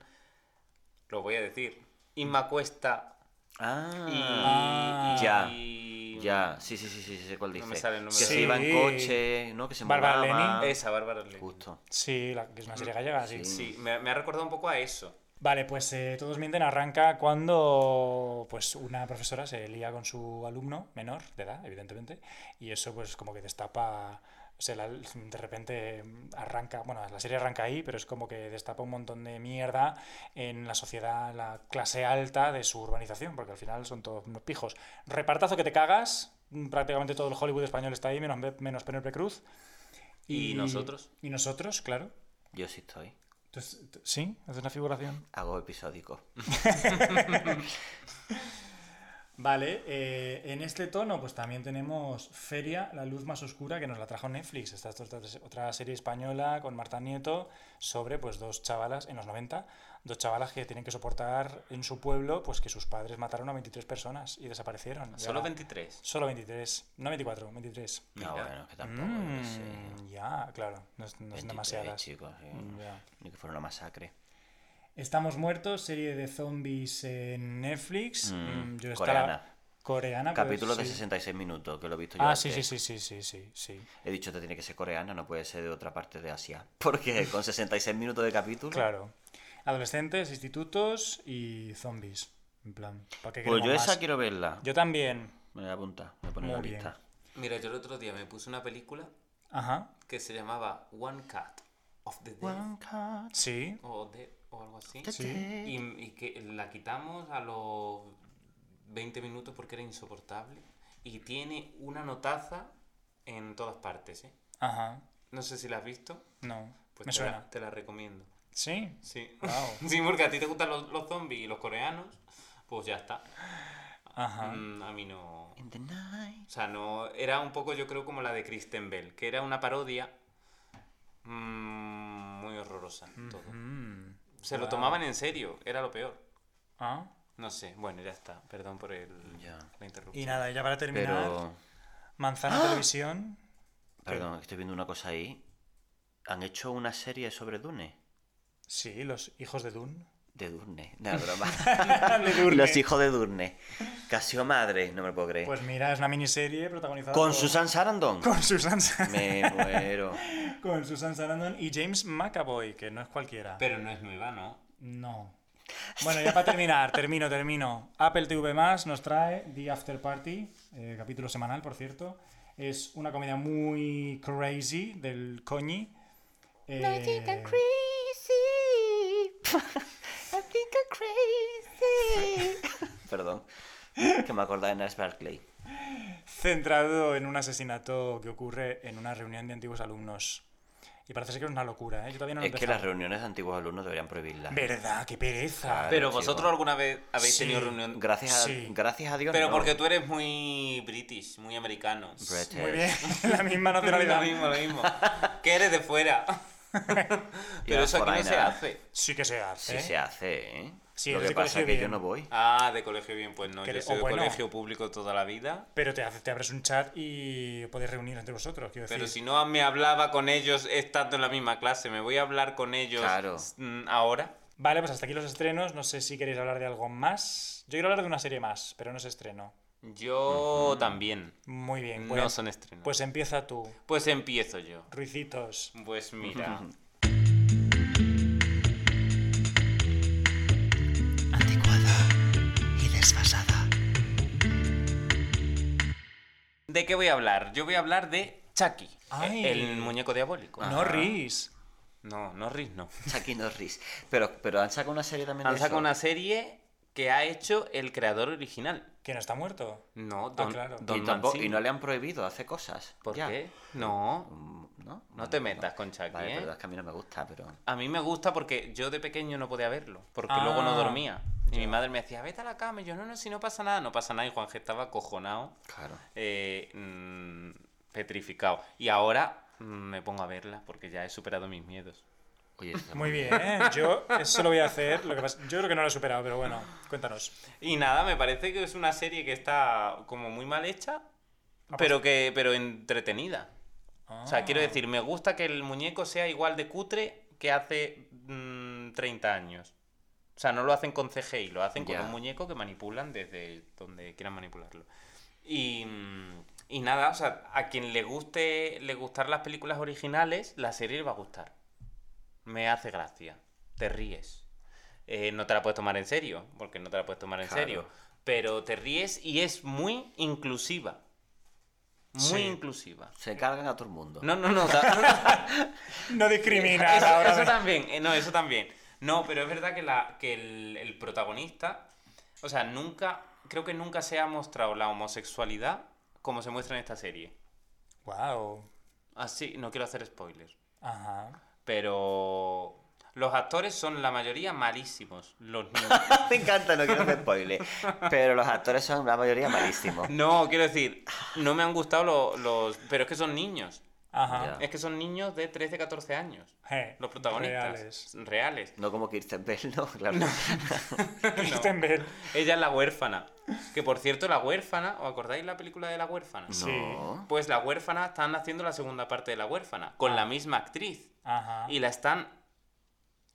Speaker 3: Lo voy a decir. Inma Cuesta y...
Speaker 2: Ah,
Speaker 1: Ah.
Speaker 3: y-
Speaker 2: ya.
Speaker 3: y- un-
Speaker 2: Ya, sí, sí, sí, sí, sí, sé cuál dice.
Speaker 3: No me sale el nombre.
Speaker 2: Que se
Speaker 1: Sí.
Speaker 2: iba en coche, ¿no? Que se
Speaker 1: Bárbara
Speaker 2: mudaba.
Speaker 1: Lenin.
Speaker 3: Esa, Bárbara Lenin.
Speaker 2: Justo.
Speaker 1: Sí, la- que es una serie gallega, sí.
Speaker 3: Sí, me, me ha recordado un poco a eso.
Speaker 1: Vale, pues eh, Todos Mienten arranca cuando pues una profesora se lía con su alumno menor de edad, evidentemente, y eso pues como que destapa, o sea, la- de repente arranca, bueno, la serie arranca ahí, pero es como que destapa un montón de mierda en la sociedad, la clase alta de su urbanización, porque al final son todos unos pijos. Repartazo que te cagas, prácticamente todo el Hollywood español está ahí, menos, menos Penélope Cruz.
Speaker 3: ¿Y nosotros?
Speaker 1: Y nosotros, claro.
Speaker 2: Yo sí estoy.
Speaker 1: Entonces, sí, haces una figuración.
Speaker 2: Hago episódicos.
Speaker 1: Vale, eh, en este tono pues también tenemos Feria, la luz más oscura que nos la trajo Netflix. Esta es otra, otra serie española con Marta Nieto sobre pues dos chavalas en los 90, dos chavalas que tienen que soportar en su pueblo pues que sus padres mataron a 23 personas y desaparecieron. Y
Speaker 3: Solo
Speaker 1: ahora-
Speaker 3: 23.
Speaker 1: Solo 23, no 24, 23.
Speaker 2: No,
Speaker 3: Mira.
Speaker 2: bueno, que tampoco. yo qué sé.
Speaker 1: Mm, ya, claro, no es, no es
Speaker 2: 23
Speaker 1: demasiadas.
Speaker 2: chicos. sí.
Speaker 1: Ya. Ah,
Speaker 2: Ni que fuera una masacre.
Speaker 1: Estamos muertos, serie de zombies en Netflix.
Speaker 2: Mm,
Speaker 1: Mm, yo esta
Speaker 2: coreana.
Speaker 1: la- Coreana. pero
Speaker 2: Capítulo de
Speaker 1: sí.
Speaker 2: 66 minutos, que lo he visto yo.
Speaker 1: Ah, sí, sí,
Speaker 2: antes.
Speaker 1: sí, sí, sí, sí, sí.
Speaker 2: He dicho que tiene que ser coreana, no puede ser de otra parte de Asia. Porque con 66 minutos de capítulo.
Speaker 1: Claro. Adolescentes, institutos y zombies. En plan, ¿para qué
Speaker 2: Pues
Speaker 1: queremos
Speaker 2: yo esa
Speaker 1: más?
Speaker 2: quiero verla.
Speaker 1: Yo también.
Speaker 2: Me la apunta, me pone en la
Speaker 1: Muy bien.
Speaker 2: lista.
Speaker 3: Mira, yo el otro día me puse una película
Speaker 1: Ajá.
Speaker 3: que se llamaba One Cut of the Dead
Speaker 1: Sí.
Speaker 3: o, Dead o algo así.
Speaker 2: Eh.
Speaker 1: Sí.
Speaker 3: Y, y que la quitamos a los 20 minutos porque era insoportable. Y tiene una notaza en todas partes, ¿eh?
Speaker 1: Ajá.
Speaker 3: No sé si la has visto.
Speaker 1: No.
Speaker 3: Pues
Speaker 1: Me
Speaker 3: te,
Speaker 1: suena.
Speaker 3: La, te la recomiendo.
Speaker 1: Sí.
Speaker 3: Sí.
Speaker 1: Wow.
Speaker 3: Sí, porque a ti te gustan los, los zombies y los coreanos. Pues ya está.
Speaker 1: Ajá.
Speaker 3: Mm, a mí no.
Speaker 2: In the night.
Speaker 3: O sea, no. Era un poco, yo creo, como la de Kristen Bell, que era una parodia mm, muy horrorosa. Todo.
Speaker 1: Mm.
Speaker 3: Se lo
Speaker 1: Guau.
Speaker 3: tomaban en serio, era lo peor.
Speaker 1: Ah.
Speaker 3: No sé, bueno, ya está. Perdón por el,
Speaker 2: Ya.
Speaker 3: la interrupción.
Speaker 1: Y nada, ya para terminar,
Speaker 2: Pero. ¡Ah!
Speaker 1: Manzana Televisión.
Speaker 2: Perdón, estoy viendo una cosa ahí. Han hecho una serie sobre Dune.
Speaker 1: Sí, los hijos de Dune.
Speaker 2: De Dune. No, broma.
Speaker 1: De Dune.
Speaker 2: Los hijos de Durne. Casi o madre, no me lo puedo creer.
Speaker 1: Pues mira, es una miniserie protagonizada
Speaker 2: Con
Speaker 1: por-
Speaker 2: Susan Sarandon.
Speaker 1: con Susan Sa-
Speaker 2: Me muero.
Speaker 1: con Susan Sarandon y James McAvoy, que no es cualquiera.
Speaker 3: Pero no es nueva, ¿no?
Speaker 1: No. Bueno, ya para terminar, termino, termino. Apple TV nos trae The After Party, eh, capítulo semanal, por cierto. Es una comedia muy crazy del coñi. Eh,
Speaker 2: crazy. I think I'm crazy. Perdón. Que me acordaba de Nurse Barclay.
Speaker 1: centrado en un asesinato que ocurre en una reunión de antiguos alumnos. Y parece ser que es una locura, ¿eh? Yo todavía no lo he
Speaker 2: Es que las
Speaker 1: empezado.
Speaker 2: reuniones de antiguos alumnos deberían prohibirlas.
Speaker 1: ¿Verdad? ¡Qué pereza!
Speaker 2: Claro.
Speaker 3: Pero
Speaker 2: chico.
Speaker 3: vosotros alguna vez habéis
Speaker 1: Sí.
Speaker 3: tenido reunión.
Speaker 2: Gracias a,
Speaker 1: Sí.
Speaker 2: gracias a Dios.
Speaker 3: Pero
Speaker 2: no.
Speaker 3: porque tú eres muy british, muy americano.
Speaker 2: British.
Speaker 1: Muy bien, la misma
Speaker 3: lo
Speaker 1: nacionalidad.
Speaker 3: mismo, lo mismo. que eres de fuera. Pero
Speaker 2: Ya,
Speaker 3: eso aquí no
Speaker 2: foreigner.
Speaker 3: se hace.
Speaker 1: Sí que se hace.
Speaker 2: Sí
Speaker 1: ¿eh?
Speaker 2: se hace, ¿eh?
Speaker 1: Sí,
Speaker 2: Lo
Speaker 1: eres
Speaker 2: que
Speaker 1: de
Speaker 2: pasa
Speaker 1: colegio
Speaker 2: es que yo
Speaker 1: bien.
Speaker 2: no voy.
Speaker 3: Ah, de colegio bien, pues no.
Speaker 1: Que
Speaker 3: Yo
Speaker 1: eres-
Speaker 3: soy
Speaker 1: o
Speaker 3: de
Speaker 1: bueno.
Speaker 3: colegio público toda la vida.
Speaker 1: Pero te, hace- te abres un chat y podéis reunir entre vosotros, quiero decir.
Speaker 3: Pero si no me hablaba con ellos estando en la misma clase, ¿me voy a hablar con ellos
Speaker 2: Claro.
Speaker 3: mm, ahora?
Speaker 1: Vale, pues hasta aquí los estrenos. No sé si queréis hablar de algo más. Yo quiero hablar de una serie más, pero no es estreno.
Speaker 3: Yo también.
Speaker 1: Muy bien, pues,
Speaker 3: No son estrenos.
Speaker 1: pues empieza tú,
Speaker 3: Pues empiezo yo.
Speaker 1: Ruicitos.
Speaker 3: Pues mira.
Speaker 4: anticuada y desfasada.
Speaker 3: ¿De qué voy a hablar? Yo voy a hablar de Chucky,
Speaker 1: Ay.
Speaker 3: el muñeco diabólico.
Speaker 1: No ris.
Speaker 3: No, no Riz, no.
Speaker 2: Chucky Norris. Pero, pero han sacado una serie también
Speaker 3: Han
Speaker 2: de
Speaker 3: sacado
Speaker 2: eso.
Speaker 3: una serie que ha hecho el creador original.
Speaker 1: Que no está muerto.
Speaker 3: No, Don,
Speaker 1: Ah, claro.
Speaker 3: Don
Speaker 2: y, tampoco-
Speaker 3: Mancini.
Speaker 2: y no le han prohibido hacer cosas.
Speaker 3: ¿Por
Speaker 2: ya.
Speaker 3: qué? No.
Speaker 2: Mm, ¿No?
Speaker 3: No te metas con Chucky,
Speaker 2: Vale,
Speaker 3: ¿eh?
Speaker 2: pero es que a mí no me gusta, pero...
Speaker 3: A mí me gusta porque yo de pequeño no podía verlo, porque
Speaker 1: Ah,
Speaker 3: luego no dormía. Y mi
Speaker 1: ya.
Speaker 3: madre me decía, vete a la cama. Y yo, no, no, si no pasa nada, no pasa nada. Y Juanje estaba acojonado,
Speaker 2: Claro.
Speaker 3: eh, mm, petrificado. Y ahora mm, me pongo a verla porque ya he superado mis miedos.
Speaker 2: Oye, eso está
Speaker 1: Muy bien, yo eso lo voy a hacer. Lo que pasa- yo creo que no lo he superado, pero bueno, cuéntanos.
Speaker 3: Y nada, me parece que es una serie que está como muy mal hecha, pero que pero entretenida.
Speaker 2: Ah.
Speaker 3: O sea,
Speaker 1: Ah.
Speaker 3: quiero decir, me gusta que el muñeco sea igual de cutre que hace mm, 30 años. O sea, no lo hacen con CGI, lo hacen con
Speaker 2: Ya.
Speaker 3: un muñeco que manipulan desde donde quieran manipularlo. Y, mm, y nada, o sea, a quien le guste le gustar las películas originales, la serie le va a gustar. Me hace gracia. Te ríes. Eh, no te la puedes tomar en serio, porque no te la puedes tomar en
Speaker 2: Claro.
Speaker 3: serio. Pero te ríes y es muy inclusiva. Muy
Speaker 1: Sí.
Speaker 3: inclusiva.
Speaker 2: Se cargan a todo el mundo.
Speaker 3: No, no, no. da- no, no.
Speaker 1: No discrimina
Speaker 3: Eso,
Speaker 1: ahora.
Speaker 3: eso
Speaker 1: de-
Speaker 3: también, eh, no, eso también. No, pero es verdad que, la, que el, el protagonista, o sea, nunca, creo que nunca se ha mostrado la homosexualidad como se muestra en esta serie.
Speaker 1: Guau.
Speaker 3: Así, no quiero hacer spoilers,
Speaker 1: Ajá.
Speaker 3: pero los actores son la mayoría malísimos. Los niños.
Speaker 2: Me encanta, no quiero hacer spoiler. Pero los actores son la mayoría malísimos.
Speaker 3: No, quiero decir, no me han gustado lo- los... Pero es que son niños.
Speaker 1: Ajá.
Speaker 2: Ya.
Speaker 3: Es que son niños de 13, 14 años.
Speaker 1: Eh,
Speaker 3: Los protagonistas.
Speaker 1: reales.
Speaker 3: Reales.
Speaker 2: No como Kirsten Bell, no, claro.
Speaker 1: Kristen Bell.
Speaker 3: Ella es la huérfana. Que por cierto, la huérfana, ¿os acordáis la película de la huérfana?
Speaker 1: Sí.
Speaker 2: No.
Speaker 3: Pues la huérfana están haciendo la segunda parte de la huérfana, con
Speaker 1: Ah.
Speaker 3: la misma actriz.
Speaker 1: Ajá.
Speaker 3: Y la están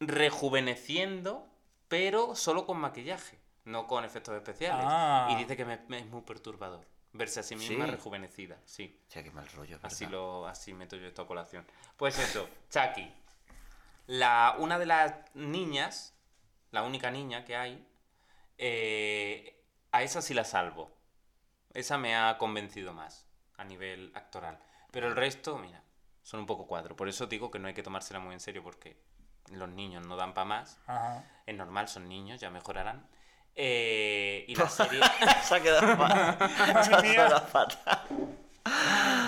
Speaker 3: rejuveneciendo, pero solo con maquillaje, no con efectos especiales.
Speaker 1: Ah.
Speaker 3: Y dice que me- me es muy perturbador verse a sí misma
Speaker 2: Sí.
Speaker 3: rejuvenecida, sí.
Speaker 2: Hostia, qué mal rollo. ¿verdad?
Speaker 3: Así lo así meto yo esto a colación. Pues eso, Chucky. La, una de las niñas, la única niña que hay, eh, a esa sí la salvo. Esa me ha convencido más a nivel actoral. Pero el resto, mira, son un poco cuadro. Por eso digo que no hay que tomársela muy en serio porque los niños no dan para más.
Speaker 1: Ajá.
Speaker 3: Es normal, son niños, ya mejorarán. Eh, y la serie...
Speaker 2: Se ha quedado fatal. Se ha
Speaker 1: Madre mía.
Speaker 2: quedado fatal.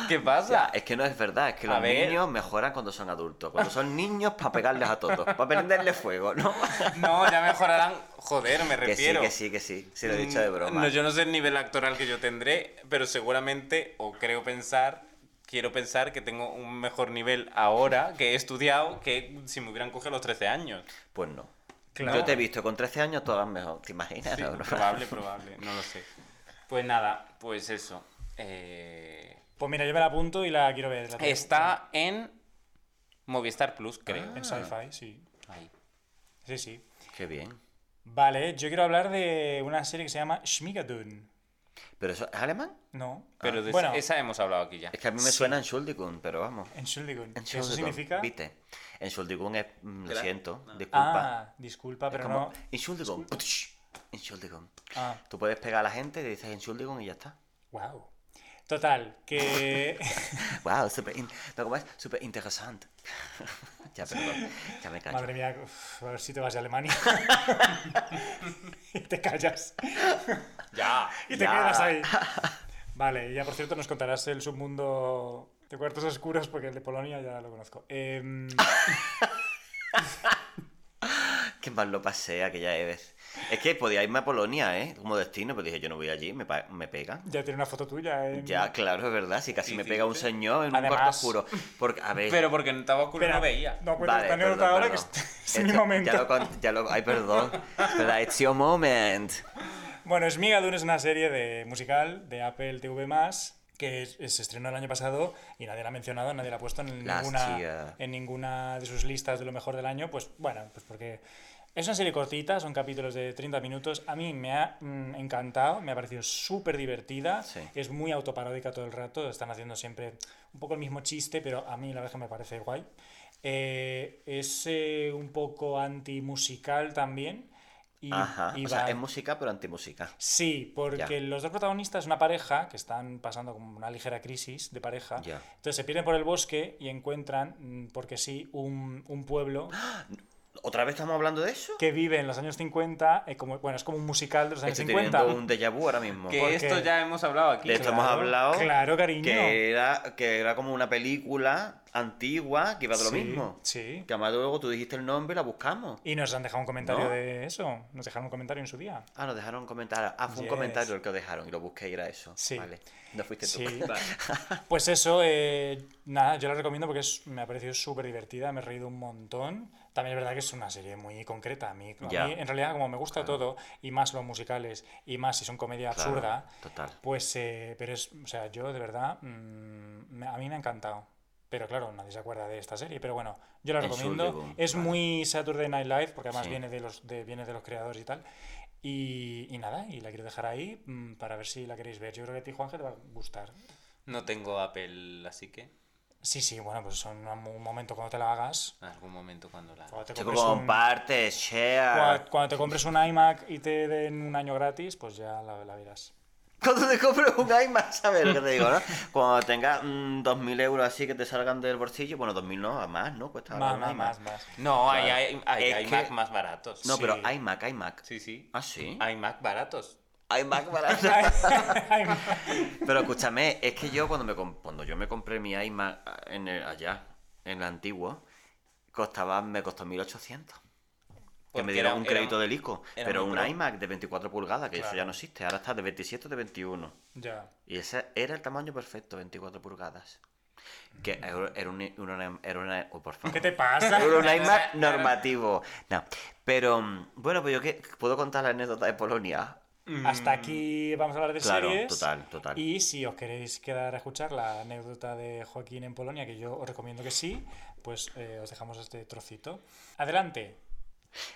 Speaker 3: ¿Qué
Speaker 2: O
Speaker 3: pasa?
Speaker 2: sea, es que no es verdad, es que
Speaker 3: A
Speaker 2: los
Speaker 3: ver.
Speaker 2: niños mejoran cuando son adultos. Cuando son niños, para pegarles a todos, para prenderle fuego, ¿no?
Speaker 3: No, ya mejorarán. Joder, me
Speaker 2: Que sí,
Speaker 3: refiero.
Speaker 2: que sí, que sí. Se lo he dicho de
Speaker 3: Mm,
Speaker 2: broma.
Speaker 3: No, yo no sé el nivel actoral que yo tendré, pero seguramente, o creo pensar, quiero pensar que tengo un mejor nivel ahora que he estudiado que si me hubieran cogido a los 13 años.
Speaker 2: Pues no.
Speaker 1: Claro.
Speaker 2: Yo te he visto con 13 años todas mejor, ¿te imaginas?
Speaker 3: Sí,
Speaker 2: No, no.
Speaker 3: probable, probable, no lo sé. Pues nada, pues eso. Eh,
Speaker 1: Pues mira, yo me la apunto y la quiero ver. la tengo.
Speaker 3: está en Movistar Plus, creo.
Speaker 2: Ah.
Speaker 1: En sci-fi, sí.
Speaker 3: Ahí.
Speaker 1: Sí, sí.
Speaker 2: Qué bien.
Speaker 1: Vale, yo quiero hablar de una serie que se llama Schmigadoon.
Speaker 2: ¿Pero eso es alemán?
Speaker 1: No. Ah,
Speaker 3: Pero de
Speaker 1: bueno,
Speaker 3: esa hemos hablado aquí ya.
Speaker 2: Es que a mí me
Speaker 1: Sí.
Speaker 2: suena en Schuldigung, pero vamos.
Speaker 1: Entschuldigung. ¿Eso
Speaker 2: Entschuldigung,
Speaker 1: significa?
Speaker 2: Viste. En Schuldigung es. mm, Lo
Speaker 3: Gra-
Speaker 2: siento, disculpa.
Speaker 1: Ah, disculpa,
Speaker 2: Es
Speaker 1: pero
Speaker 2: como.
Speaker 1: no.
Speaker 2: Entschuldigung. putsch, Entschuldigung.
Speaker 1: Ah,
Speaker 2: Tú puedes pegar a la gente y le dices Entschuldigung y ya está.
Speaker 1: wow. Total, que.
Speaker 2: Wow, súper. in- No, ¿cómo es? Súper interesante. ya, perdón. Ya me callo.
Speaker 1: Madre mía, uf, a ver si te vas a Alemania. y te callas.
Speaker 3: Ya.
Speaker 1: Y te
Speaker 2: Ya.
Speaker 1: quedas ahí. Vale, y ya por cierto nos contarás el submundo de cuartos oscuros, porque el de Polonia ya lo conozco. Em,
Speaker 2: Qué mal lo pasé aquella vez. Es que podía irme a Polonia, ¿eh? Como destino, pero dije, yo no voy allí, me, pa- me pegan.
Speaker 1: ya tiene una foto tuya. en-
Speaker 2: Ya, claro, es verdad. Si casi
Speaker 3: Sí,
Speaker 2: me
Speaker 3: sí,
Speaker 2: pega un
Speaker 3: sí.
Speaker 2: señor en un cuarto
Speaker 1: Además-
Speaker 2: oscuro. Porque, a ver.
Speaker 3: Pero porque no estaba oscuro
Speaker 1: Espera,
Speaker 3: no veía.
Speaker 1: No, pues cuenta
Speaker 2: Vale,
Speaker 1: esta anécdota
Speaker 2: perdón,
Speaker 1: ahora que
Speaker 2: perdón.
Speaker 1: este- es mi
Speaker 2: Esto-
Speaker 1: momento.
Speaker 2: Ya lo, con- ya lo- ay, perdón. Espera, it's your moment.
Speaker 1: Bueno, Smigadun es una serie de musical de Apple TV+, que es- se estrenó el año pasado y nadie la ha mencionado, nadie la ha puesto en
Speaker 2: Last
Speaker 1: ninguna,
Speaker 2: year.
Speaker 1: en ninguna de sus listas de lo mejor del año, pues bueno, pues porque es una serie cortita, son capítulos de 30 minutos, a mí me ha mm, encantado, me ha parecido súper divertida,
Speaker 2: Sí.
Speaker 1: es muy autoparódica todo el rato, están haciendo siempre un poco el mismo chiste, pero a mí la verdad que me parece guay. Eh, es eh, un poco antimusical también. Y,
Speaker 2: Ajá.
Speaker 1: y
Speaker 2: o sea,
Speaker 1: va-
Speaker 2: es música, pero antimúsica.
Speaker 1: Sí, porque
Speaker 2: Ya.
Speaker 1: los dos protagonistas es una pareja que están pasando como una ligera crisis de pareja.
Speaker 2: Ya.
Speaker 1: Entonces se pierden por el bosque y encuentran, mm, porque sí, un, un pueblo
Speaker 2: ¿Otra vez estamos hablando de eso?
Speaker 1: que vive en los años 50. eh, como, bueno, es como un musical de los años
Speaker 2: Estoy
Speaker 1: 50.
Speaker 2: teniendo un déjà vu ahora mismo.
Speaker 3: Que
Speaker 1: ¿Por
Speaker 3: esto
Speaker 1: qué?
Speaker 3: ya hemos hablado aquí.
Speaker 2: De esto hemos hablado.
Speaker 1: Claro, cariño.
Speaker 2: Que era, que era como una película antigua que iba de lo
Speaker 1: Sí,
Speaker 2: mismo.
Speaker 1: sí.
Speaker 2: Que además luego tú dijiste el nombre y la buscamos.
Speaker 1: Y nos han dejado un comentario
Speaker 2: ¿No?
Speaker 1: de eso. Nos dejaron un comentario en su día.
Speaker 2: Ah, nos dejaron un comentario. Ah, fue
Speaker 1: Yes.
Speaker 2: un comentario el que os dejaron y lo busqué y era eso.
Speaker 1: Sí.
Speaker 2: Vale. No fuiste tú.
Speaker 1: Sí. Pues eso, eh, nada, yo la recomiendo porque es- me ha parecido súper divertida, me he reído un montón. También es verdad que es una serie muy concreta. A mí, a
Speaker 2: Ya.
Speaker 1: mí, en realidad, como me gusta todo, y más los musicales, y más si son comedia
Speaker 2: Claro,
Speaker 1: absurda,
Speaker 2: Total.
Speaker 1: pues, eh, pero es, o sea, yo de verdad, mm, me- a mí me ha encantado. Pero claro, nadie se acuerda de esta serie, pero bueno, yo la
Speaker 2: Es
Speaker 1: recomiendo.
Speaker 2: Shulgibum,
Speaker 1: Es
Speaker 2: vale.
Speaker 1: muy Saturday Night Live, porque además
Speaker 2: Sí.
Speaker 1: viene, de los, de, viene de los creadores y tal. Y, y nada, y la quiero dejar ahí mm, para ver si la queréis ver. Yo creo que a ti, Juanje, te va a gustar.
Speaker 3: No tengo Apple, así que
Speaker 1: Sí, sí, bueno, pues son un un momento cuando te la hagas.
Speaker 3: en algún momento cuando la...
Speaker 1: Cuando te
Speaker 2: Chico,
Speaker 1: compres un,
Speaker 2: comparte, share.
Speaker 1: cua- cuando te compres un iMac y te den un año gratis, pues ya la, la verás.
Speaker 2: Cuando te compres un iMac, ¿sabes lo que te digo, no? Cuando tengas mm, 2.000 euros así que te salgan del bolsillo, bueno, 2.000 no, a más, ¿no? Cuesta
Speaker 1: Más,
Speaker 2: un
Speaker 1: más,
Speaker 2: iMac.
Speaker 1: más, más.
Speaker 3: No, hay,
Speaker 2: Claro.
Speaker 3: hay, hay,
Speaker 2: Es
Speaker 3: hay
Speaker 2: que-
Speaker 3: Mac más baratos.
Speaker 2: No,
Speaker 1: Sí.
Speaker 2: pero iMac, iMac.
Speaker 3: Sí, sí.
Speaker 2: Ah, sí.
Speaker 3: Hay Mac baratos.
Speaker 2: iMac barato.
Speaker 1: iMac.
Speaker 2: Pero escúchame, es que yo cuando me com- cuando yo me compré mi iMac en el- allá, en el antiguo, costaba, me costó 1800. Que me
Speaker 3: Porque
Speaker 2: dieron
Speaker 3: era-
Speaker 2: un
Speaker 3: era-
Speaker 2: crédito del ICO.
Speaker 3: era
Speaker 2: Pero
Speaker 3: muy
Speaker 2: un
Speaker 3: pro.
Speaker 2: iMac de 24 pulgadas, que eso
Speaker 1: Claro.
Speaker 2: ya no existe. Ahora está de 27 o de 21.
Speaker 1: ya.
Speaker 2: Y ese era el tamaño perfecto, 24 pulgadas. Que era era un, una- era una- oh, por favor.
Speaker 1: ¿Qué te pasa?
Speaker 2: Era un iMac normativo. No. Pero, mm, bueno, pues yo que puedo contar la anécdota de Polonia.
Speaker 1: Hasta aquí vamos a hablar de
Speaker 2: Mm, Claro,
Speaker 1: series.
Speaker 2: total, total.
Speaker 1: Y si os queréis quedar a escuchar la anécdota de Joaquín en Polonia, que yo os recomiendo que sí, pues eh, os dejamos este trocito. Adelante.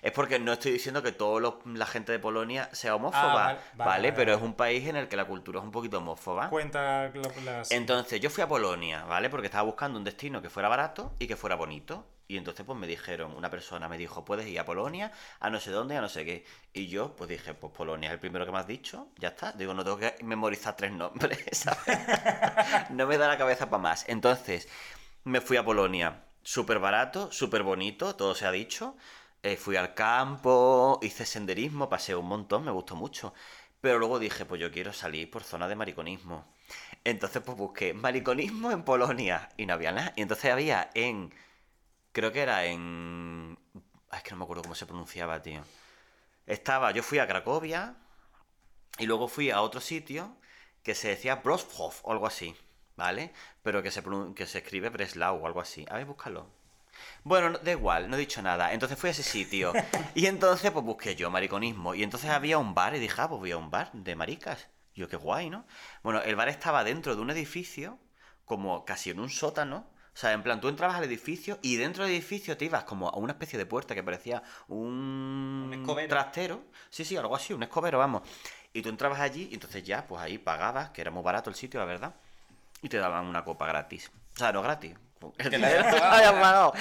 Speaker 2: Es porque no estoy diciendo que toda la gente de Polonia sea homófoba,
Speaker 1: Ah, vale,
Speaker 2: vale,
Speaker 1: vale, vale,
Speaker 2: Pero
Speaker 1: vale. Pues
Speaker 2: es un país en el que la cultura es un poquito homófoba.
Speaker 1: Cuenta lo- las.
Speaker 2: Entonces yo fui a Polonia, ¿vale? Porque estaba buscando un destino que fuera barato y que fuera bonito. Y entonces pues me dijeron, una persona me dijo, puedes ir a Polonia, a no sé dónde, a no sé qué. Y yo pues dije, pues Polonia es el primero que me has dicho, ya está. Digo, no tengo que memorizar tres nombres, ¿sabes? no me da la cabeza para más. Entonces me fui a Polonia, súper barato, súper bonito, todo se ha dicho. Eh, fui al campo, hice senderismo, pasé un montón, me gustó mucho. Pero luego dije, pues yo quiero salir por zona de mariconismo. Entonces pues busqué mariconismo en Polonia y no había nada. Y entonces había en... Creo que era en... ah, Es que no me acuerdo cómo se pronunciaba, tío. Estaba, yo fui a Cracovia y luego fui a otro sitio que se decía Brosov o algo así, ¿vale? Pero que se, pronun- que se escribe Breslau o algo así. A ver, búscalo. Bueno, no- da igual, no he dicho nada. Entonces fui a ese sitio. Y entonces, pues busqué yo mariconismo. Y entonces había un bar y dije, ah, pues voy a un bar de maricas. Y yo, qué guay, ¿no? Bueno, el bar estaba dentro de un edificio, como casi en un sótano. O sea, en plan, tú entrabas al edificio y dentro del edificio te ibas como a una especie de puerta que parecía un,
Speaker 3: Un escobero.
Speaker 2: trastero. Sí, sí, algo así, un escobero, vamos. Y tú entrabas allí y entonces ya, pues ahí pagabas, que era muy barato el sitio, la verdad. Y te daban una copa gratis. O sea, no gratis. El dinero
Speaker 3: daban.
Speaker 2: te lo habían pagado.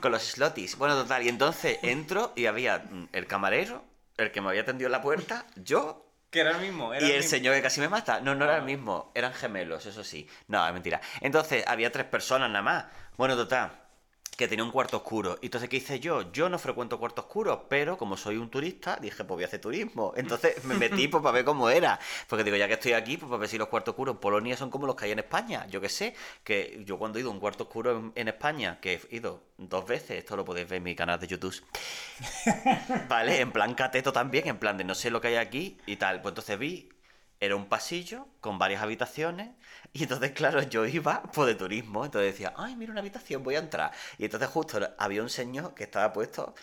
Speaker 2: Con los slotis. Bueno, total. Y entonces entro y había mm, el camarero, el que me había tendido la puerta, yo
Speaker 3: Que era el mismo. Era
Speaker 2: y el
Speaker 3: mismo. Ah.
Speaker 2: señor que casi me mata. No, no era el mismo. Eran gemelos, eso sí. No, es mentira. Entonces, había tres personas nada más. Bueno, total. Que tenía un cuarto oscuro. Y Entonces, ¿qué hice yo? Yo no frecuento cuartos oscuros, pero como soy un turista, dije, pues voy a hacer turismo. Entonces me metí pues, para ver cómo era. Porque digo, ya que estoy aquí, pues para ver si los cuartos oscuros en Polonia son como los que hay en España. Yo qué sé, que yo cuando he ido a un cuarto oscuro en, en España, que he ido dos veces, esto lo podéis ver en mi canal de YouTube. Vale, en plan cateto también, en plan de no sé lo que hay aquí y tal. Pues entonces vi, era un pasillo con varias habitaciones y entonces, claro, yo iba pues de turismo, entonces decía, ay, mira una habitación, voy a entrar. Y entonces justo había un señor que estaba puesto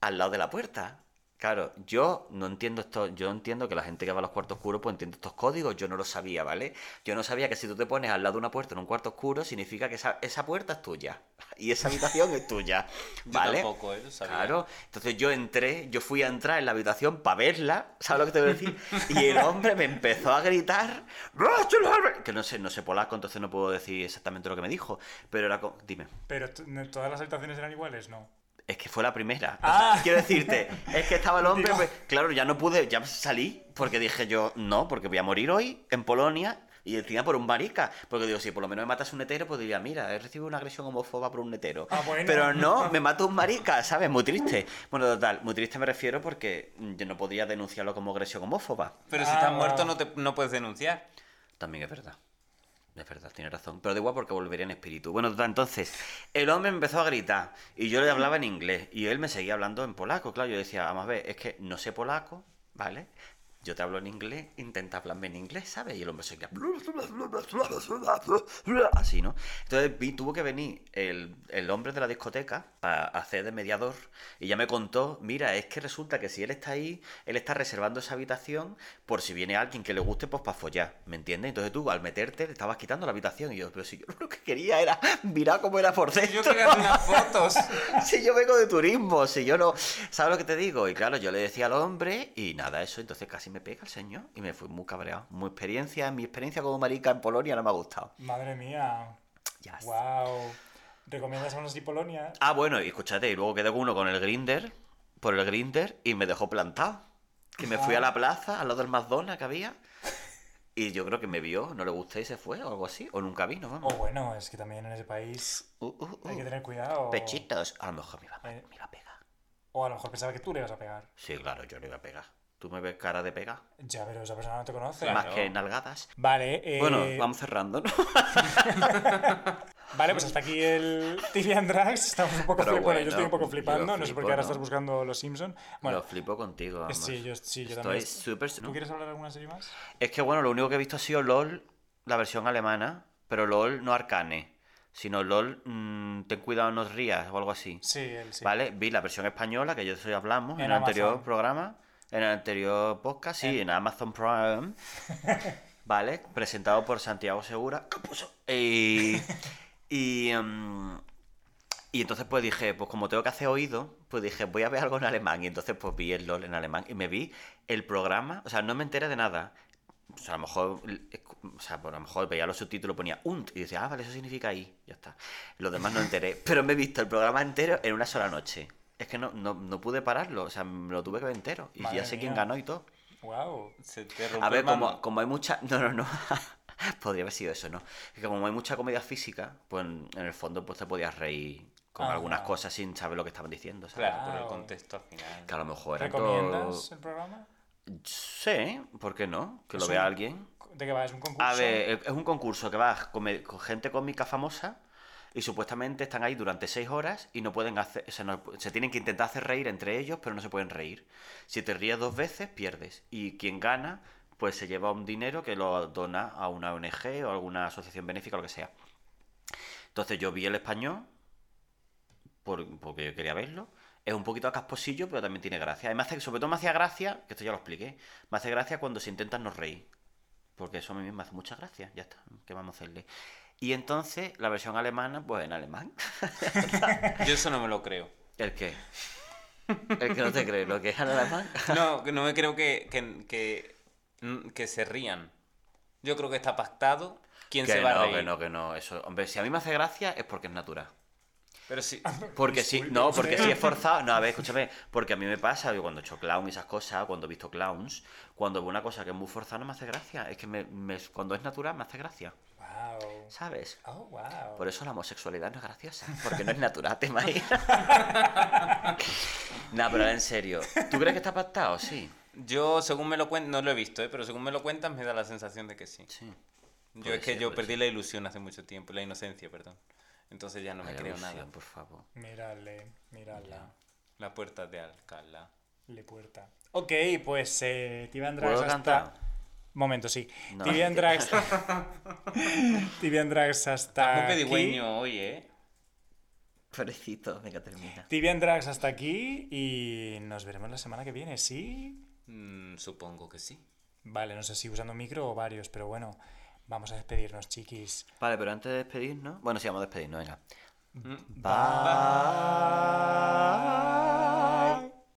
Speaker 2: al lado de la puerta. Claro, yo no entiendo esto, yo entiendo que la gente que va a los cuartos oscuros pues entiende estos códigos, yo no lo sabía, ¿vale? Yo no sabía que si tú te pones al lado de una puerta en un cuarto oscuro significa que esa, esa puerta es tuya y esa habitación es tuya,
Speaker 3: Yo
Speaker 2: ¿vale?
Speaker 3: tampoco, ¿eh? Lo sabía.
Speaker 2: Claro, entonces yo entré, yo fui a entrar en la habitación para verla, ¿sabes lo que te voy a decir? Y el hombre me empezó a gritar, "Rachel Albert", que no sé, no sé polaco, entonces no puedo decir exactamente lo que me dijo, pero era como, dime,
Speaker 1: Pero t- no todas las habitaciones eran iguales, ¿no?
Speaker 2: es que fue la primera. O sea,
Speaker 1: Ah.
Speaker 2: quiero decirte, es que estaba el hombre,
Speaker 1: Digo.
Speaker 2: pues, claro, ya no pude, ya salí, porque dije yo, no, porque voy a morir hoy en Polonia. Y encima por un marica. Porque digo, si por lo menos me matas un hetero, pues diría, mira, he recibido una agresión homófoba por un hetero.
Speaker 1: Ah, bueno.
Speaker 2: Pero no, me mato un marica, ¿sabes? Muy triste. Bueno, total, muy triste me refiero porque yo no podía denunciarlo como agresión homófoba.
Speaker 3: Pero si
Speaker 1: Ah,
Speaker 3: estás
Speaker 1: bueno.
Speaker 3: muerto no, te, no puedes denunciar.
Speaker 2: También es verdad. Es verdad, tiene razón. Pero da igual porque volvería en espíritu. Bueno, total, entonces, el hombre empezó a gritar y yo le hablaba en inglés y él me seguía hablando en polaco. Claro, yo decía, vamos a ver, es que no sé polaco, ¿vale? Yo te hablo en inglés, intenta hablarme en inglés, ¿sabes? Y el hombre se queda... Así, ¿no? Entonces vi, tuvo que venir el, el hombre de la discoteca para hacer de mediador y ya me contó, mira, es que resulta que si él está ahí, él está reservando esa habitación por si viene alguien que le guste, pues para follar, ¿me entiendes? Entonces tú al meterte le estabas quitando la habitación y yo, pero si yo lo que quería era mirar cómo era por dentro.
Speaker 3: Yo quería hacer unas fotos.
Speaker 2: Si yo vengo de turismo, si yo no. ¿Sabes lo que te digo? Y claro, yo le decía al hombre y nada, eso. Entonces casi me pega el señor y me fui muy cabreado. Mi experiencia, mi experiencia como marica en Polonia no me ha gustado.
Speaker 1: Madre mía.
Speaker 2: Yes.
Speaker 1: Wow. ¿Recomiendas a unos de Polonia?
Speaker 2: Ah, bueno, y escúchate, y luego quedé con uno con el grinder, por el grinder, y me dejó plantado. Que me fui a la plaza, al lado del McDonald's que había. Y yo creo que me vio, no le gusté y se fue, o algo así, o nunca vino,
Speaker 1: O
Speaker 2: vamos.
Speaker 1: bueno, es que también en ese país
Speaker 2: Uh, uh, uh.
Speaker 1: hay que tener cuidado.
Speaker 2: Pechitos. A lo mejor me iba,
Speaker 1: Eh.
Speaker 2: me iba a pegar.
Speaker 1: O a lo mejor pensaba que tú le ibas a pegar.
Speaker 2: Sí, claro, yo le iba a pegar. Tú me ves cara de pega,
Speaker 1: Ya, pero esa persona no te conoce.
Speaker 3: Claro.
Speaker 2: más que nalgadas.
Speaker 1: Vale, eh,
Speaker 2: Bueno, vamos cerrando, ¿no?
Speaker 1: vale, pues hasta aquí el TV and Drags. Estamos un poco
Speaker 2: Pero
Speaker 1: flip- bueno, yo
Speaker 2: bueno,
Speaker 1: estoy un poco
Speaker 2: yo
Speaker 1: flipando. no sé por
Speaker 2: flipo,
Speaker 1: qué ahora
Speaker 2: ¿no?
Speaker 1: estás buscando los Simpsons. Bueno,
Speaker 2: Lo flipo contigo, vamos.
Speaker 1: sí, yo, sí, yo
Speaker 2: Estoy
Speaker 1: también.
Speaker 2: súper...
Speaker 1: ¿Tú quieres hablar de alguna serie más?
Speaker 2: Es que, bueno, lo único que he visto ha sido LOL, la versión alemana, pero LOL no arcane, sino LOL, mm, ten cuidado, no os rías o algo así.
Speaker 1: Sí, él sí.
Speaker 2: ¿Vale? Vi la versión española, que yo eso ya hablamos en,
Speaker 1: En
Speaker 2: el anterior
Speaker 1: Amazon. Eh.
Speaker 2: programa, en el anterior podcast, sí, en Amazon Prime. ¿Vale? Presentado por Santiago Segura. ¿Qué puso? Y, y, em, y entonces pues dije, pues como tengo que hacer oído, pues dije, voy a ver algo en alemán. Y entonces pues vi el LOL en alemán y me vi el programa, o sea, no me enteré de nada. O sea, a lo mejor, o sea, por a lo mejor veía los subtítulos, ponía UNT y decía, ah, vale, eso significa ahí, ya está. Los demás no enteré, pero me he visto el programa entero en una sola noche. Es que no, no, no pude pararlo, o sea, me lo tuve que ver entero. Y
Speaker 1: Madre
Speaker 2: ya sé quién
Speaker 1: mía.
Speaker 2: ganó y todo.
Speaker 1: Wow.
Speaker 3: Se te rompió
Speaker 2: A ver,
Speaker 3: el mano.
Speaker 2: como, como hay mucha. No, no, no. Podría haber sido eso, ¿no? Es que como hay mucha comedia física, pues en, en el fondo pues te podías reír con
Speaker 1: Ah.
Speaker 2: algunas cosas sin saber lo que estaban diciendo, ¿sabes?
Speaker 3: Claro, por el
Speaker 1: Wow.
Speaker 3: contexto al final.
Speaker 2: Que a lo mejor era
Speaker 1: ¿Recomiendas el programa?
Speaker 2: Sí, ¿por qué no? Que lo
Speaker 1: Es
Speaker 2: vea
Speaker 1: un
Speaker 2: alguien.
Speaker 1: ¿De qué va? ¿Es un concurso?
Speaker 2: A ver, es- es un concurso que vas con, me- con gente cómica famosa y supuestamente están ahí durante seis horas y no pueden hacer, o sea, no- se tienen que intentar hacer reír entre ellos, pero no se pueden reír. Si te ríes dos veces, pierdes. Y quien gana, pues se lleva un dinero que lo dona a una ONG o alguna asociación benéfica, lo que sea. Entonces yo vi el español, por- porque yo quería verlo. Es un poquito a casposillo, pero también tiene gracia. Además, sobre todo me hacía gracia, que esto ya lo expliqué, me hace gracia cuando se intentan no reír. Porque eso a mí me hace mucha gracia, ya está, ¿qué vamos a hacerle? Y entonces, la versión alemana, pues en alemán.
Speaker 3: Yo eso no me lo creo.
Speaker 2: ¿El qué? El que no te cree, lo que es en alemán.
Speaker 3: No, que no me creo que, que, que, mm, que se rían. Yo creo que está pactado quién
Speaker 2: Que
Speaker 3: se va a
Speaker 2: no,
Speaker 3: reír.
Speaker 2: que no, que no. Eso, hombre, si a mí me hace gracia es porque es natural.
Speaker 3: Pero sí.
Speaker 2: Porque sí, no, porque sí es forzado. No, a ver, escúchame, porque a mí me pasa, yo cuando he hecho clown y esas cosas, cuando he visto clowns, cuando veo una cosa que es muy forzada no me hace gracia. Es que me- me- cuando es natural me hace gracia,
Speaker 1: Wow.
Speaker 2: ¿sabes?
Speaker 1: Oh, wow.
Speaker 2: Por eso la homosexualidad no es graciosa, porque no es natural, te imaginas. no, pero ahora en serio, ¿tú crees que está pactado? Sí.
Speaker 3: Yo, según me lo cuentan, no lo he visto, ¿eh? pero según me lo cuentan, me da la sensación de que sí.
Speaker 2: Sí.
Speaker 3: Yo
Speaker 2: Puede
Speaker 3: es que
Speaker 2: ser,
Speaker 3: yo
Speaker 2: puede
Speaker 3: perdí
Speaker 2: ser.
Speaker 3: la ilusión hace mucho tiempo, la inocencia, perdón. Entonces ya no me
Speaker 2: Ay,
Speaker 3: creo
Speaker 2: Lucía,
Speaker 3: nada.
Speaker 2: por favor.
Speaker 1: Mírale, mírala.
Speaker 3: La puerta de Alcalá.
Speaker 1: Le puerta. Ok, pues eh, TV and Drags
Speaker 2: ¿Puedo
Speaker 1: hasta...
Speaker 2: cantar?
Speaker 1: Momento, sí.
Speaker 2: No.
Speaker 1: TV and Drags... TV and Drags
Speaker 3: Muy
Speaker 1: hasta aquí.
Speaker 3: pedigüeño hoy, ¿eh?
Speaker 2: Pobrecito, venga, termina.
Speaker 1: TV and Drags hasta aquí y nos veremos la semana que viene, ¿sí?
Speaker 3: Mm, supongo que sí.
Speaker 1: Vale, no sé si usando micro o varios, pero bueno, vamos a despedirnos, chiquis.
Speaker 2: Vale, pero antes de despedirnos. Bueno, sí, vamos a despedirnos, venga.
Speaker 3: Mm.
Speaker 2: Bye.